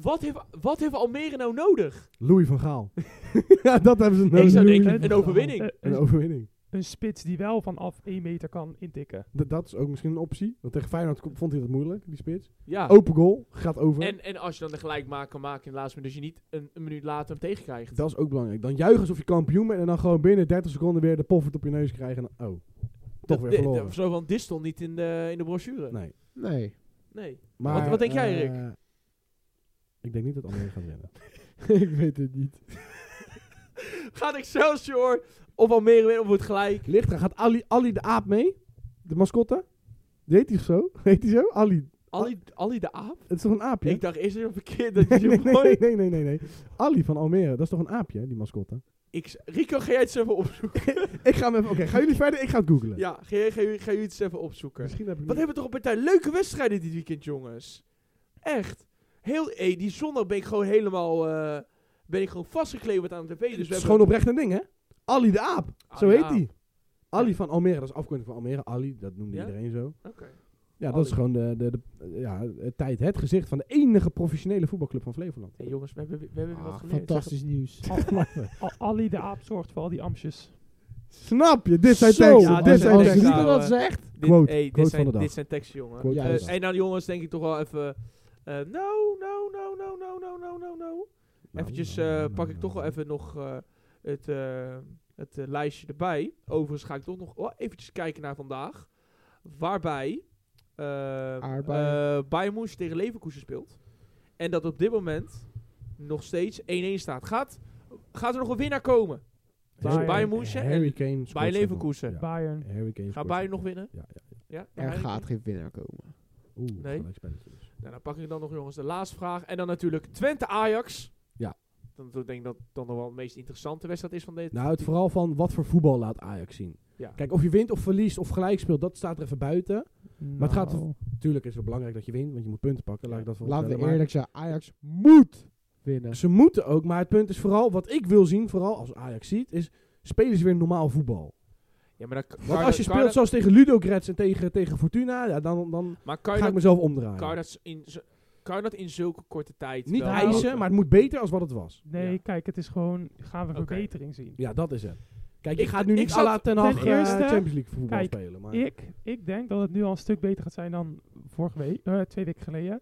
[SPEAKER 1] Wat heeft, wat heeft Almere nou nodig?
[SPEAKER 3] Louis van Gaal. ja, dat hebben ze nodig.
[SPEAKER 1] ik zou
[SPEAKER 3] Louis
[SPEAKER 1] denken,
[SPEAKER 3] van
[SPEAKER 1] een
[SPEAKER 4] Gaal.
[SPEAKER 1] overwinning.
[SPEAKER 4] Eh,
[SPEAKER 3] Een
[SPEAKER 4] een,
[SPEAKER 3] overwinning.
[SPEAKER 4] een spits die wel vanaf 1 meter kan intikken.
[SPEAKER 3] D- dat is ook misschien een optie. Want tegen Feyenoord ko- vond hij dat moeilijk, die spits.
[SPEAKER 1] Ja.
[SPEAKER 3] Open goal, gaat over.
[SPEAKER 1] En, en als je dan de gelijkmaker maakt in de laatste minuut, dat je niet een, een minuut later hem tegenkrijgt.
[SPEAKER 3] dat is ook belangrijk. Dan juichen alsof je kampioen bent en dan gewoon binnen 30 seconden weer de poffert op je neus krijgen. En dan, oh, toch
[SPEAKER 1] Dat-
[SPEAKER 3] weer
[SPEAKER 1] de- de-
[SPEAKER 3] verloren.
[SPEAKER 1] Zo van, dit stond niet in de, in de brochure.
[SPEAKER 3] nee.
[SPEAKER 2] Nee.
[SPEAKER 1] Nee.
[SPEAKER 3] Maar,
[SPEAKER 1] wat denk jij,
[SPEAKER 3] eh, ik denk niet dat Almere gaat winnen.
[SPEAKER 2] ik weet het niet.
[SPEAKER 1] Gaat Excelsior of Almere winnen of wordt gelijk?
[SPEAKER 3] Ligt eraan, gaat Ali, Ali de Aap mee? De mascotte? Die Heet hij zo? Heet hij zo? Ali.
[SPEAKER 1] Ali, Ali de Aap?
[SPEAKER 3] Het is toch een aapje?
[SPEAKER 1] Ik dacht eerst even verkeerd dat
[SPEAKER 3] nee,
[SPEAKER 1] je
[SPEAKER 3] nee, nee,
[SPEAKER 1] mooi...
[SPEAKER 3] nee, nee, nee, nee. Ali van Almere, dat is toch een aapje, die mascotte?
[SPEAKER 1] Ik, z- Rico, ga jij het eens even opzoeken?
[SPEAKER 3] Ik ga hem even... Oké, gaan jullie verder? Ik ga het googlen.
[SPEAKER 1] ja, ga, jij- ga, jullie- ga jullie het eens even opzoeken.
[SPEAKER 3] Misschien heb ik
[SPEAKER 1] Wat
[SPEAKER 3] niet-
[SPEAKER 1] hebben we toch een partij leuke wedstrijden dit weekend, jongens. Echt. Heel, hey, die zondag ben ik gewoon helemaal... eh, ben ik gewoon vastgekleverd aan de tv. Dus
[SPEAKER 3] Het
[SPEAKER 1] we
[SPEAKER 3] is
[SPEAKER 1] hebben
[SPEAKER 3] gewoon oprecht een ding, hè? Ali de Aap.
[SPEAKER 1] Ah,
[SPEAKER 3] zo
[SPEAKER 1] ja.
[SPEAKER 3] heet hij. Ali van Almere, dat is afkorting van Almere. Ali, dat noemde
[SPEAKER 1] Ja?
[SPEAKER 3] iedereen zo.
[SPEAKER 1] Oké.
[SPEAKER 3] Ja, dat
[SPEAKER 1] Ali.
[SPEAKER 3] is gewoon de, de, de- ja, het tijd, het gezicht van de enige professionele voetbalclub van Flevoland.
[SPEAKER 1] Hey, jongens, we hebben, we hebben weer wat
[SPEAKER 2] Ah,
[SPEAKER 1] geleerd.
[SPEAKER 2] fantastisch nieuws.
[SPEAKER 1] Oh,
[SPEAKER 4] Al- Ali de Aap zorgt voor al die amsjes.
[SPEAKER 3] Snap je? Dit zijn
[SPEAKER 2] Zo,
[SPEAKER 3] teksten.
[SPEAKER 1] ja,
[SPEAKER 3] dit
[SPEAKER 1] dit
[SPEAKER 3] zijn
[SPEAKER 1] zijn
[SPEAKER 2] Als
[SPEAKER 1] teksten.
[SPEAKER 3] teksten.
[SPEAKER 2] Rico dat zegt,
[SPEAKER 1] Dit,
[SPEAKER 3] Quote,
[SPEAKER 1] hey, dit,
[SPEAKER 3] quote
[SPEAKER 1] zijn,
[SPEAKER 3] van de dag.
[SPEAKER 1] dit zijn teksten, jongen.
[SPEAKER 3] Quote
[SPEAKER 1] Eh,
[SPEAKER 2] van de dag.
[SPEAKER 1] en nou, jongens, denk ik toch wel even... eh, no, no, no, no, no, no, no, no, no.
[SPEAKER 3] Nou,
[SPEAKER 1] Eventjes
[SPEAKER 3] nou,
[SPEAKER 1] eh,
[SPEAKER 3] nou,
[SPEAKER 1] pak
[SPEAKER 3] nou,
[SPEAKER 1] ik toch wel
[SPEAKER 3] nou.
[SPEAKER 1] even nog eh, het, eh, het eh, lijstje erbij. Overigens ga ik toch nog wel eventjes kijken naar vandaag. Waarbij eh eh
[SPEAKER 2] Aardbeien.
[SPEAKER 1] Bayern München tegen Leverkusen speelt. En dat op dit moment nog steeds 1-1 staat. Gaat, gaat er nog een winnaar komen?
[SPEAKER 4] Bayern-
[SPEAKER 1] Bayern München en
[SPEAKER 3] Harry Kane scoort
[SPEAKER 1] Bij
[SPEAKER 3] zelf nog.
[SPEAKER 1] Leverkusen.
[SPEAKER 3] Ja.
[SPEAKER 4] Bayern.
[SPEAKER 3] Harry Kane
[SPEAKER 1] Gaat
[SPEAKER 3] scoort
[SPEAKER 1] Bayern
[SPEAKER 3] zelf
[SPEAKER 1] nog winnen?
[SPEAKER 3] Ja, ja.
[SPEAKER 1] Ja,
[SPEAKER 2] er
[SPEAKER 1] Bayern-
[SPEAKER 2] gaat geen winnaar komen.
[SPEAKER 3] Oeh,
[SPEAKER 1] Nee.
[SPEAKER 3] gelijkspelletje dus.
[SPEAKER 1] Nou, dan pak ik dan nog jongens de laatste vraag. En dan natuurlijk Twente-Ajax.
[SPEAKER 3] Ja.
[SPEAKER 1] Dan dan denk ik dat dan nog wel de meest interessante wedstrijd is van dit.
[SPEAKER 3] Nou, het vooral van wat voor voetbal laat Ajax zien.
[SPEAKER 1] Ja.
[SPEAKER 3] Kijk, of je wint of verliest of gelijk speelt, dat staat er even buiten. Maar het gaat-
[SPEAKER 4] Nou.
[SPEAKER 3] Natuurlijk is het belangrijk dat je wint, want je moet punten pakken. Laat ik dat voorop
[SPEAKER 2] Laten we
[SPEAKER 3] stellen. Maar
[SPEAKER 2] eerlijk zijn, Ajax moet winnen.
[SPEAKER 3] Ze moeten ook, maar het punt is vooral, wat ik wil zien, vooral als Ajax ziet, is spelen ze weer normaal voetbal.
[SPEAKER 1] Ja, maar, dan,
[SPEAKER 3] Want als je speelt zoals tegen Ludogorets en tegen, tegen Fortuna, ja, dan, dan
[SPEAKER 1] maar kan je
[SPEAKER 3] ga ik
[SPEAKER 1] dat,
[SPEAKER 3] mezelf omdraaien.
[SPEAKER 1] kan je dat in, zo- kan je dat in zulke korte tijd
[SPEAKER 3] Niet
[SPEAKER 1] wel-
[SPEAKER 3] eisen, maar het moet beter als wat het was.
[SPEAKER 4] Nee,
[SPEAKER 1] Ja.
[SPEAKER 4] kijk, het is gewoon, gaan we
[SPEAKER 1] Oké.
[SPEAKER 4] verbetering zien?
[SPEAKER 3] Ja, dat is het. Kijk, je
[SPEAKER 1] Ik-
[SPEAKER 3] gaat nu
[SPEAKER 1] ik
[SPEAKER 3] niet à
[SPEAKER 1] zat
[SPEAKER 3] la Ten
[SPEAKER 4] ten
[SPEAKER 3] Hag eh,
[SPEAKER 4] eerste-
[SPEAKER 3] Champions League voetbal
[SPEAKER 4] Kijk,
[SPEAKER 3] spelen. Maar
[SPEAKER 4] Ik, ik denk dat het nu al een stuk beter gaat zijn dan vorige week, eh, twee weken geleden.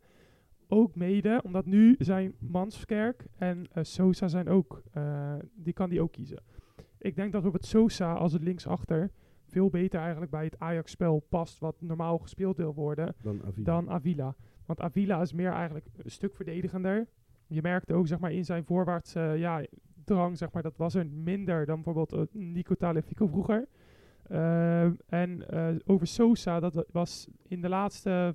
[SPEAKER 4] Ook mede, omdat nu zijn Manskerk en eh, Sosa zijn ook, eh, die kan die ook kiezen. Ik denk dat Robert Sosa als het linksachter veel beter eigenlijk bij het Ajax-spel past wat normaal gespeeld wil worden
[SPEAKER 3] dan Avila.
[SPEAKER 4] dan Avila. Want Avila is meer eigenlijk een stuk verdedigender. Je merkte ook zeg maar, in zijn voorwaarts eh, ja, drang, zeg maar, dat was er minder dan bijvoorbeeld eh, Nico Talefico vroeger. Ehm, en eh, over Sosa, dat wa- was in de laatste,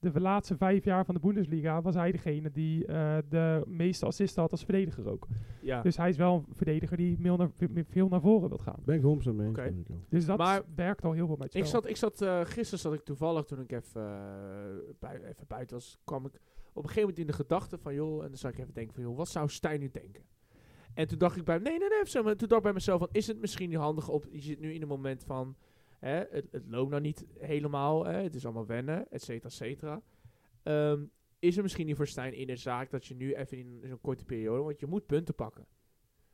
[SPEAKER 4] de laatste vijf jaar van de Bundesliga, was hij degene die eh, de meeste assisten had als verdediger ook.
[SPEAKER 1] Ja.
[SPEAKER 4] Dus hij is wel een verdediger die veel naar, veel naar voren wil gaan.
[SPEAKER 3] Ben ik Homsen mee. eens,
[SPEAKER 1] Oké.
[SPEAKER 3] Nico.
[SPEAKER 4] Dus dat
[SPEAKER 1] Maar-
[SPEAKER 4] werkt al heel veel met
[SPEAKER 1] Ik zat, ik zat eh, gisteren zat ik toevallig toen ik even, eh, bui- even buiten was, kwam ik op een gegeven moment in de gedachte van joh, en dan zat ik even denken van joh, wat zou Stijn nu denken? En toen dacht ik bij nee, nee, nee, zo, maar toen dacht ik bij mezelf van is het misschien niet handig op, je zit nu in een moment van hè, het, het loopt nou niet helemaal, hè, het is allemaal wennen, et cetera, et cetera. Ehm, is er misschien niet voor Stijn in de zaak dat je nu even in zo'n korte periode, want je moet punten pakken.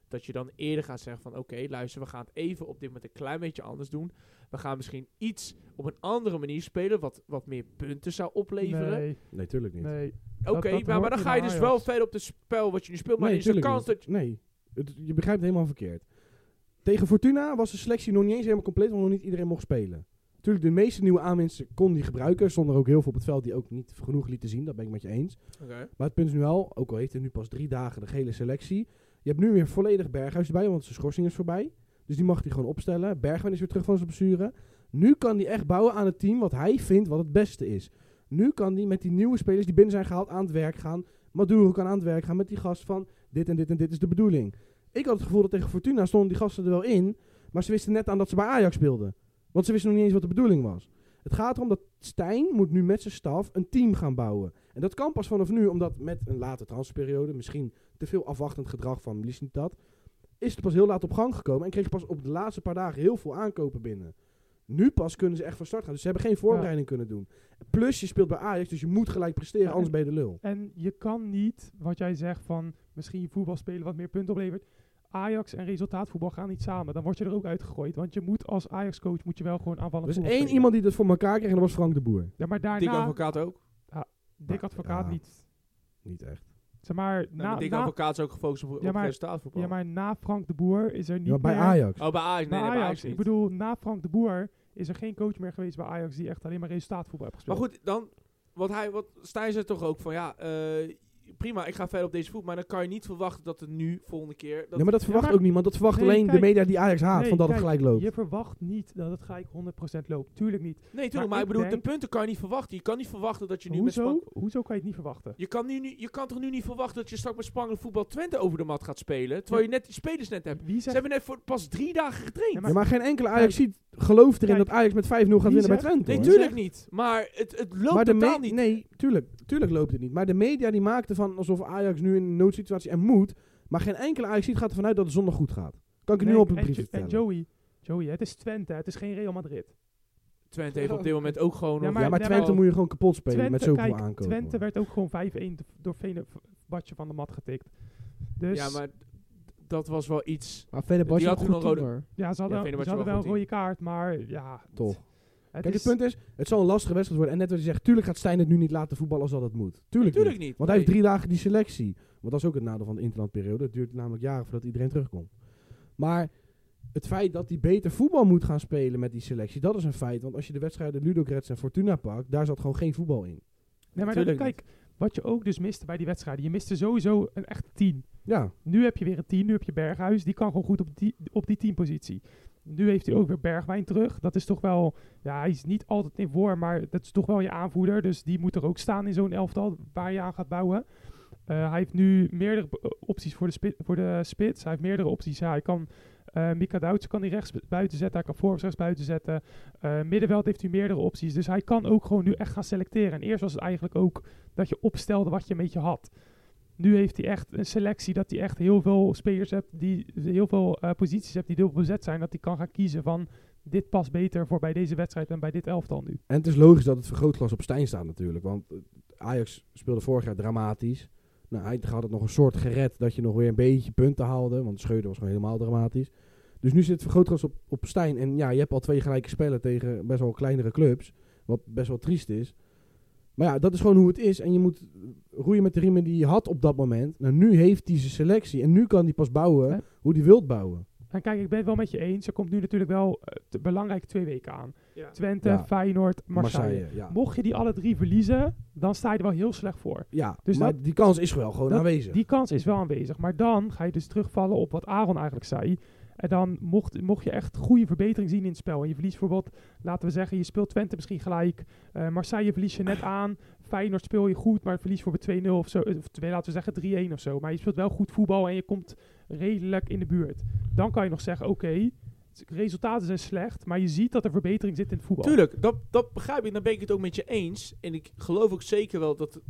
[SPEAKER 1] Dat je dan eerder gaat zeggen van oké, luister, we gaan het even op dit moment een klein beetje anders doen. We gaan misschien iets op een andere manier spelen, wat, wat meer punten zou opleveren.
[SPEAKER 4] Nee,
[SPEAKER 3] Nee, tuurlijk niet.
[SPEAKER 4] nee.
[SPEAKER 1] Oké,
[SPEAKER 4] Dat- dat
[SPEAKER 1] maar, maar
[SPEAKER 4] hoort
[SPEAKER 1] dan
[SPEAKER 4] niet
[SPEAKER 1] ga je
[SPEAKER 4] bij
[SPEAKER 1] dus
[SPEAKER 4] Ajax.
[SPEAKER 1] wel verder op het spel wat je nu speelt. Oh, Maar
[SPEAKER 3] nee,
[SPEAKER 1] is de
[SPEAKER 3] tuurlijk
[SPEAKER 1] kans
[SPEAKER 3] niet.
[SPEAKER 1] dat...
[SPEAKER 3] Nee, Het- je begrijpt het helemaal verkeerd. Tegen Fortuna was de selectie nog niet eens helemaal compleet, want nog niet iedereen mocht spelen. Natuurlijk, de meeste nieuwe aanwinsten kon die gebruiken. Stonden er ook heel veel op het veld die ook niet genoeg lieten zien. Dat ben ik met je eens. Maar het punt is nu al, ook al heeft hij nu pas drie dagen de gele selectie. Je hebt nu weer volledig Berghuis erbij, want zijn schorsing is voorbij. Dus die mag hij gewoon opstellen. Bergwijn is weer terug van zijn blessure. Nu kan hij echt bouwen aan het team wat hij vindt wat het beste is. Nu kan hij met die nieuwe spelers die binnen zijn gehaald aan het werk gaan. Maduro kan aan het werk gaan met die gast van dit en dit en dit is de bedoeling. Ik had het gevoel dat tegen Fortuna stonden die gasten er wel in. Maar ze wisten net aan dat ze bij Ajax speelden. Want ze wisten nog niet eens wat de bedoeling was. Het gaat erom dat Stijn moet nu met zijn staf een team gaan bouwen. En dat kan pas vanaf nu, omdat met een late transferperiode, misschien te veel afwachtend gedrag van dat, is het pas heel laat op gang gekomen en kreeg pas op de laatste paar dagen heel veel aankopen binnen. Nu pas kunnen ze echt van start gaan. Dus ze hebben geen voorbereiding kunnen doen. Plus je speelt bij Ajax, dus je moet gelijk presteren,
[SPEAKER 4] Ja,
[SPEAKER 3] anders
[SPEAKER 4] en-
[SPEAKER 3] ben je de lul.
[SPEAKER 4] En je kan niet, wat jij zegt van misschien voetbal spelen wat meer punten oplevert. Ajax en resultaatvoetbal gaan niet samen. Dan word je er ook uitgegooid. Want je moet als Ajax-coach moet je wel gewoon aanvallen.
[SPEAKER 3] Er is één iemand die dat voor elkaar kreeg en dat was Frank de Boer.
[SPEAKER 4] Ja, maar daarna,
[SPEAKER 1] Dick
[SPEAKER 4] Dik Advocaat,
[SPEAKER 1] Dus Advocaat ook.
[SPEAKER 3] Ja.
[SPEAKER 4] niet.
[SPEAKER 3] Niet echt.
[SPEAKER 4] Zeg maar,
[SPEAKER 1] Nou,
[SPEAKER 4] na,
[SPEAKER 1] Dick
[SPEAKER 4] na-
[SPEAKER 1] Advocaat is ook gefocust op, op
[SPEAKER 4] Ja, maar-
[SPEAKER 1] resultaatvoetbal.
[SPEAKER 4] ja, maar na Frank de Boer is er niet Ah,
[SPEAKER 3] Ja, bij
[SPEAKER 4] meer...
[SPEAKER 3] Ajax.
[SPEAKER 1] Oh, bij Ajax. Nee,
[SPEAKER 4] bij
[SPEAKER 1] nee, bij
[SPEAKER 4] Ajax.
[SPEAKER 1] Ajax
[SPEAKER 4] ik
[SPEAKER 1] niet.
[SPEAKER 4] bedoel, na Frank de Boer is er geen coach meer geweest bij Ajax die echt alleen maar resultaatvoetbal heeft
[SPEAKER 1] Maar
[SPEAKER 4] gespeeld.
[SPEAKER 1] goed, dan... Wat, hij, wat Stijn zei toch ook van ja, eh, prima, ik ga verder op deze voet. Maar dan kan je niet verwachten dat het nu, volgende keer... Dat
[SPEAKER 3] nee, maar dat verwacht
[SPEAKER 4] maar-
[SPEAKER 3] ook niemand. Dat verwacht
[SPEAKER 4] Nee,
[SPEAKER 3] alleen
[SPEAKER 4] kijk.
[SPEAKER 3] de media die Ajax haat,
[SPEAKER 4] Nee,
[SPEAKER 3] van dat het
[SPEAKER 4] kijk,
[SPEAKER 3] gelijk loopt.
[SPEAKER 4] Je verwacht niet dat het gelijk 100% loopt. Tuurlijk niet.
[SPEAKER 1] nee, tuurlijk, maar,
[SPEAKER 4] maar
[SPEAKER 1] ik
[SPEAKER 4] ik
[SPEAKER 1] bedoel,
[SPEAKER 4] denk-
[SPEAKER 1] de punten kan je niet verwachten. Je kan niet verwachten dat je nu met
[SPEAKER 4] Hoezo?
[SPEAKER 1] Spank-
[SPEAKER 4] Hoezo kan je het niet verwachten?
[SPEAKER 1] Je kan, nu, niet- je kan toch nu niet verwachten dat je straks met Spangen voetbal Twente over de mat gaat spelen? Terwijl je net die spelers net hebt.
[SPEAKER 4] Wie
[SPEAKER 1] Ze
[SPEAKER 4] zegt
[SPEAKER 1] hebben net voor pas drie dagen getraind.
[SPEAKER 4] Ja,
[SPEAKER 3] Ja, maar geen enkele
[SPEAKER 4] Kijk.
[SPEAKER 3] Ajax ziet gelooft erin
[SPEAKER 4] Kijk.
[SPEAKER 3] dat Ajax met 5-0 gaat winnen bij
[SPEAKER 4] zegt-
[SPEAKER 3] Twente.
[SPEAKER 1] Nee,
[SPEAKER 3] hoor.
[SPEAKER 1] tuurlijk niet. Maar het, het loopt
[SPEAKER 3] maar de
[SPEAKER 1] totaal
[SPEAKER 3] me-
[SPEAKER 1] niet.
[SPEAKER 3] Nee, tuurlijk, tuurlijk loopt het niet. Maar de media die maakten van alsof Ajax nu in een noodsituatie en moet. Maar geen enkele Ajax ziet gaat ervan uit dat het zondag goed gaat. Kan ik je nu
[SPEAKER 4] Nee,
[SPEAKER 3] op een
[SPEAKER 4] en
[SPEAKER 3] brief
[SPEAKER 4] Jo-
[SPEAKER 3] vertellen.
[SPEAKER 4] En Joey, Joey, het is Twente, het is geen Real Madrid.
[SPEAKER 1] Twente heeft op dit moment ook gewoon...
[SPEAKER 4] Ja,
[SPEAKER 1] nog-
[SPEAKER 4] maar-
[SPEAKER 3] ja, maar
[SPEAKER 4] nee,
[SPEAKER 3] Twente
[SPEAKER 1] maar-
[SPEAKER 3] moet je gewoon kapot spelen
[SPEAKER 4] Twente,
[SPEAKER 3] met zoveel
[SPEAKER 4] kijk,
[SPEAKER 3] aankopen.
[SPEAKER 4] Twente werd ook gewoon 5-1 d- door Badje van de mat getikt. Dus ja,
[SPEAKER 1] ja, maar d- dat was wel iets...
[SPEAKER 2] Maar verder was
[SPEAKER 1] Die
[SPEAKER 2] je
[SPEAKER 1] had
[SPEAKER 2] een
[SPEAKER 1] toen
[SPEAKER 2] goed
[SPEAKER 1] al
[SPEAKER 2] team, hoor.
[SPEAKER 4] ze hadden,
[SPEAKER 1] Fenerbahce
[SPEAKER 4] ze hadden
[SPEAKER 1] wel
[SPEAKER 4] wel een
[SPEAKER 1] goed
[SPEAKER 4] rode kaart, maar ja. het-
[SPEAKER 3] Toch.
[SPEAKER 4] Het
[SPEAKER 3] Kijk,
[SPEAKER 4] is,
[SPEAKER 3] het punt is, het zal een lastige wedstrijd worden. En net wat je zegt, tuurlijk gaat Stijn het nu niet laten voetballen als dat het moet. Tuurlijk,
[SPEAKER 1] Natuurlijk
[SPEAKER 3] niet.
[SPEAKER 1] niet.
[SPEAKER 3] Want hij heeft
[SPEAKER 1] nee.
[SPEAKER 3] drie dagen die selectie. Want dat is ook het nadeel van de interlandperiode. Het duurt namelijk jaren voordat iedereen terugkomt. Maar het feit dat hij beter voetbal moet gaan spelen met die selectie, dat is een feit. Want als je de wedstrijden Ludogorets en Fortuna pakt, daar zat gewoon geen voetbal in.
[SPEAKER 4] nee, maar dat-
[SPEAKER 1] Tuurlijk
[SPEAKER 4] kijk, wat je ook dus miste bij die wedstrijden, je miste sowieso een echt 10.
[SPEAKER 3] Ja,
[SPEAKER 4] Nu heb je weer een 10, nu heb je Berghuis, die kan gewoon goed op die, op die 10 positie. Nu heeft hij ook weer Bergwijn terug. Dat is toch wel... Ja, hij is niet altijd in vorm, maar dat is toch wel je aanvoerder. Dus die moet er ook staan in zo'n elftal waar je aan gaat bouwen. Eh, hij heeft nu meerdere eh, opties voor de, spi- voor de spits. Hij heeft meerdere opties. Ja, hij kan... eh Mika Doutsen kan hij rechts buiten zetten. Hij kan voor of rechts buiten zetten. Eh, middenveld heeft hij meerdere opties. Dus hij kan ook gewoon nu echt gaan selecteren. En eerst was het eigenlijk ook dat je opstelde wat je een beetje had. Nu heeft hij echt een selectie dat hij echt heel veel spelers hebt, die heel veel eh, posities hebt die dubbel bezet zijn. Dat hij kan gaan kiezen van dit past beter voor bij deze wedstrijd en bij dit elftal nu.
[SPEAKER 3] En het is logisch dat het vergrootglas op Stijn staat natuurlijk. Want eh, Ajax speelde vorig jaar dramatisch. Nou, hij had het nog een soort gered dat je nog weer een beetje punten haalde. Want Schreuder was gewoon helemaal dramatisch. Dus nu zit het vergrootglas op, op Stijn. En ja, je hebt al twee gelijke spellen tegen best wel kleinere clubs. Wat best wel triest is. Maar ja, dat is gewoon hoe het is. En je moet roeien met de riemen die je had op dat moment. Nou, nu heeft hij zijn selectie. En nu kan hij pas bouwen
[SPEAKER 4] Hè?
[SPEAKER 3] hoe hij wilt bouwen.
[SPEAKER 4] En kijk, ik ben het wel met je eens. Er komt nu natuurlijk wel eh, te- belangrijke twee weken aan.
[SPEAKER 1] Ja.
[SPEAKER 4] Twente,
[SPEAKER 3] Ja.
[SPEAKER 4] Feyenoord, Marseille.
[SPEAKER 3] ja.
[SPEAKER 4] Mocht je die alle drie verliezen, dan sta je er wel heel slecht voor.
[SPEAKER 3] ja
[SPEAKER 4] Dus
[SPEAKER 3] maar
[SPEAKER 4] dat-
[SPEAKER 3] die kans is wel gewoon
[SPEAKER 4] dat-
[SPEAKER 3] aanwezig.
[SPEAKER 4] Die kans is wel aanwezig. Maar dan ga je dus terugvallen op wat Aaron eigenlijk zei. En dan mocht, mocht je echt goede verbetering zien in het spel. En je verliest bijvoorbeeld, laten we zeggen, je speelt Twente misschien gelijk. Eh, Marseille verlies je net aan. Feyenoord speel je goed, maar het verlies voor bij 2-0 of zo. eh, Of twee, laten we zeggen 3-1 of zo. Maar je speelt wel goed voetbal en je komt redelijk in de buurt. Dan kan je nog zeggen, oké, het- resultaten zijn slecht. Maar je ziet dat er verbetering zit in het voetbal.
[SPEAKER 1] Tuurlijk, dat, dat begrijp ik. Dan ben ik het ook met je eens. En ik geloof ook zeker wel dat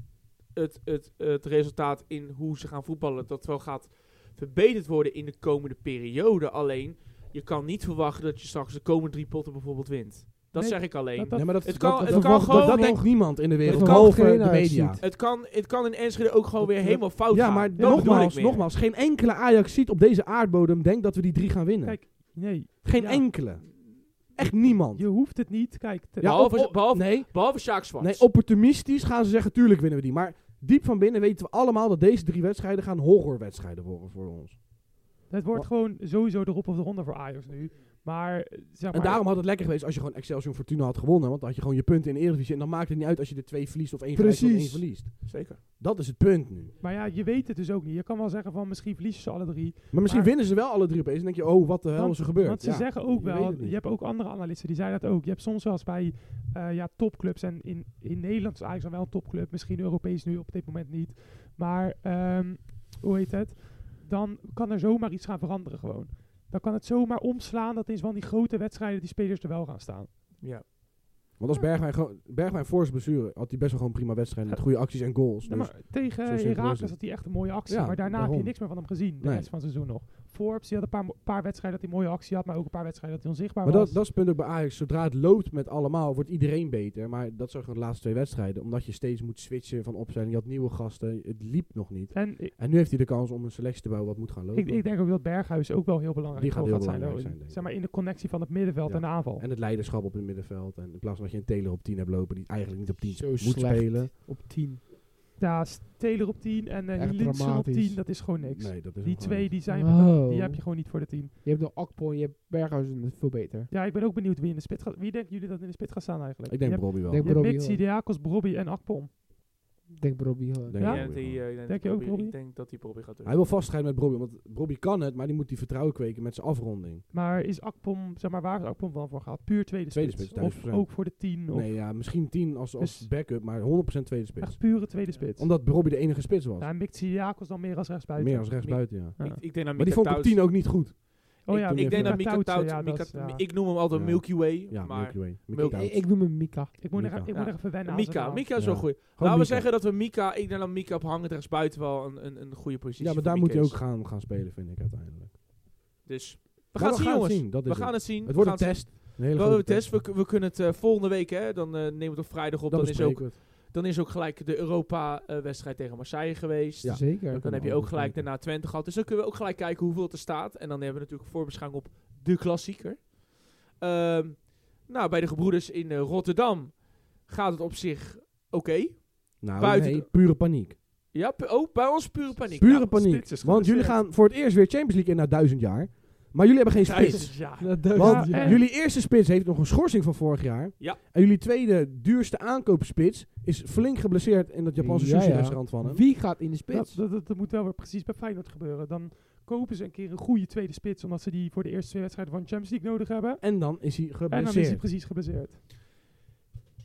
[SPEAKER 1] het, het, het resultaat in hoe ze gaan voetballen, dat wel gaat verbeterd worden in de komende periode. Alleen, je kan niet verwachten dat je straks de komende drie potten bijvoorbeeld wint. Dat
[SPEAKER 4] Nee,
[SPEAKER 1] zeg ik alleen.
[SPEAKER 4] dat-
[SPEAKER 3] Nee, maar dat,
[SPEAKER 1] Het
[SPEAKER 3] dat-
[SPEAKER 1] kan-
[SPEAKER 3] dat
[SPEAKER 1] het eh, kan
[SPEAKER 3] verwacht- dat-
[SPEAKER 1] gewoon-
[SPEAKER 3] dat denkt niemand in de wereld.
[SPEAKER 2] verwacht
[SPEAKER 3] Behalve
[SPEAKER 2] geen
[SPEAKER 3] de
[SPEAKER 2] Ajax
[SPEAKER 3] media.
[SPEAKER 2] niet.
[SPEAKER 1] Het, kan, het kan in Enschede ook gewoon weer
[SPEAKER 3] dat-
[SPEAKER 1] helemaal fout
[SPEAKER 3] Ja,
[SPEAKER 1] gaan.
[SPEAKER 3] maar
[SPEAKER 1] Dat bedoel
[SPEAKER 3] nogmaals,
[SPEAKER 1] ik meer.
[SPEAKER 3] nogmaals, geen enkele Ajax ziet op deze aardbodem denkt dat we die drie gaan winnen.
[SPEAKER 4] Kijk, nee,
[SPEAKER 3] geen
[SPEAKER 4] ja.
[SPEAKER 3] enkele. Echt niemand.
[SPEAKER 4] je hoeft het niet. Kijk,
[SPEAKER 3] Ja,
[SPEAKER 4] te-
[SPEAKER 1] behalve,
[SPEAKER 3] op- op-
[SPEAKER 1] behalve,
[SPEAKER 3] nee,
[SPEAKER 1] behalve Sjaak Zwart.
[SPEAKER 3] nee, opportunistisch gaan ze zeggen, tuurlijk winnen we die. Maar diep van binnen weten we allemaal dat deze drie wedstrijden gaan horrorwedstrijden worden voor ons.
[SPEAKER 4] Het wordt gewoon sowieso erop of eronder voor Ajax nu. Maar eh, zeg maar.
[SPEAKER 3] En daarom had het lekker geweest als je gewoon Excelsior Fortuna had gewonnen. Want dan had je gewoon je punten in de Eredivisie. En dan maakt het niet uit als je de twee verliest of één gelijk of één
[SPEAKER 2] Precies.
[SPEAKER 3] verliest.
[SPEAKER 1] Zeker.
[SPEAKER 3] Dat is het punt nu.
[SPEAKER 4] Maar ja, je weet het dus ook niet. Je kan wel zeggen van misschien verliezen ze alle drie.
[SPEAKER 3] Maar misschien
[SPEAKER 4] Maar-
[SPEAKER 3] winnen ze wel alle drie opeens. En denk je, oh, wat de hel
[SPEAKER 4] Want-
[SPEAKER 3] is er gebeurd?
[SPEAKER 4] Want ze
[SPEAKER 3] Ja,
[SPEAKER 4] zeggen ook
[SPEAKER 3] je weet
[SPEAKER 4] wel,
[SPEAKER 3] het niet.
[SPEAKER 4] je hebt ook andere analisten die zeiden dat ook. Je hebt soms wel eens bij eh, ja, topclubs en in, in Nederland is Ajax dan wel een topclub. Misschien Europees nu op dit moment niet. Maar ehm, hoe heet het? Dan kan er zomaar iets gaan veranderen gewoon. Dan kan het zomaar omslaan dat in van die grote wedstrijden die spelers er wel gaan staan.
[SPEAKER 1] Ja.
[SPEAKER 3] Want als Bergwijn, gewoon- Bergwijn voor zijn blessure had hij best wel gewoon prima wedstrijden met goede acties en goals.
[SPEAKER 4] Ja,
[SPEAKER 3] Dus
[SPEAKER 4] maar tegen
[SPEAKER 3] zo simpel is
[SPEAKER 4] Herakles
[SPEAKER 3] het.
[SPEAKER 4] had hij echt een mooie actie.
[SPEAKER 3] Ja,
[SPEAKER 4] maar daarna heb
[SPEAKER 3] daarom.
[SPEAKER 4] je niks meer van hem gezien. De
[SPEAKER 3] Nee.
[SPEAKER 4] rest van het seizoen nog. Forbes die had een paar, mo- paar wedstrijden dat hij een mooie actie had. Maar ook een paar wedstrijden dat hij onzichtbaar
[SPEAKER 3] maar
[SPEAKER 4] was.
[SPEAKER 3] dat, dat is het punt ook bij Ajax. Zodra het loopt met allemaal, wordt iedereen beter. Maar dat zijn gewoon de laatste twee wedstrijden. Omdat je steeds moet switchen van opstelling. Je had nieuwe gasten. Het liep nog niet.
[SPEAKER 4] en ik,
[SPEAKER 3] En nu heeft hij de kans om een selectie te bouwen wat moet gaan lopen.
[SPEAKER 4] ik, ik denk ook dat Berghuis ook wel heel belangrijk
[SPEAKER 3] Die gaat
[SPEAKER 4] voor
[SPEAKER 3] heel
[SPEAKER 4] zijn.
[SPEAKER 3] belangrijk
[SPEAKER 4] hoor.
[SPEAKER 3] zijn, denk ik.
[SPEAKER 4] zeg maar in de connectie van het middenveld
[SPEAKER 3] Ja.
[SPEAKER 4] en de aanval.
[SPEAKER 3] en het leiderschap op het middenveld. En in plaats van dat je een teler op 10 hebt lopen die eigenlijk niet op 10
[SPEAKER 2] Zo
[SPEAKER 3] moet
[SPEAKER 2] slecht.
[SPEAKER 3] spelen.
[SPEAKER 2] Op 10.
[SPEAKER 4] ja, Taylor op 10 en eh
[SPEAKER 2] Echt
[SPEAKER 4] Linsen op
[SPEAKER 2] dramatisch.
[SPEAKER 4] 10. Dat is gewoon niks.
[SPEAKER 3] Nee, dat is
[SPEAKER 4] die
[SPEAKER 3] hem gewoon
[SPEAKER 4] twee
[SPEAKER 3] niet.
[SPEAKER 4] die zijn,
[SPEAKER 2] Wow.
[SPEAKER 4] die heb je gewoon niet voor de 10.
[SPEAKER 2] Je hebt nog Akpo en je hebt Berghuis en dat is veel beter.
[SPEAKER 4] Ja, ik ben ook benieuwd wie in de spit gaat. Wie denken jullie dat in de spit gaat staan eigenlijk?
[SPEAKER 3] Ik denk
[SPEAKER 4] je hebt,
[SPEAKER 3] Robbie wel.
[SPEAKER 2] denk
[SPEAKER 4] je hebt
[SPEAKER 2] Brobbey
[SPEAKER 4] Mixi,
[SPEAKER 2] wel.
[SPEAKER 4] Diakos, Brobby en Akpom.
[SPEAKER 2] Ik denk Robbie Hall.
[SPEAKER 3] Denk
[SPEAKER 4] Ja?
[SPEAKER 1] Ik denk dat
[SPEAKER 3] Robbie
[SPEAKER 1] die,
[SPEAKER 3] wel.
[SPEAKER 1] eh, ik denk dat
[SPEAKER 4] Denk je ook,
[SPEAKER 1] Robbie-
[SPEAKER 4] Robbie?
[SPEAKER 1] Ik denk dat die Bobby gaat doen.
[SPEAKER 3] Hij wil vastscheiden met Robbie. Want Robbie kan het, maar die moet die vertrouwen kweken met zijn afronding.
[SPEAKER 4] Maar is Akpom, zeg maar, waar is Akpom dan voor gehaald? Puur tweede,
[SPEAKER 3] Tweede spits,
[SPEAKER 4] Of
[SPEAKER 3] 1000%.
[SPEAKER 4] ook voor de 10. Of
[SPEAKER 3] Nee, ja, misschien 10 als, als
[SPEAKER 4] Dus-
[SPEAKER 3] backup, maar 100% tweede spits.
[SPEAKER 4] echt pure tweede spits.
[SPEAKER 3] Omdat Robbie de enige spits was.
[SPEAKER 4] Ja, en mikt Siakos dan meer als rechtsbuiten.
[SPEAKER 3] Meer als rechtsbuiten, ja.
[SPEAKER 4] Ja.
[SPEAKER 1] Ik, ik denk dat
[SPEAKER 3] Maar die
[SPEAKER 1] Mika
[SPEAKER 3] vond ik op
[SPEAKER 1] Tauss-
[SPEAKER 3] 10 ook niet goed.
[SPEAKER 4] Oh ja,
[SPEAKER 1] ik,
[SPEAKER 3] toen
[SPEAKER 1] ik denk
[SPEAKER 3] even-
[SPEAKER 1] dat Mika
[SPEAKER 4] Tautse,
[SPEAKER 1] Tautse,
[SPEAKER 4] ja,
[SPEAKER 1] Mika-
[SPEAKER 4] dat is, ja.
[SPEAKER 1] ik noem hem altijd
[SPEAKER 3] Ja.
[SPEAKER 1] Milky Way,
[SPEAKER 3] Ja,
[SPEAKER 1] maar
[SPEAKER 3] Milky Way.
[SPEAKER 1] Milky-
[SPEAKER 3] Milky
[SPEAKER 2] Ik,
[SPEAKER 3] Way.
[SPEAKER 2] ik noem hem Mika.
[SPEAKER 4] Ik moet, nog,
[SPEAKER 3] Mika.
[SPEAKER 4] ik moet
[SPEAKER 1] Ja.
[SPEAKER 4] nog even wennen aan zijn
[SPEAKER 1] Mika,
[SPEAKER 4] naam.
[SPEAKER 1] Mika is wel
[SPEAKER 3] Ja.
[SPEAKER 1] goed.
[SPEAKER 3] Gewoon
[SPEAKER 1] Laten we
[SPEAKER 3] Mika.
[SPEAKER 1] zeggen dat we Mika, ik denk dat Mika op hangend rechtsbuiten wel een, een, een goede positie
[SPEAKER 3] Ja, maar
[SPEAKER 1] voor
[SPEAKER 3] daar
[SPEAKER 1] Mika
[SPEAKER 3] moet hij
[SPEAKER 1] is.
[SPEAKER 3] ook gaan, gaan spelen, vind ik uiteindelijk.
[SPEAKER 1] Dus we
[SPEAKER 3] Maar
[SPEAKER 1] gaan het zien, jongens.
[SPEAKER 3] zien, dat is
[SPEAKER 1] We gaan het zien.
[SPEAKER 3] Het wordt
[SPEAKER 1] we
[SPEAKER 3] een
[SPEAKER 1] gaan
[SPEAKER 3] test. Een
[SPEAKER 1] zien.
[SPEAKER 3] hele
[SPEAKER 1] We hebben
[SPEAKER 3] grote
[SPEAKER 1] een test. We, we kunnen het eh, volgende week, hè, dan eh nemen we het op vrijdag op.
[SPEAKER 3] Dat
[SPEAKER 1] Dan is,
[SPEAKER 3] bespreken
[SPEAKER 1] ook,
[SPEAKER 3] we het.
[SPEAKER 1] dan is ook gelijk de Europa-wedstrijd tegen Marseille geweest. Dus
[SPEAKER 3] Ja.
[SPEAKER 2] Zeker.
[SPEAKER 3] Oké.
[SPEAKER 1] Dan heb je
[SPEAKER 3] Allemaal
[SPEAKER 1] ook gelijk
[SPEAKER 3] bespreken.
[SPEAKER 1] daarna Twente gehad. Dus dan kunnen we ook gelijk kijken hoeveel het er staat. En dan hebben we natuurlijk voorbeschouwing op de klassieker. Ehm, nou, bij de gebroeders in eh, Rotterdam gaat het op zich oké.
[SPEAKER 3] Nou,
[SPEAKER 1] buiten
[SPEAKER 3] nee, pure paniek.
[SPEAKER 1] Ja, pu- oh, bij ons pure paniek.
[SPEAKER 3] Pure
[SPEAKER 1] Nou,
[SPEAKER 3] paniek.
[SPEAKER 4] spits is
[SPEAKER 3] Want jullie
[SPEAKER 4] geblesseerd.
[SPEAKER 3] gaan voor het eerst weer Champions League in na duizend jaar. Maar jullie hebben geen spits.
[SPEAKER 1] Jezus, ja.
[SPEAKER 2] Dat duizend
[SPEAKER 3] Want
[SPEAKER 2] jaar.
[SPEAKER 4] echt.
[SPEAKER 3] jullie eerste spits heeft nog een schorsing van vorig jaar.
[SPEAKER 1] Ja.
[SPEAKER 3] En jullie tweede duurste aankoopspits is flink geblesseerd in dat Japanse
[SPEAKER 2] Ja, ja.
[SPEAKER 3] sushi-restaurant van hem.
[SPEAKER 2] Wie gaat in de
[SPEAKER 4] Dat,
[SPEAKER 2] spits?
[SPEAKER 4] dat, dat- dat moet wel weer precies bij Feyenoord gebeuren. Dan kopen ze een keer een goede tweede spits, omdat ze die voor de eerste twee wedstrijden van de Champions League nodig hebben.
[SPEAKER 3] En dan is hij
[SPEAKER 4] En dan is hij
[SPEAKER 3] geblesseerd.
[SPEAKER 4] precies geblesseerd.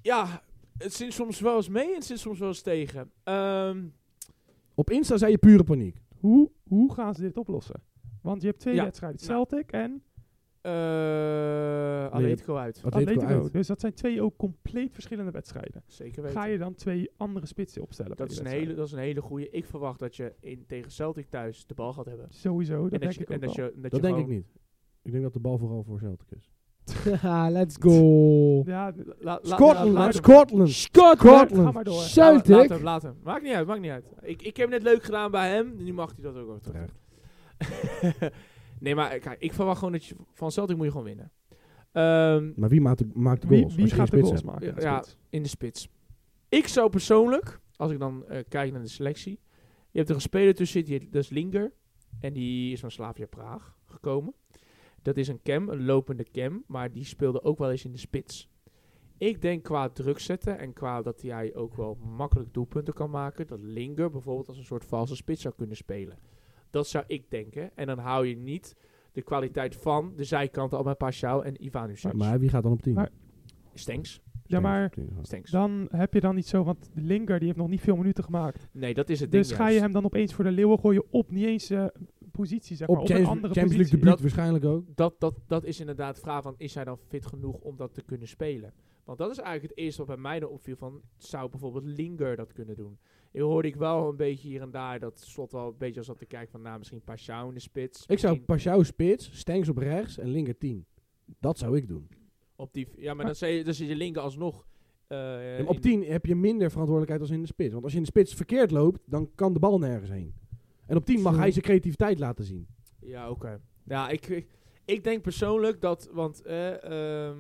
[SPEAKER 1] Ja, het zit soms wel eens mee en het zit soms wel eens tegen. Ehm,
[SPEAKER 3] Op Insta zei je pure paniek.
[SPEAKER 4] Hoe, hoe gaan ze dit oplossen? Want je hebt twee
[SPEAKER 1] Ja.
[SPEAKER 4] wedstrijden, Celtic en
[SPEAKER 1] eh Atletico uit.
[SPEAKER 3] Atletico uit.
[SPEAKER 4] Dus dat zijn twee ook compleet verschillende wedstrijden.
[SPEAKER 1] Zeker weten.
[SPEAKER 4] Ga je dan twee andere spitsen opstellen? bij
[SPEAKER 1] dat, is
[SPEAKER 4] die
[SPEAKER 1] een hele,
[SPEAKER 4] wedstrijd?
[SPEAKER 1] dat is een hele goede. Ik verwacht dat je in, tegen Celtic thuis de bal gaat hebben.
[SPEAKER 4] Sowieso, dat
[SPEAKER 1] en
[SPEAKER 4] denk
[SPEAKER 1] dat je,
[SPEAKER 4] ik
[SPEAKER 1] en
[SPEAKER 4] ook
[SPEAKER 1] dat
[SPEAKER 4] wel.
[SPEAKER 1] je, dat
[SPEAKER 3] Dat
[SPEAKER 1] je
[SPEAKER 3] denk ik
[SPEAKER 1] gewoon-
[SPEAKER 3] niet. Ik denk dat de bal vooral voor Celtic is.
[SPEAKER 2] Haha, Ah, Let's go.
[SPEAKER 4] Ja,
[SPEAKER 1] La- la-
[SPEAKER 2] Scotland,
[SPEAKER 1] la- la-
[SPEAKER 3] Scotland!
[SPEAKER 4] Ja,
[SPEAKER 3] Scotland!
[SPEAKER 4] ga maar door.
[SPEAKER 1] Laat
[SPEAKER 2] Celtic.
[SPEAKER 1] hem, laat hem. Maakt niet uit, maakt niet uit. Ik, ik heb net leuk gedaan bij hem, nu mag hij dat ook over terug. nee, maar kijk, ik verwacht gewoon dat je van Celtic moet je gewoon winnen. Ehm,
[SPEAKER 3] Maar wie maakt de, maakt de
[SPEAKER 4] Wie,
[SPEAKER 3] goals?
[SPEAKER 4] wie
[SPEAKER 3] als je geen
[SPEAKER 4] gaat de
[SPEAKER 3] spits
[SPEAKER 4] goals
[SPEAKER 3] hebt?
[SPEAKER 4] maken?
[SPEAKER 1] Ja, ja.
[SPEAKER 4] in de spits?
[SPEAKER 1] in de spits. Ik zou persoonlijk, als ik dan eh, kijk naar de selectie, je hebt er een speler tussen zitten, die- dat is Linger. En die is van Slavia Praag gekomen. Dat is een cam, een lopende cam, maar die speelde ook wel eens in de spits. Ik denk qua druk zetten en qua dat hij ook wel makkelijk doelpunten kan maken, dat Linger bijvoorbeeld als een soort valse spits zou kunnen spelen. Dat zou ik denken. En dan hou je niet de kwaliteit van de zijkanten al met Pashao en Ivanusic.
[SPEAKER 3] Maar wie gaat dan op 10?
[SPEAKER 4] Maar-
[SPEAKER 1] Stengs.
[SPEAKER 4] Ja, maar
[SPEAKER 1] Stengs.
[SPEAKER 4] dan heb je dan niet zo, want de Linger die heeft nog niet veel minuten gemaakt.
[SPEAKER 1] Nee, dat is het ding.
[SPEAKER 4] Dus ga je
[SPEAKER 1] juist.
[SPEAKER 4] hem dan opeens voor de leeuwen gooien op niet eens eh, positie, zeg maar,
[SPEAKER 3] Op
[SPEAKER 4] op,
[SPEAKER 3] Champions,
[SPEAKER 4] een andere
[SPEAKER 3] Champions League debuut
[SPEAKER 4] positie.
[SPEAKER 1] Dat-
[SPEAKER 3] waarschijnlijk ook.
[SPEAKER 1] dat, dat, dat is inderdaad de vraag van, is hij dan fit genoeg om dat te kunnen spelen? Want dat is eigenlijk het eerste wat bij mij dan opviel van, zou bijvoorbeeld Linger dat kunnen doen? Ik hoorde ik wel een beetje hier en daar, dat slot wel een beetje als dat te kijken van, nou misschien Pashao in de spits.
[SPEAKER 3] Ik zou
[SPEAKER 1] misschien
[SPEAKER 3] Pashao spits, Stengs op rechts en linker 10. Dat zou ik doen.
[SPEAKER 1] op die, Ja, maar dan, zei je, dan zit je Linger alsnog... eh,
[SPEAKER 3] En op
[SPEAKER 1] in-
[SPEAKER 3] 10 heb je minder verantwoordelijkheid dan in de spits. Want als je in de spits verkeerd loopt, dan kan de bal nergens heen. En op 10 mag hij zijn creativiteit laten zien.
[SPEAKER 1] Ja, oké. Ja, ik, ik, ik denk persoonlijk dat, want eh, ehm,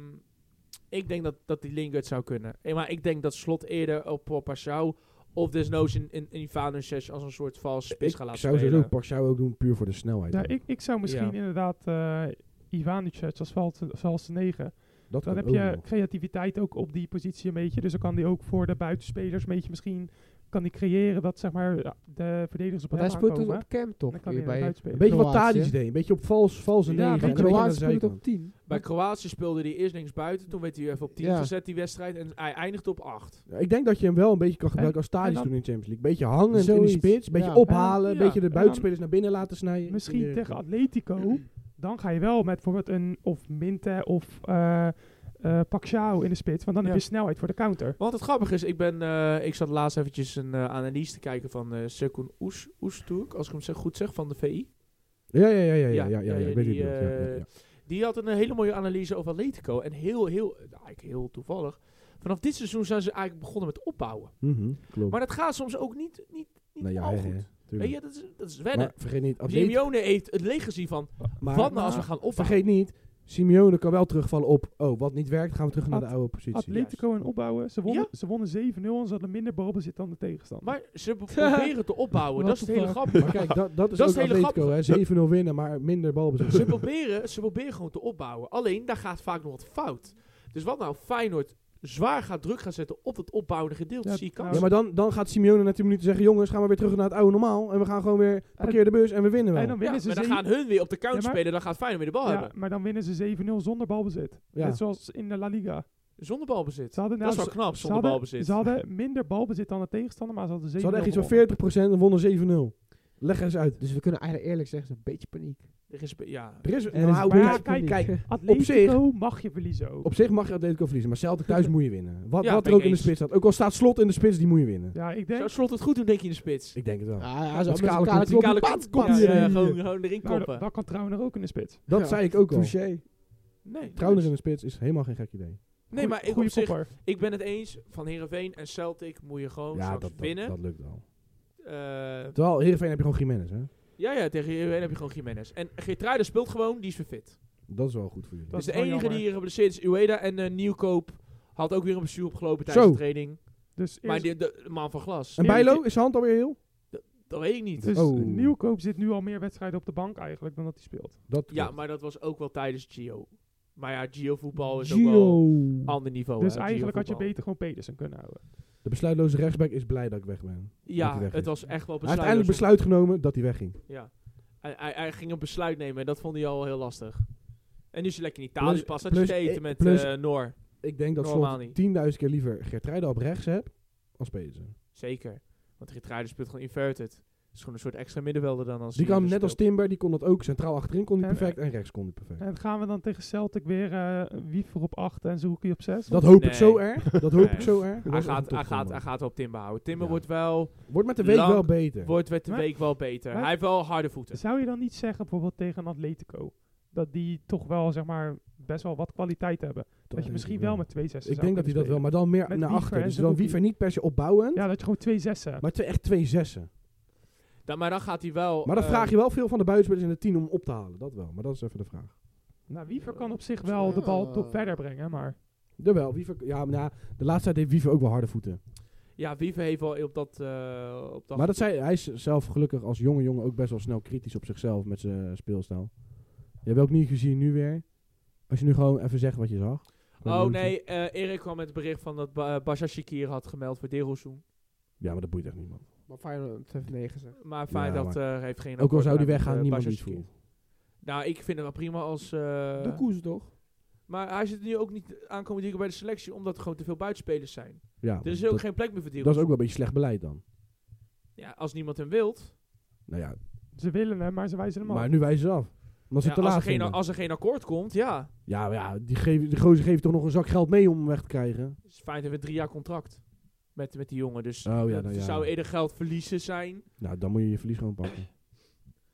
[SPEAKER 1] ik denk dat, dat die Lingard zou kunnen. Eh, Maar ik denk dat Slot eerder op op Pashao of desnoods in, in, in Ivanusic als een soort vals spits
[SPEAKER 3] Ik
[SPEAKER 1] gaat laten
[SPEAKER 3] zou
[SPEAKER 1] spelen.
[SPEAKER 3] sowieso Pashao ook doen, puur voor de snelheid.
[SPEAKER 4] Ja, nou, ik, ik zou misschien
[SPEAKER 1] Ja.
[SPEAKER 4] inderdaad eh Ivanic als valse- valse negen.
[SPEAKER 3] dat
[SPEAKER 4] Dan
[SPEAKER 3] kan
[SPEAKER 4] heb
[SPEAKER 3] ook
[SPEAKER 4] je
[SPEAKER 3] nog.
[SPEAKER 4] creativiteit ook op die positie een beetje. Dus dan kan die ook voor de buitenspelers een beetje misschien... Kan die creëren dat zeg maar ja, de verdedigers op
[SPEAKER 2] Want
[SPEAKER 4] hem
[SPEAKER 2] hij speelt dus
[SPEAKER 4] aankomen.
[SPEAKER 2] op camp
[SPEAKER 4] Dan
[SPEAKER 2] toch?
[SPEAKER 4] kan hij
[SPEAKER 2] Weer
[SPEAKER 4] naar
[SPEAKER 2] bij
[SPEAKER 3] Een
[SPEAKER 4] buitenspelers.
[SPEAKER 3] beetje wat
[SPEAKER 2] Kroatië.
[SPEAKER 3] Tadic deed. Een beetje op vals, valse
[SPEAKER 4] Ja,
[SPEAKER 3] negen.
[SPEAKER 4] een
[SPEAKER 3] en
[SPEAKER 4] beetje
[SPEAKER 3] een
[SPEAKER 2] Kroatië
[SPEAKER 3] aan de
[SPEAKER 2] speelt
[SPEAKER 3] zijkant.
[SPEAKER 2] op 10.
[SPEAKER 1] Bij Kroatië speelde hij eerst links buiten, toen werd hij even op 10
[SPEAKER 2] Ja.
[SPEAKER 1] gezet die wedstrijd en hij eindigt op 8.
[SPEAKER 3] Ja, Ik denk dat je hem wel een beetje kan gebruiken als
[SPEAKER 4] en
[SPEAKER 3] Tadic
[SPEAKER 4] dan-
[SPEAKER 3] toen in de Champions League. Beetje hangend in de
[SPEAKER 2] Zoiets,
[SPEAKER 3] spits, beetje
[SPEAKER 2] ja.
[SPEAKER 3] ophalen,
[SPEAKER 1] Ja.
[SPEAKER 3] beetje de
[SPEAKER 1] En
[SPEAKER 4] dan-
[SPEAKER 3] buitenspelers naar binnen laten snijden. In
[SPEAKER 4] Misschien
[SPEAKER 3] de-
[SPEAKER 4] tegen Atletico. Dan ga je wel met bijvoorbeeld een of Minte of eh eh, Pacquiao in de spits. Want dan
[SPEAKER 1] Ja.
[SPEAKER 4] heb je snelheid voor de counter.
[SPEAKER 1] Want het grappige is, ik, ben, eh, ik zat laatst eventjes een eh, analyse te kijken van eh Sekun Oes- Oesturk, als ik hem zeg, goed zeg, van de VI.
[SPEAKER 3] Ja, ja, ja, ja,
[SPEAKER 1] Ja,
[SPEAKER 3] ja, ja, ja,
[SPEAKER 1] ja,
[SPEAKER 3] ja, ik weet
[SPEAKER 1] die,
[SPEAKER 3] niet. wat je bedoelt, ja, ja,
[SPEAKER 1] eh,
[SPEAKER 3] ja.
[SPEAKER 1] Die had een hele mooie analyse over Atletico. En heel, heel, nou, eigenlijk heel toevallig. Vanaf dit seizoen zijn ze eigenlijk begonnen met opbouwen.
[SPEAKER 3] Mhm, Klopt.
[SPEAKER 1] Maar dat gaat soms ook niet, niet, niet
[SPEAKER 3] Nou ja,
[SPEAKER 1] al
[SPEAKER 3] hè,
[SPEAKER 1] goed.
[SPEAKER 3] hè,
[SPEAKER 1] Weet
[SPEAKER 3] tuurlijk.
[SPEAKER 1] je, dat is, dat is wennen. Dus
[SPEAKER 3] Maar vergeet niet, Atletico,
[SPEAKER 1] Simeone heeft het legacy van,
[SPEAKER 3] maar,
[SPEAKER 1] wat nou als we gaan opbouwen?
[SPEAKER 3] vergeet niet, Simeone kan wel terugvallen op, oh, wat niet werkt, gaan we terug naar de oude positie.
[SPEAKER 4] Atletico en opbouwen. Ze wonnen,
[SPEAKER 1] Ja.
[SPEAKER 4] ze wonnen 7-0 en ze hadden minder balbezit dan de tegenstander.
[SPEAKER 1] Maar ze be- proberen te opbouwen. dat is het
[SPEAKER 2] What the
[SPEAKER 1] hele
[SPEAKER 2] fuck?
[SPEAKER 1] grappige.
[SPEAKER 3] Maar kijk, dat, dat is
[SPEAKER 1] Dat is
[SPEAKER 3] ook
[SPEAKER 1] het hele
[SPEAKER 3] Atletico, hè. 7-0 winnen, maar minder balbezit.
[SPEAKER 1] Ze proberen, ze proberen gewoon te opbouwen. Alleen, daar gaat vaak nog wat fout. Dus wat nou Feyenoord zwaar gaat druk gaan zetten op dat opbouwende gedeelte,
[SPEAKER 4] Ja,
[SPEAKER 1] zie ik
[SPEAKER 4] nou,
[SPEAKER 3] Ja, maar dan, dan gaat Simeone na 10 minuten zeggen, jongens, gaan we weer terug naar het oude normaal. En we gaan gewoon weer, parkeer de bus en we winnen wel.
[SPEAKER 4] en dan winnen ze
[SPEAKER 1] maar dan
[SPEAKER 4] zeven-
[SPEAKER 1] gaan hun weer op de counter
[SPEAKER 4] Ja, maar-
[SPEAKER 1] spelen. Dan gaat Feyenoord weer de bal
[SPEAKER 4] ja,
[SPEAKER 1] hebben.
[SPEAKER 4] maar dan winnen ze 7-0 zonder balbezit.
[SPEAKER 3] Ja.
[SPEAKER 4] Net zoals in de La Liga.
[SPEAKER 1] Zonder balbezit.
[SPEAKER 4] Ze hadden,
[SPEAKER 1] Dat is
[SPEAKER 4] nou,
[SPEAKER 1] wel knap,
[SPEAKER 4] ze-
[SPEAKER 1] zonder
[SPEAKER 4] ze hadden-
[SPEAKER 1] balbezit.
[SPEAKER 4] Ze hadden minder balbezit dan de tegenstander, maar ze hadden 7-0
[SPEAKER 3] Ze hadden echt iets
[SPEAKER 4] gewonnen.
[SPEAKER 3] van 40% en wonnen 7-0. Leg er eens uit.
[SPEAKER 2] Dus we kunnen eigenlijk eerlijk zeggen, een beetje paniek.
[SPEAKER 1] Er is, ja,
[SPEAKER 3] Er is,
[SPEAKER 2] Er is
[SPEAKER 3] nou, kijk,
[SPEAKER 2] een beetje
[SPEAKER 3] kijk,
[SPEAKER 2] paniek.
[SPEAKER 3] kijk,
[SPEAKER 4] Atletico
[SPEAKER 3] Op zich-
[SPEAKER 4] mag je verliezen ook.
[SPEAKER 3] op zich mag je Atletico verliezen, maar Celtic thuis moet je winnen. Wat,
[SPEAKER 1] Ja,
[SPEAKER 3] wat
[SPEAKER 1] ben
[SPEAKER 3] er
[SPEAKER 1] ik
[SPEAKER 3] ook in de
[SPEAKER 1] eens.
[SPEAKER 3] spits staat. Ook al staat Slot in de spits, die moet je winnen.
[SPEAKER 4] Ja, ik
[SPEAKER 1] Zou
[SPEAKER 4] denk...
[SPEAKER 1] Slot het goed doen, denk je, in de spits?
[SPEAKER 3] Ik denk het wel.
[SPEAKER 2] Ah,
[SPEAKER 3] dat
[SPEAKER 2] hij zou
[SPEAKER 3] is kale
[SPEAKER 2] met
[SPEAKER 3] koets.
[SPEAKER 2] zijn
[SPEAKER 1] Kale
[SPEAKER 2] kale
[SPEAKER 1] kont-
[SPEAKER 2] kont-
[SPEAKER 1] Ja,
[SPEAKER 2] kop-
[SPEAKER 1] ja,
[SPEAKER 2] hier.
[SPEAKER 1] gewoon, gewoon erin
[SPEAKER 4] Nou, dat,
[SPEAKER 1] koppen.
[SPEAKER 4] dat kan trouwens ook in de spits.
[SPEAKER 3] Dat
[SPEAKER 2] Ja.
[SPEAKER 3] zei ik ook al.
[SPEAKER 2] Touché.
[SPEAKER 1] Nee,
[SPEAKER 3] Trouwens in de spits is helemaal geen gek idee.
[SPEAKER 1] nee maar ik, op
[SPEAKER 4] Goeie
[SPEAKER 1] zich,
[SPEAKER 4] kopper.
[SPEAKER 1] ik ben het eens. Van Heerenveen en Celtic moet je gewoon
[SPEAKER 3] ja,
[SPEAKER 1] Oh, straks
[SPEAKER 3] dat, dat,
[SPEAKER 1] winnen.
[SPEAKER 3] dat lukt wel.
[SPEAKER 1] Eh,
[SPEAKER 3] Terwijl Heerenveen heb je gewoon Jiménez, hè.
[SPEAKER 1] ja, ja, tegen Heerenveen heb je gewoon Jiménez. En Geertruiden speelt gewoon, die is weer fit.
[SPEAKER 3] Dat is wel goed voor jullie.
[SPEAKER 4] Dat
[SPEAKER 1] Dus
[SPEAKER 4] is
[SPEAKER 1] de
[SPEAKER 4] wel
[SPEAKER 1] enige
[SPEAKER 4] jammer.
[SPEAKER 1] die hier geblesseerd is Ueda. En eh, Nieuwkoop had ook weer een blessure opgelopen tijdens
[SPEAKER 3] Zo.
[SPEAKER 1] de training.
[SPEAKER 4] Dus,
[SPEAKER 1] Maar
[SPEAKER 4] eerst-
[SPEAKER 1] die, de, de man van glas,
[SPEAKER 3] En Bijlo, is zijn hand alweer heel?
[SPEAKER 1] dat weet ik niet.
[SPEAKER 4] dus
[SPEAKER 3] Oh.
[SPEAKER 4] Nieuwkoop zit nu al meer wedstrijden op de bank eigenlijk dan dat hij speelt.
[SPEAKER 3] Dat
[SPEAKER 1] Ja,
[SPEAKER 3] klopt.
[SPEAKER 1] maar dat was ook wel tijdens Gio. Maar ja, Gio voetbal is ook wel
[SPEAKER 2] Gio.
[SPEAKER 1] ander niveau.
[SPEAKER 4] dus
[SPEAKER 1] hè, Gio
[SPEAKER 4] eigenlijk had je
[SPEAKER 1] voetbal.
[SPEAKER 4] beter gewoon Pedersen kunnen houden.
[SPEAKER 3] De besluitloze rechtsback is blij dat ik weg ben. dat
[SPEAKER 1] Ja,
[SPEAKER 3] hij weg
[SPEAKER 1] het
[SPEAKER 3] is.
[SPEAKER 1] was echt wel
[SPEAKER 3] Hij heeft eindelijk
[SPEAKER 1] besluitloos om-
[SPEAKER 3] besluit genomen dat hij wegging.
[SPEAKER 1] Ja. Hij, hij, hij ging een besluit nemen en dat vond hij al heel lastig. En nu is hij lekker in Italië
[SPEAKER 3] Plus-
[SPEAKER 1] pas uit
[SPEAKER 3] plus-
[SPEAKER 1] te eten met
[SPEAKER 3] plus-
[SPEAKER 1] eh, Noor.
[SPEAKER 3] Ik denk dat
[SPEAKER 1] Normaal
[SPEAKER 3] Slot
[SPEAKER 1] niet.
[SPEAKER 3] 10.000 keer liever Gertruida op rechts heb als Pedersen.
[SPEAKER 1] Zeker. Want Ritruider speelt gewoon inverted. Het is gewoon een soort extra middenvelder dan als hij
[SPEAKER 3] Die
[SPEAKER 1] dus
[SPEAKER 3] kan net
[SPEAKER 1] speelt.
[SPEAKER 3] als Timber, die kon dat ook. Centraal achterin kon hij
[SPEAKER 4] En-
[SPEAKER 3] perfect en rechts kon hij perfect.
[SPEAKER 4] En gaan we dan tegen Celtic weer eh Wiever op 8 en Zoekie op 6?
[SPEAKER 3] Dat hoop
[SPEAKER 1] Nee.
[SPEAKER 3] ik zo erg. Dat hoop
[SPEAKER 1] Nee.
[SPEAKER 3] ik zo erg. Dat
[SPEAKER 1] Hij
[SPEAKER 3] is
[SPEAKER 1] gaat,
[SPEAKER 3] echt een
[SPEAKER 1] hij, gaat,
[SPEAKER 3] topvoetballer.
[SPEAKER 1] hij gaat wel op Timber houden. Timber
[SPEAKER 3] Ja.
[SPEAKER 1] wordt wel...
[SPEAKER 3] Wordt met de week
[SPEAKER 1] lang-
[SPEAKER 3] wel beter.
[SPEAKER 1] Wordt met de
[SPEAKER 4] Maar-
[SPEAKER 1] week wel beter.
[SPEAKER 4] maar-
[SPEAKER 1] Hij heeft wel harde voeten.
[SPEAKER 4] Zou je dan niet zeggen, bijvoorbeeld tegen een Atletico, dat die toch wel, zeg maar, best wel wat kwaliteit hebben? Dat,
[SPEAKER 3] denk
[SPEAKER 4] je
[SPEAKER 3] ik
[SPEAKER 4] misschien
[SPEAKER 3] wel.
[SPEAKER 4] wel met 2-6
[SPEAKER 3] Ik denk dat hij dat wel, maar dan meer naar
[SPEAKER 4] Met Wiever
[SPEAKER 3] achter.
[SPEAKER 4] en
[SPEAKER 3] Dus dan
[SPEAKER 4] Zerouki.
[SPEAKER 3] Wiever niet per se opbouwend,
[SPEAKER 4] Ja, dat je gewoon 2-6 hebt.
[SPEAKER 3] maar twee, echt twee zessen.
[SPEAKER 1] Dan, maar dan gaat hij wel...
[SPEAKER 3] Maar dan
[SPEAKER 1] eh,
[SPEAKER 3] vraag je wel veel van de buitenspelers in de tien om op te halen. Dat wel, maar dat is even de vraag.
[SPEAKER 4] Nou, Wiever kan op zich wel de bal tot verder brengen, maar...
[SPEAKER 3] Jawel, Wiever, ja, maar na- de laatste tijd heeft Wiever ook wel harde voeten.
[SPEAKER 1] Ja, Wiever heeft wel op dat... eh, op dat
[SPEAKER 3] Maar dat zei, hij is zelf gelukkig als jonge jongen ook best wel snel kritisch op zichzelf met zijn speelstijl. Je hebt ook niet gezien nu weer. Als je nu gewoon even zegt wat je zag.
[SPEAKER 1] Oh nee, eh, Erik kwam met het bericht van dat ba Basha Shakir had gemeld voor Derozoen.
[SPEAKER 3] Ja, maar dat boeit echt niemand.
[SPEAKER 2] Maar Feyenoord heeft 9 zeg.
[SPEAKER 1] Maar fijn
[SPEAKER 3] Ja,
[SPEAKER 1] dat eh, heeft geen...
[SPEAKER 3] Ook al
[SPEAKER 1] akkoord
[SPEAKER 3] zou
[SPEAKER 1] bereikt met,
[SPEAKER 3] die weggaan,
[SPEAKER 1] eh,
[SPEAKER 3] niemand
[SPEAKER 1] Basha
[SPEAKER 3] iets
[SPEAKER 1] Shakir.
[SPEAKER 3] voelt.
[SPEAKER 1] Nou, ik vind hem wel prima als... eh,
[SPEAKER 2] de koers toch?
[SPEAKER 1] maar hij zit nu ook niet aankomend weekend bij de selectie, omdat er gewoon te veel buitenspelers zijn.
[SPEAKER 3] Ja,
[SPEAKER 1] Er is ook
[SPEAKER 3] dat,
[SPEAKER 1] geen plek meer voor
[SPEAKER 3] dat is
[SPEAKER 1] Derozoen.
[SPEAKER 3] ook wel een beetje slecht beleid dan.
[SPEAKER 1] Ja, als niemand hem wilt.
[SPEAKER 3] Nou ja,
[SPEAKER 4] Ze willen hem, maar ze wijzen hem af.
[SPEAKER 3] maar nu wijzen ze af. Omdat ze
[SPEAKER 1] Ja,
[SPEAKER 3] te
[SPEAKER 1] als, er
[SPEAKER 3] laat
[SPEAKER 1] geen,
[SPEAKER 3] vinden.
[SPEAKER 1] als er geen akkoord komt, ja.
[SPEAKER 3] Ja, maar ja, die, geven, die gozer geeft toch nog een zak geld mee om hem weg te krijgen.
[SPEAKER 1] Het is fijn dat we drie jaar contract met, met die jongen. Dus
[SPEAKER 3] Oh, ja,
[SPEAKER 1] dat
[SPEAKER 3] nou ja.
[SPEAKER 1] zou eerder geld verliezen zijn.
[SPEAKER 3] Nou, dan moet je je verlies gewoon pakken.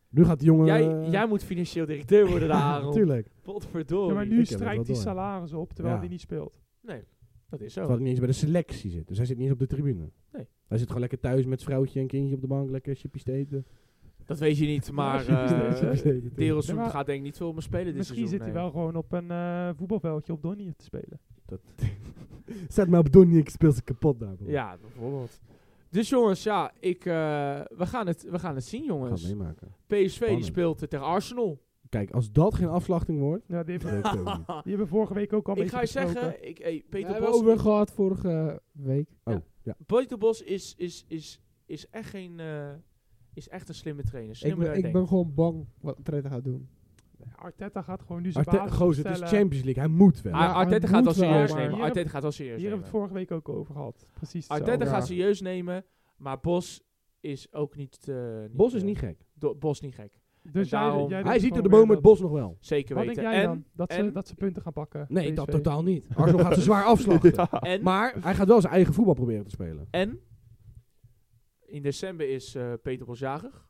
[SPEAKER 3] Nu gaat die jongen...
[SPEAKER 1] jij, jij moet Oh. financieel directeur worden, daar,
[SPEAKER 3] ja,
[SPEAKER 1] Aaron.
[SPEAKER 3] eh, natuurlijk.
[SPEAKER 1] Potverdorie.
[SPEAKER 4] Ja, maar
[SPEAKER 3] Oh, Ik
[SPEAKER 4] nu
[SPEAKER 3] heb het wel
[SPEAKER 4] strijkt hij
[SPEAKER 3] door.
[SPEAKER 4] salaris op, terwijl
[SPEAKER 3] Ja.
[SPEAKER 4] hij niet speelt.
[SPEAKER 1] Nee, dat is
[SPEAKER 3] Terwijl
[SPEAKER 1] zo.
[SPEAKER 3] hij niet eens bij de selectie zit. Dus hij zit niet eens op de tribune.
[SPEAKER 1] Nee.
[SPEAKER 3] Hij zit gewoon lekker thuis met vrouwtje en kindje op de bank. Lekker chippies te eten.
[SPEAKER 1] Dat weet je niet, maar
[SPEAKER 4] Ja, precies.
[SPEAKER 1] eh
[SPEAKER 3] Chippies te eten,
[SPEAKER 1] Deelzoen
[SPEAKER 4] Ja, maar-
[SPEAKER 1] gaat denk ik niet veel meer spelen dit
[SPEAKER 4] Misschien zit
[SPEAKER 1] seizoen,
[SPEAKER 4] hij
[SPEAKER 1] nee.
[SPEAKER 4] wel gewoon op een eh, voetbalveldje op Donnie te spelen.
[SPEAKER 3] natuurlijk. Zet mij op Donnie, ik speel ze kapot daar. bro.
[SPEAKER 1] Ja, bijvoorbeeld. Dus jongens, ja, ik, eh, we, gaan het, we gaan het zien,
[SPEAKER 3] We gaan het
[SPEAKER 1] jongens.
[SPEAKER 3] meemaken.
[SPEAKER 1] PSV die
[SPEAKER 3] Spannend.
[SPEAKER 1] speelt eh, tegen Arsenal.
[SPEAKER 3] Kijk, als dat geen afslachting wordt...
[SPEAKER 4] Ja, die
[SPEAKER 3] dan
[SPEAKER 4] hebben,
[SPEAKER 3] weet ik het ook niet.
[SPEAKER 4] die hebben vorige week ook al een
[SPEAKER 1] Ik ga je
[SPEAKER 4] beetje besproken.
[SPEAKER 1] zeggen, ik, hey,
[SPEAKER 2] Peter
[SPEAKER 1] Peter,
[SPEAKER 2] hebben
[SPEAKER 1] Bos,
[SPEAKER 2] over gehad vorige week.
[SPEAKER 3] Oh, ja.
[SPEAKER 1] Peter Bos is, is, is, is echt geen... eh, is echt een slimme trainer.
[SPEAKER 2] Ik
[SPEAKER 1] Slimmer
[SPEAKER 2] ben,
[SPEAKER 1] dan je
[SPEAKER 2] ik ben gewoon bang wat Trent gaat doen.
[SPEAKER 4] Arteta gaat gewoon nu zijn
[SPEAKER 3] Arte,
[SPEAKER 4] basis
[SPEAKER 3] gozer, het is
[SPEAKER 4] opstellen.
[SPEAKER 3] Champions League. Hij moet wel.
[SPEAKER 1] denkt. Ar-
[SPEAKER 2] Ja,
[SPEAKER 1] Ah, Arteta
[SPEAKER 2] hij
[SPEAKER 1] gaat
[SPEAKER 2] moet
[SPEAKER 1] wel
[SPEAKER 2] wel,
[SPEAKER 1] serieus
[SPEAKER 2] maar-
[SPEAKER 1] nemen.
[SPEAKER 4] Hier heb-
[SPEAKER 1] Arteta gaat wel serieus
[SPEAKER 4] Hier hebben we het
[SPEAKER 1] nemen.
[SPEAKER 4] vorige week ook over gehad. Precies
[SPEAKER 1] Arteta
[SPEAKER 4] hetzelfde.
[SPEAKER 2] Ja.
[SPEAKER 1] gaat serieus nemen, maar Bos is ook niet... eh, niet,
[SPEAKER 3] Bos is
[SPEAKER 1] eh,
[SPEAKER 3] niet gek.
[SPEAKER 1] do- Bos niet gek.
[SPEAKER 4] Dus jij-
[SPEAKER 1] Daarom-
[SPEAKER 4] jij denkt
[SPEAKER 3] Hij ziet
[SPEAKER 4] gewoon
[SPEAKER 3] er de
[SPEAKER 4] weer
[SPEAKER 3] boom met
[SPEAKER 4] dat-
[SPEAKER 3] Bos nog wel.
[SPEAKER 1] Zeker
[SPEAKER 4] Wat
[SPEAKER 1] weten.
[SPEAKER 4] denk jij
[SPEAKER 1] en,
[SPEAKER 4] dan? Dat,
[SPEAKER 1] en-
[SPEAKER 4] ze, dat ze punten gaan pakken?
[SPEAKER 3] Nee,
[SPEAKER 4] PSV.
[SPEAKER 3] dat totaal niet. Arsenal gaat ze zwaar afslachten.
[SPEAKER 1] en,
[SPEAKER 3] Maar hij gaat wel zijn eigen voetbal proberen te spelen.
[SPEAKER 1] En in december is eh, Peter Bos jarig.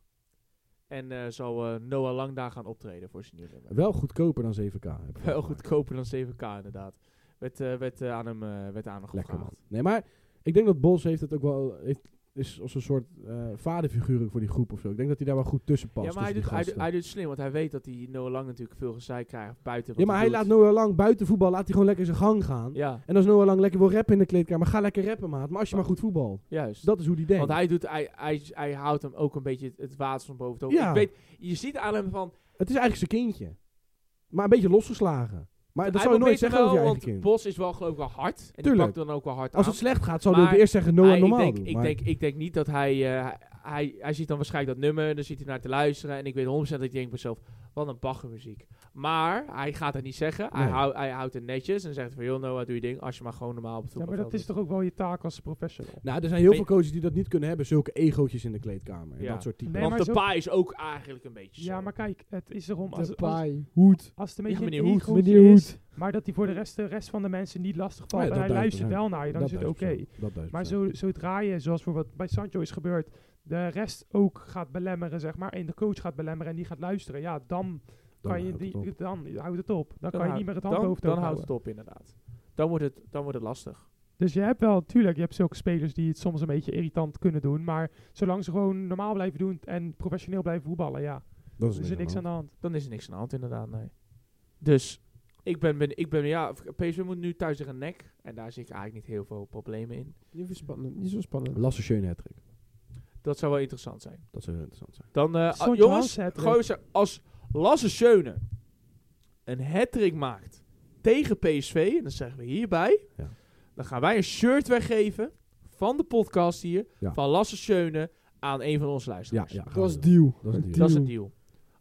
[SPEAKER 1] En eh, zal eh, Noah Lang daar gaan optreden voor zijn nieuwe nummer.
[SPEAKER 3] Wel goedkoper dan 7K. heb ik
[SPEAKER 1] Wel
[SPEAKER 3] gehoord.
[SPEAKER 1] goedkoper dan 7K inderdaad. Werd, eh, werd, eh, aan hem, eh werd aan hem
[SPEAKER 3] Lekker man.
[SPEAKER 1] gevraagd.
[SPEAKER 3] Nee, maar ik denk dat Bos heeft het ook wel... Heeft, is als een soort eh, vaderfiguur ook voor die groep of zo. Ik denk dat hij daar wel goed tussen past.
[SPEAKER 1] Ja, maar hij doet,
[SPEAKER 3] tussen
[SPEAKER 1] hij,
[SPEAKER 3] die
[SPEAKER 1] doet-
[SPEAKER 3] gasten.
[SPEAKER 1] hij doet het slim, want hij weet dat die Noah Lang natuurlijk veel gezeik krijgt buiten wat
[SPEAKER 3] ja, maar hij
[SPEAKER 1] doet.
[SPEAKER 3] laat Noah Lang buiten voetbal, laat hij gewoon lekker zijn gang gaan.
[SPEAKER 1] Ja,
[SPEAKER 3] En als Noah Lang lekker wil rappen in de kleedkamer, ga lekker rappen, maat. Maar als je maar goed voetbal.
[SPEAKER 1] juist.
[SPEAKER 3] Dat is hoe die denkt.
[SPEAKER 1] want hij, doet, hij, hij, hij houdt hem ook een beetje het- het water van boven het hoofd.
[SPEAKER 3] Ja.
[SPEAKER 1] Ik weet, je ziet aan hem van...
[SPEAKER 3] Het is eigenlijk zijn kindje. Maar een beetje losgeslagen. Maar dat
[SPEAKER 1] hij
[SPEAKER 3] zou je nooit
[SPEAKER 1] probeert
[SPEAKER 3] zeggen
[SPEAKER 1] hem
[SPEAKER 3] over je
[SPEAKER 1] wel,
[SPEAKER 3] eigen
[SPEAKER 1] want
[SPEAKER 3] kind.
[SPEAKER 1] Bos is wel geloof ik wel hard. En die
[SPEAKER 3] Tuurlijk.
[SPEAKER 1] pakt dan ook wel hard
[SPEAKER 3] Als
[SPEAKER 1] aan.
[SPEAKER 3] het slecht gaat, zou hij
[SPEAKER 1] Maar
[SPEAKER 3] ook eerst zeggen Noah
[SPEAKER 1] Maar
[SPEAKER 3] normaal
[SPEAKER 1] Ah, ik denk,
[SPEAKER 3] doen.
[SPEAKER 1] ik,
[SPEAKER 3] maar-
[SPEAKER 1] denk, ik denk niet dat hij, eh, hij... Hij ziet dan waarschijnlijk dat nummer, dan zit hij naar te luisteren. En ik weet 100% dat ik denk bij mezelf, wat een baggermuziek. Maar hij gaat het niet zeggen. Hij,
[SPEAKER 3] Nee.
[SPEAKER 1] houdt hij houdt het netjes en zegt van, joh Noah, doe je ding. Als je maar gewoon normaal op het
[SPEAKER 4] Ja, maar
[SPEAKER 1] voetbalveld
[SPEAKER 4] dat is toch ook wel je taak als professional?
[SPEAKER 3] Nou, er zijn heel
[SPEAKER 1] Maar
[SPEAKER 3] veel
[SPEAKER 1] je-
[SPEAKER 3] coaches die dat niet kunnen hebben. Zulke egootjes in de kleedkamer. En
[SPEAKER 1] Ja.
[SPEAKER 3] dat soort typen.
[SPEAKER 4] Nee,
[SPEAKER 1] Want
[SPEAKER 4] maar
[SPEAKER 1] de
[SPEAKER 4] zo-
[SPEAKER 1] pa is ook eigenlijk een beetje zo.
[SPEAKER 4] Ja, maar kijk, het is erom als,
[SPEAKER 2] De
[SPEAKER 4] als,
[SPEAKER 2] paai.
[SPEAKER 3] Hoed.
[SPEAKER 4] als het een beetje
[SPEAKER 1] Ja, meneer
[SPEAKER 4] een
[SPEAKER 1] Hoed,
[SPEAKER 4] egootje
[SPEAKER 2] meneer
[SPEAKER 4] is, maar dat hij voor de rest, de rest van de mensen niet lastig valt
[SPEAKER 3] Ja,
[SPEAKER 4] en
[SPEAKER 3] dat
[SPEAKER 4] hij
[SPEAKER 3] duizend
[SPEAKER 4] luistert
[SPEAKER 3] procent.
[SPEAKER 4] wel naar je, dan
[SPEAKER 3] Dat
[SPEAKER 4] is het oké.
[SPEAKER 3] 1000%. Dat 1000%.
[SPEAKER 4] Maar zo, zodra je, zoals bijvoorbeeld bij Sancho is gebeurd, de rest ook gaat belemmeren, zeg maar, en de coach gaat belemmeren en die gaat luisteren, ja, dan,
[SPEAKER 3] Dan
[SPEAKER 4] kan je
[SPEAKER 3] houdt het
[SPEAKER 4] die,
[SPEAKER 3] op.
[SPEAKER 4] dan houdt het op. Dan, kan je
[SPEAKER 1] hou-
[SPEAKER 4] niet meer het
[SPEAKER 1] dan-
[SPEAKER 4] handboven
[SPEAKER 1] Dan
[SPEAKER 4] houden.
[SPEAKER 1] houdt het op, inderdaad. Dan wordt het, dan wordt het lastig.
[SPEAKER 4] Dus je hebt wel, tuurlijk, je hebt zulke spelers die het soms een beetje irritant kunnen doen, maar zolang ze gewoon normaal blijven doen en professioneel blijven voetballen, ja,
[SPEAKER 3] Dat
[SPEAKER 4] er is niks aan de hand.
[SPEAKER 1] Dan is er niks aan de hand, inderdaad, nee. Dus, ik ben, ben, ik ben ja, PSV moet nu thuis tegen nek. En daar zie ik eigenlijk niet heel veel problemen in.
[SPEAKER 2] Niet, zo spannend, niet zo spannend.
[SPEAKER 3] Lasse Schöne hattrick.
[SPEAKER 1] Dat zou wel interessant zijn.
[SPEAKER 3] Dat zou heel interessant zijn.
[SPEAKER 1] Dan, eh,
[SPEAKER 4] Sontje
[SPEAKER 1] jongens,
[SPEAKER 4] Hansen hat-trick.
[SPEAKER 1] gozer, als Lasse Schöne een hat maakt tegen PSV, en dat zeggen we hierbij,
[SPEAKER 3] Ja.
[SPEAKER 1] dan gaan wij een shirt weggeven van de podcast hier,
[SPEAKER 3] Ja.
[SPEAKER 1] van Lasse Schöne aan een van onze
[SPEAKER 3] Ja,
[SPEAKER 1] luisteraars.
[SPEAKER 3] ja.
[SPEAKER 2] Dat
[SPEAKER 3] gaan we
[SPEAKER 2] was
[SPEAKER 3] doen. Dat
[SPEAKER 2] deal.
[SPEAKER 3] is een deal.
[SPEAKER 2] Mm.
[SPEAKER 1] Dat is een deal.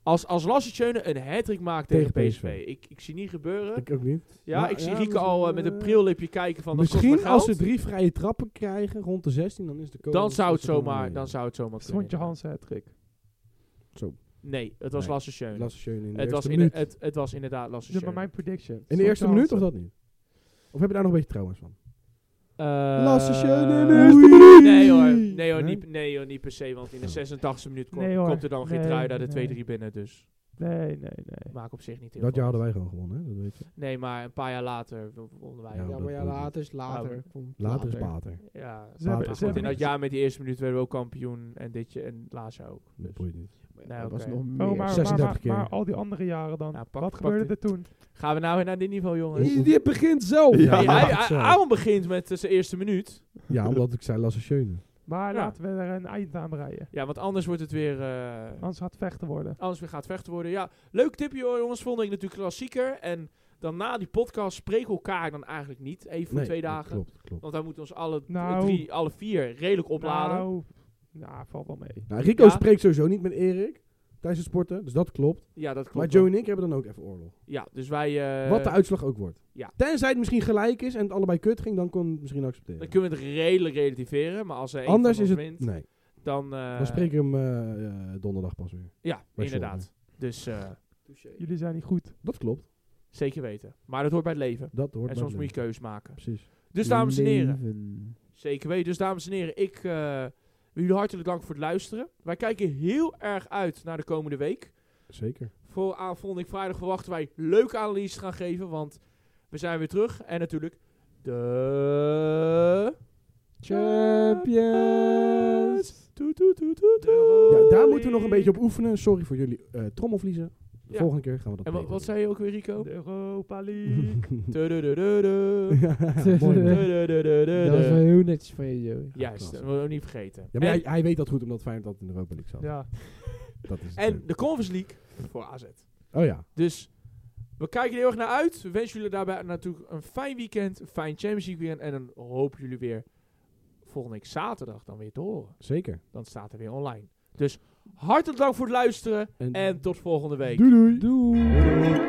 [SPEAKER 1] Als, als Lasse een hat maakt tegen, PSV. Ik, ik zie niet gebeuren.
[SPEAKER 3] Ik ook niet.
[SPEAKER 1] ja,
[SPEAKER 3] nou,
[SPEAKER 1] ik zie
[SPEAKER 3] ja,
[SPEAKER 1] Rieke
[SPEAKER 3] misschien,
[SPEAKER 1] al eh, met een
[SPEAKER 3] eh,
[SPEAKER 1] prillipje kijken van... dat kost me
[SPEAKER 3] Misschien
[SPEAKER 1] geld.
[SPEAKER 3] als ze drie vrije trappen krijgen rond de 16, dan is de
[SPEAKER 1] Dan zou het zomaar, dan zou het zomaar kunnen.
[SPEAKER 4] Stond je Hans het trick.
[SPEAKER 1] Nee, het was
[SPEAKER 3] Nee.
[SPEAKER 1] Lasse Schöne.
[SPEAKER 3] Lasse Schöne in de
[SPEAKER 1] het, was
[SPEAKER 3] eerste
[SPEAKER 1] in,
[SPEAKER 3] minuut.
[SPEAKER 1] het, het was inderdaad Lasse
[SPEAKER 4] Ja,
[SPEAKER 1] Schöne.
[SPEAKER 4] maar mijn prediction.
[SPEAKER 3] In de eerste minuut of dat niet? Of heb je daar nog een beetje trouwens van?
[SPEAKER 1] Eh,
[SPEAKER 3] Lasse Schöne in de
[SPEAKER 1] eh,
[SPEAKER 3] eerste minuut.
[SPEAKER 1] Nee hoor, nee, hoor
[SPEAKER 3] Nee?
[SPEAKER 1] niet, nee hoor, niet per se. Want in de
[SPEAKER 3] Oh.
[SPEAKER 1] 86e minuut kom-
[SPEAKER 4] Nee hoor,
[SPEAKER 1] komt er dan geen
[SPEAKER 4] nee,
[SPEAKER 1] trui daar de 2-3
[SPEAKER 4] nee.
[SPEAKER 1] binnen. Dus
[SPEAKER 4] Nee, nee, nee.
[SPEAKER 1] maakt op zich niet heel
[SPEAKER 3] Dat
[SPEAKER 1] veel
[SPEAKER 3] jaar
[SPEAKER 1] uit.
[SPEAKER 3] hadden wij gewoon gewonnen, hè? dat weet je.
[SPEAKER 1] Nee, maar een paar jaar later wo- wonnen wij.
[SPEAKER 3] Ja,
[SPEAKER 1] Ja,
[SPEAKER 2] Ja, maar ja,
[SPEAKER 3] dat-
[SPEAKER 2] later is later.
[SPEAKER 3] Later is later.
[SPEAKER 1] ja
[SPEAKER 4] Ze hebben,
[SPEAKER 3] goed,
[SPEAKER 1] want
[SPEAKER 4] ze
[SPEAKER 1] in
[SPEAKER 4] hebben
[SPEAKER 1] dat
[SPEAKER 4] niet-
[SPEAKER 1] jaar met die eerste minuut werden we ook kampioen. En dit jaar en laatst jaar ook. Dus.
[SPEAKER 3] Dat boeit niet.
[SPEAKER 2] Maar
[SPEAKER 1] Nee,
[SPEAKER 2] dat was
[SPEAKER 1] oké.
[SPEAKER 2] nog
[SPEAKER 4] Oh,
[SPEAKER 2] meer.
[SPEAKER 4] maar, maar,
[SPEAKER 3] 36
[SPEAKER 4] maar-
[SPEAKER 3] keer.
[SPEAKER 4] maar al die andere jaren dan.
[SPEAKER 1] Nou, pak-
[SPEAKER 4] Wat
[SPEAKER 1] pak
[SPEAKER 4] gebeurde
[SPEAKER 1] dit.
[SPEAKER 4] er toen?
[SPEAKER 1] Gaan we nou weer naar dit niveau, jongens?
[SPEAKER 2] Die, die begint zelf.
[SPEAKER 5] Ja.
[SPEAKER 1] Hey, hij-
[SPEAKER 3] dat
[SPEAKER 1] hij-
[SPEAKER 3] zo.
[SPEAKER 1] Aaron begint met eh, zijn eerste minuut.
[SPEAKER 3] Ja, omdat ik zei Lasse Schöne.
[SPEAKER 4] Maar
[SPEAKER 1] Ja.
[SPEAKER 4] laten we er een eind aan breien.
[SPEAKER 1] Ja, want anders wordt het weer... eh,
[SPEAKER 4] Anders gaat het vechten worden.
[SPEAKER 1] anders weer gaat vechten worden. Ja, leuk tipje hoor jongens, vond ik natuurlijk klassieker. En dan na die podcast spreken we elkaar dan eigenlijk niet. Even voor
[SPEAKER 3] Nee,
[SPEAKER 1] twee
[SPEAKER 3] dat
[SPEAKER 1] dagen.
[SPEAKER 3] Klopt, klopt.
[SPEAKER 1] Want wij moeten ons alle, d-
[SPEAKER 4] Nou.
[SPEAKER 1] drie, alle vier redelijk opladen.
[SPEAKER 4] Nou, nou, valt wel mee.
[SPEAKER 3] Nou, Rico
[SPEAKER 1] Ja.
[SPEAKER 3] spreekt sowieso niet met Erik tijdens het sporten, dus dat klopt.
[SPEAKER 1] Ja, dat klopt.
[SPEAKER 3] Maar
[SPEAKER 1] wel.
[SPEAKER 3] Joe en ik hebben dan ook even oorlog.
[SPEAKER 1] Ja, dus wij... eh,
[SPEAKER 3] Wat de uitslag ook wordt.
[SPEAKER 1] ja.
[SPEAKER 3] Tenzij het misschien gelijk is en het allebei kut ging, dan kon ik het misschien accepteren.
[SPEAKER 1] Dan kunnen we het redelijk relativeren. Maar als er één
[SPEAKER 3] Anders
[SPEAKER 1] van
[SPEAKER 3] is
[SPEAKER 1] ons
[SPEAKER 3] het...
[SPEAKER 1] wint,
[SPEAKER 3] Nee,
[SPEAKER 1] dan... eh,
[SPEAKER 3] we spreken hem eh, eh, donderdag pas weer.
[SPEAKER 1] Ja,
[SPEAKER 3] bij
[SPEAKER 1] inderdaad. Dus eh,
[SPEAKER 4] Jullie zijn niet goed.
[SPEAKER 3] Dat klopt.
[SPEAKER 1] zeker weten. Maar dat hoort bij het leven.
[SPEAKER 3] Dat hoort
[SPEAKER 1] en
[SPEAKER 3] bij
[SPEAKER 1] soms
[SPEAKER 3] het
[SPEAKER 1] moet je
[SPEAKER 3] leven.
[SPEAKER 1] keus maken.
[SPEAKER 3] Precies.
[SPEAKER 1] Dus dames en heren,
[SPEAKER 2] Leven.
[SPEAKER 1] Zeker weten. Dus dames en heren, ik eh, wil jullie hartelijk dank voor het luisteren. Wij kijken heel erg uit naar de komende week.
[SPEAKER 3] Zeker.
[SPEAKER 1] Voor aan Volgende Week vrijdag verwachten wij leuke analyses te gaan geven, want we zijn weer terug. En natuurlijk de...
[SPEAKER 2] Champions.
[SPEAKER 1] Toet, toet, toet, toet, toet.
[SPEAKER 3] Ja, daar moeten we nog een beetje op oefenen. Sorry voor jullie eh trommelvliezen. De
[SPEAKER 1] Ja.
[SPEAKER 3] volgende keer gaan we dat
[SPEAKER 1] En wa-
[SPEAKER 3] beter
[SPEAKER 1] wat zei je ook weer, Rico?
[SPEAKER 4] De Europa League.
[SPEAKER 1] Tududududu.
[SPEAKER 3] Ja, mooi, man.
[SPEAKER 1] Tududududu.
[SPEAKER 2] Dat was wel heel netjes van je, Joey.
[SPEAKER 1] Juist, dat
[SPEAKER 3] klasse.
[SPEAKER 1] moeten we ook niet vergeten.
[SPEAKER 3] Ja, maar hij,
[SPEAKER 1] en,
[SPEAKER 3] hij weet dat goed, omdat Feyenoord altijd in de Europa League zat.
[SPEAKER 4] ja.
[SPEAKER 3] Dat is het
[SPEAKER 1] en de Conference League voor AZ.
[SPEAKER 3] Oh ja.
[SPEAKER 1] Dus we kijken er heel erg naar uit. We wensen jullie daarbij natuurlijk een fijn weekend, een fijn Champions League weekend. En dan hopen jullie weer volgende week zaterdag dan weer te horen.
[SPEAKER 3] Zeker.
[SPEAKER 1] Dan staat er weer online. Dus hartelijk dank voor het luisteren en tot volgende week.
[SPEAKER 3] doei. doei. doei.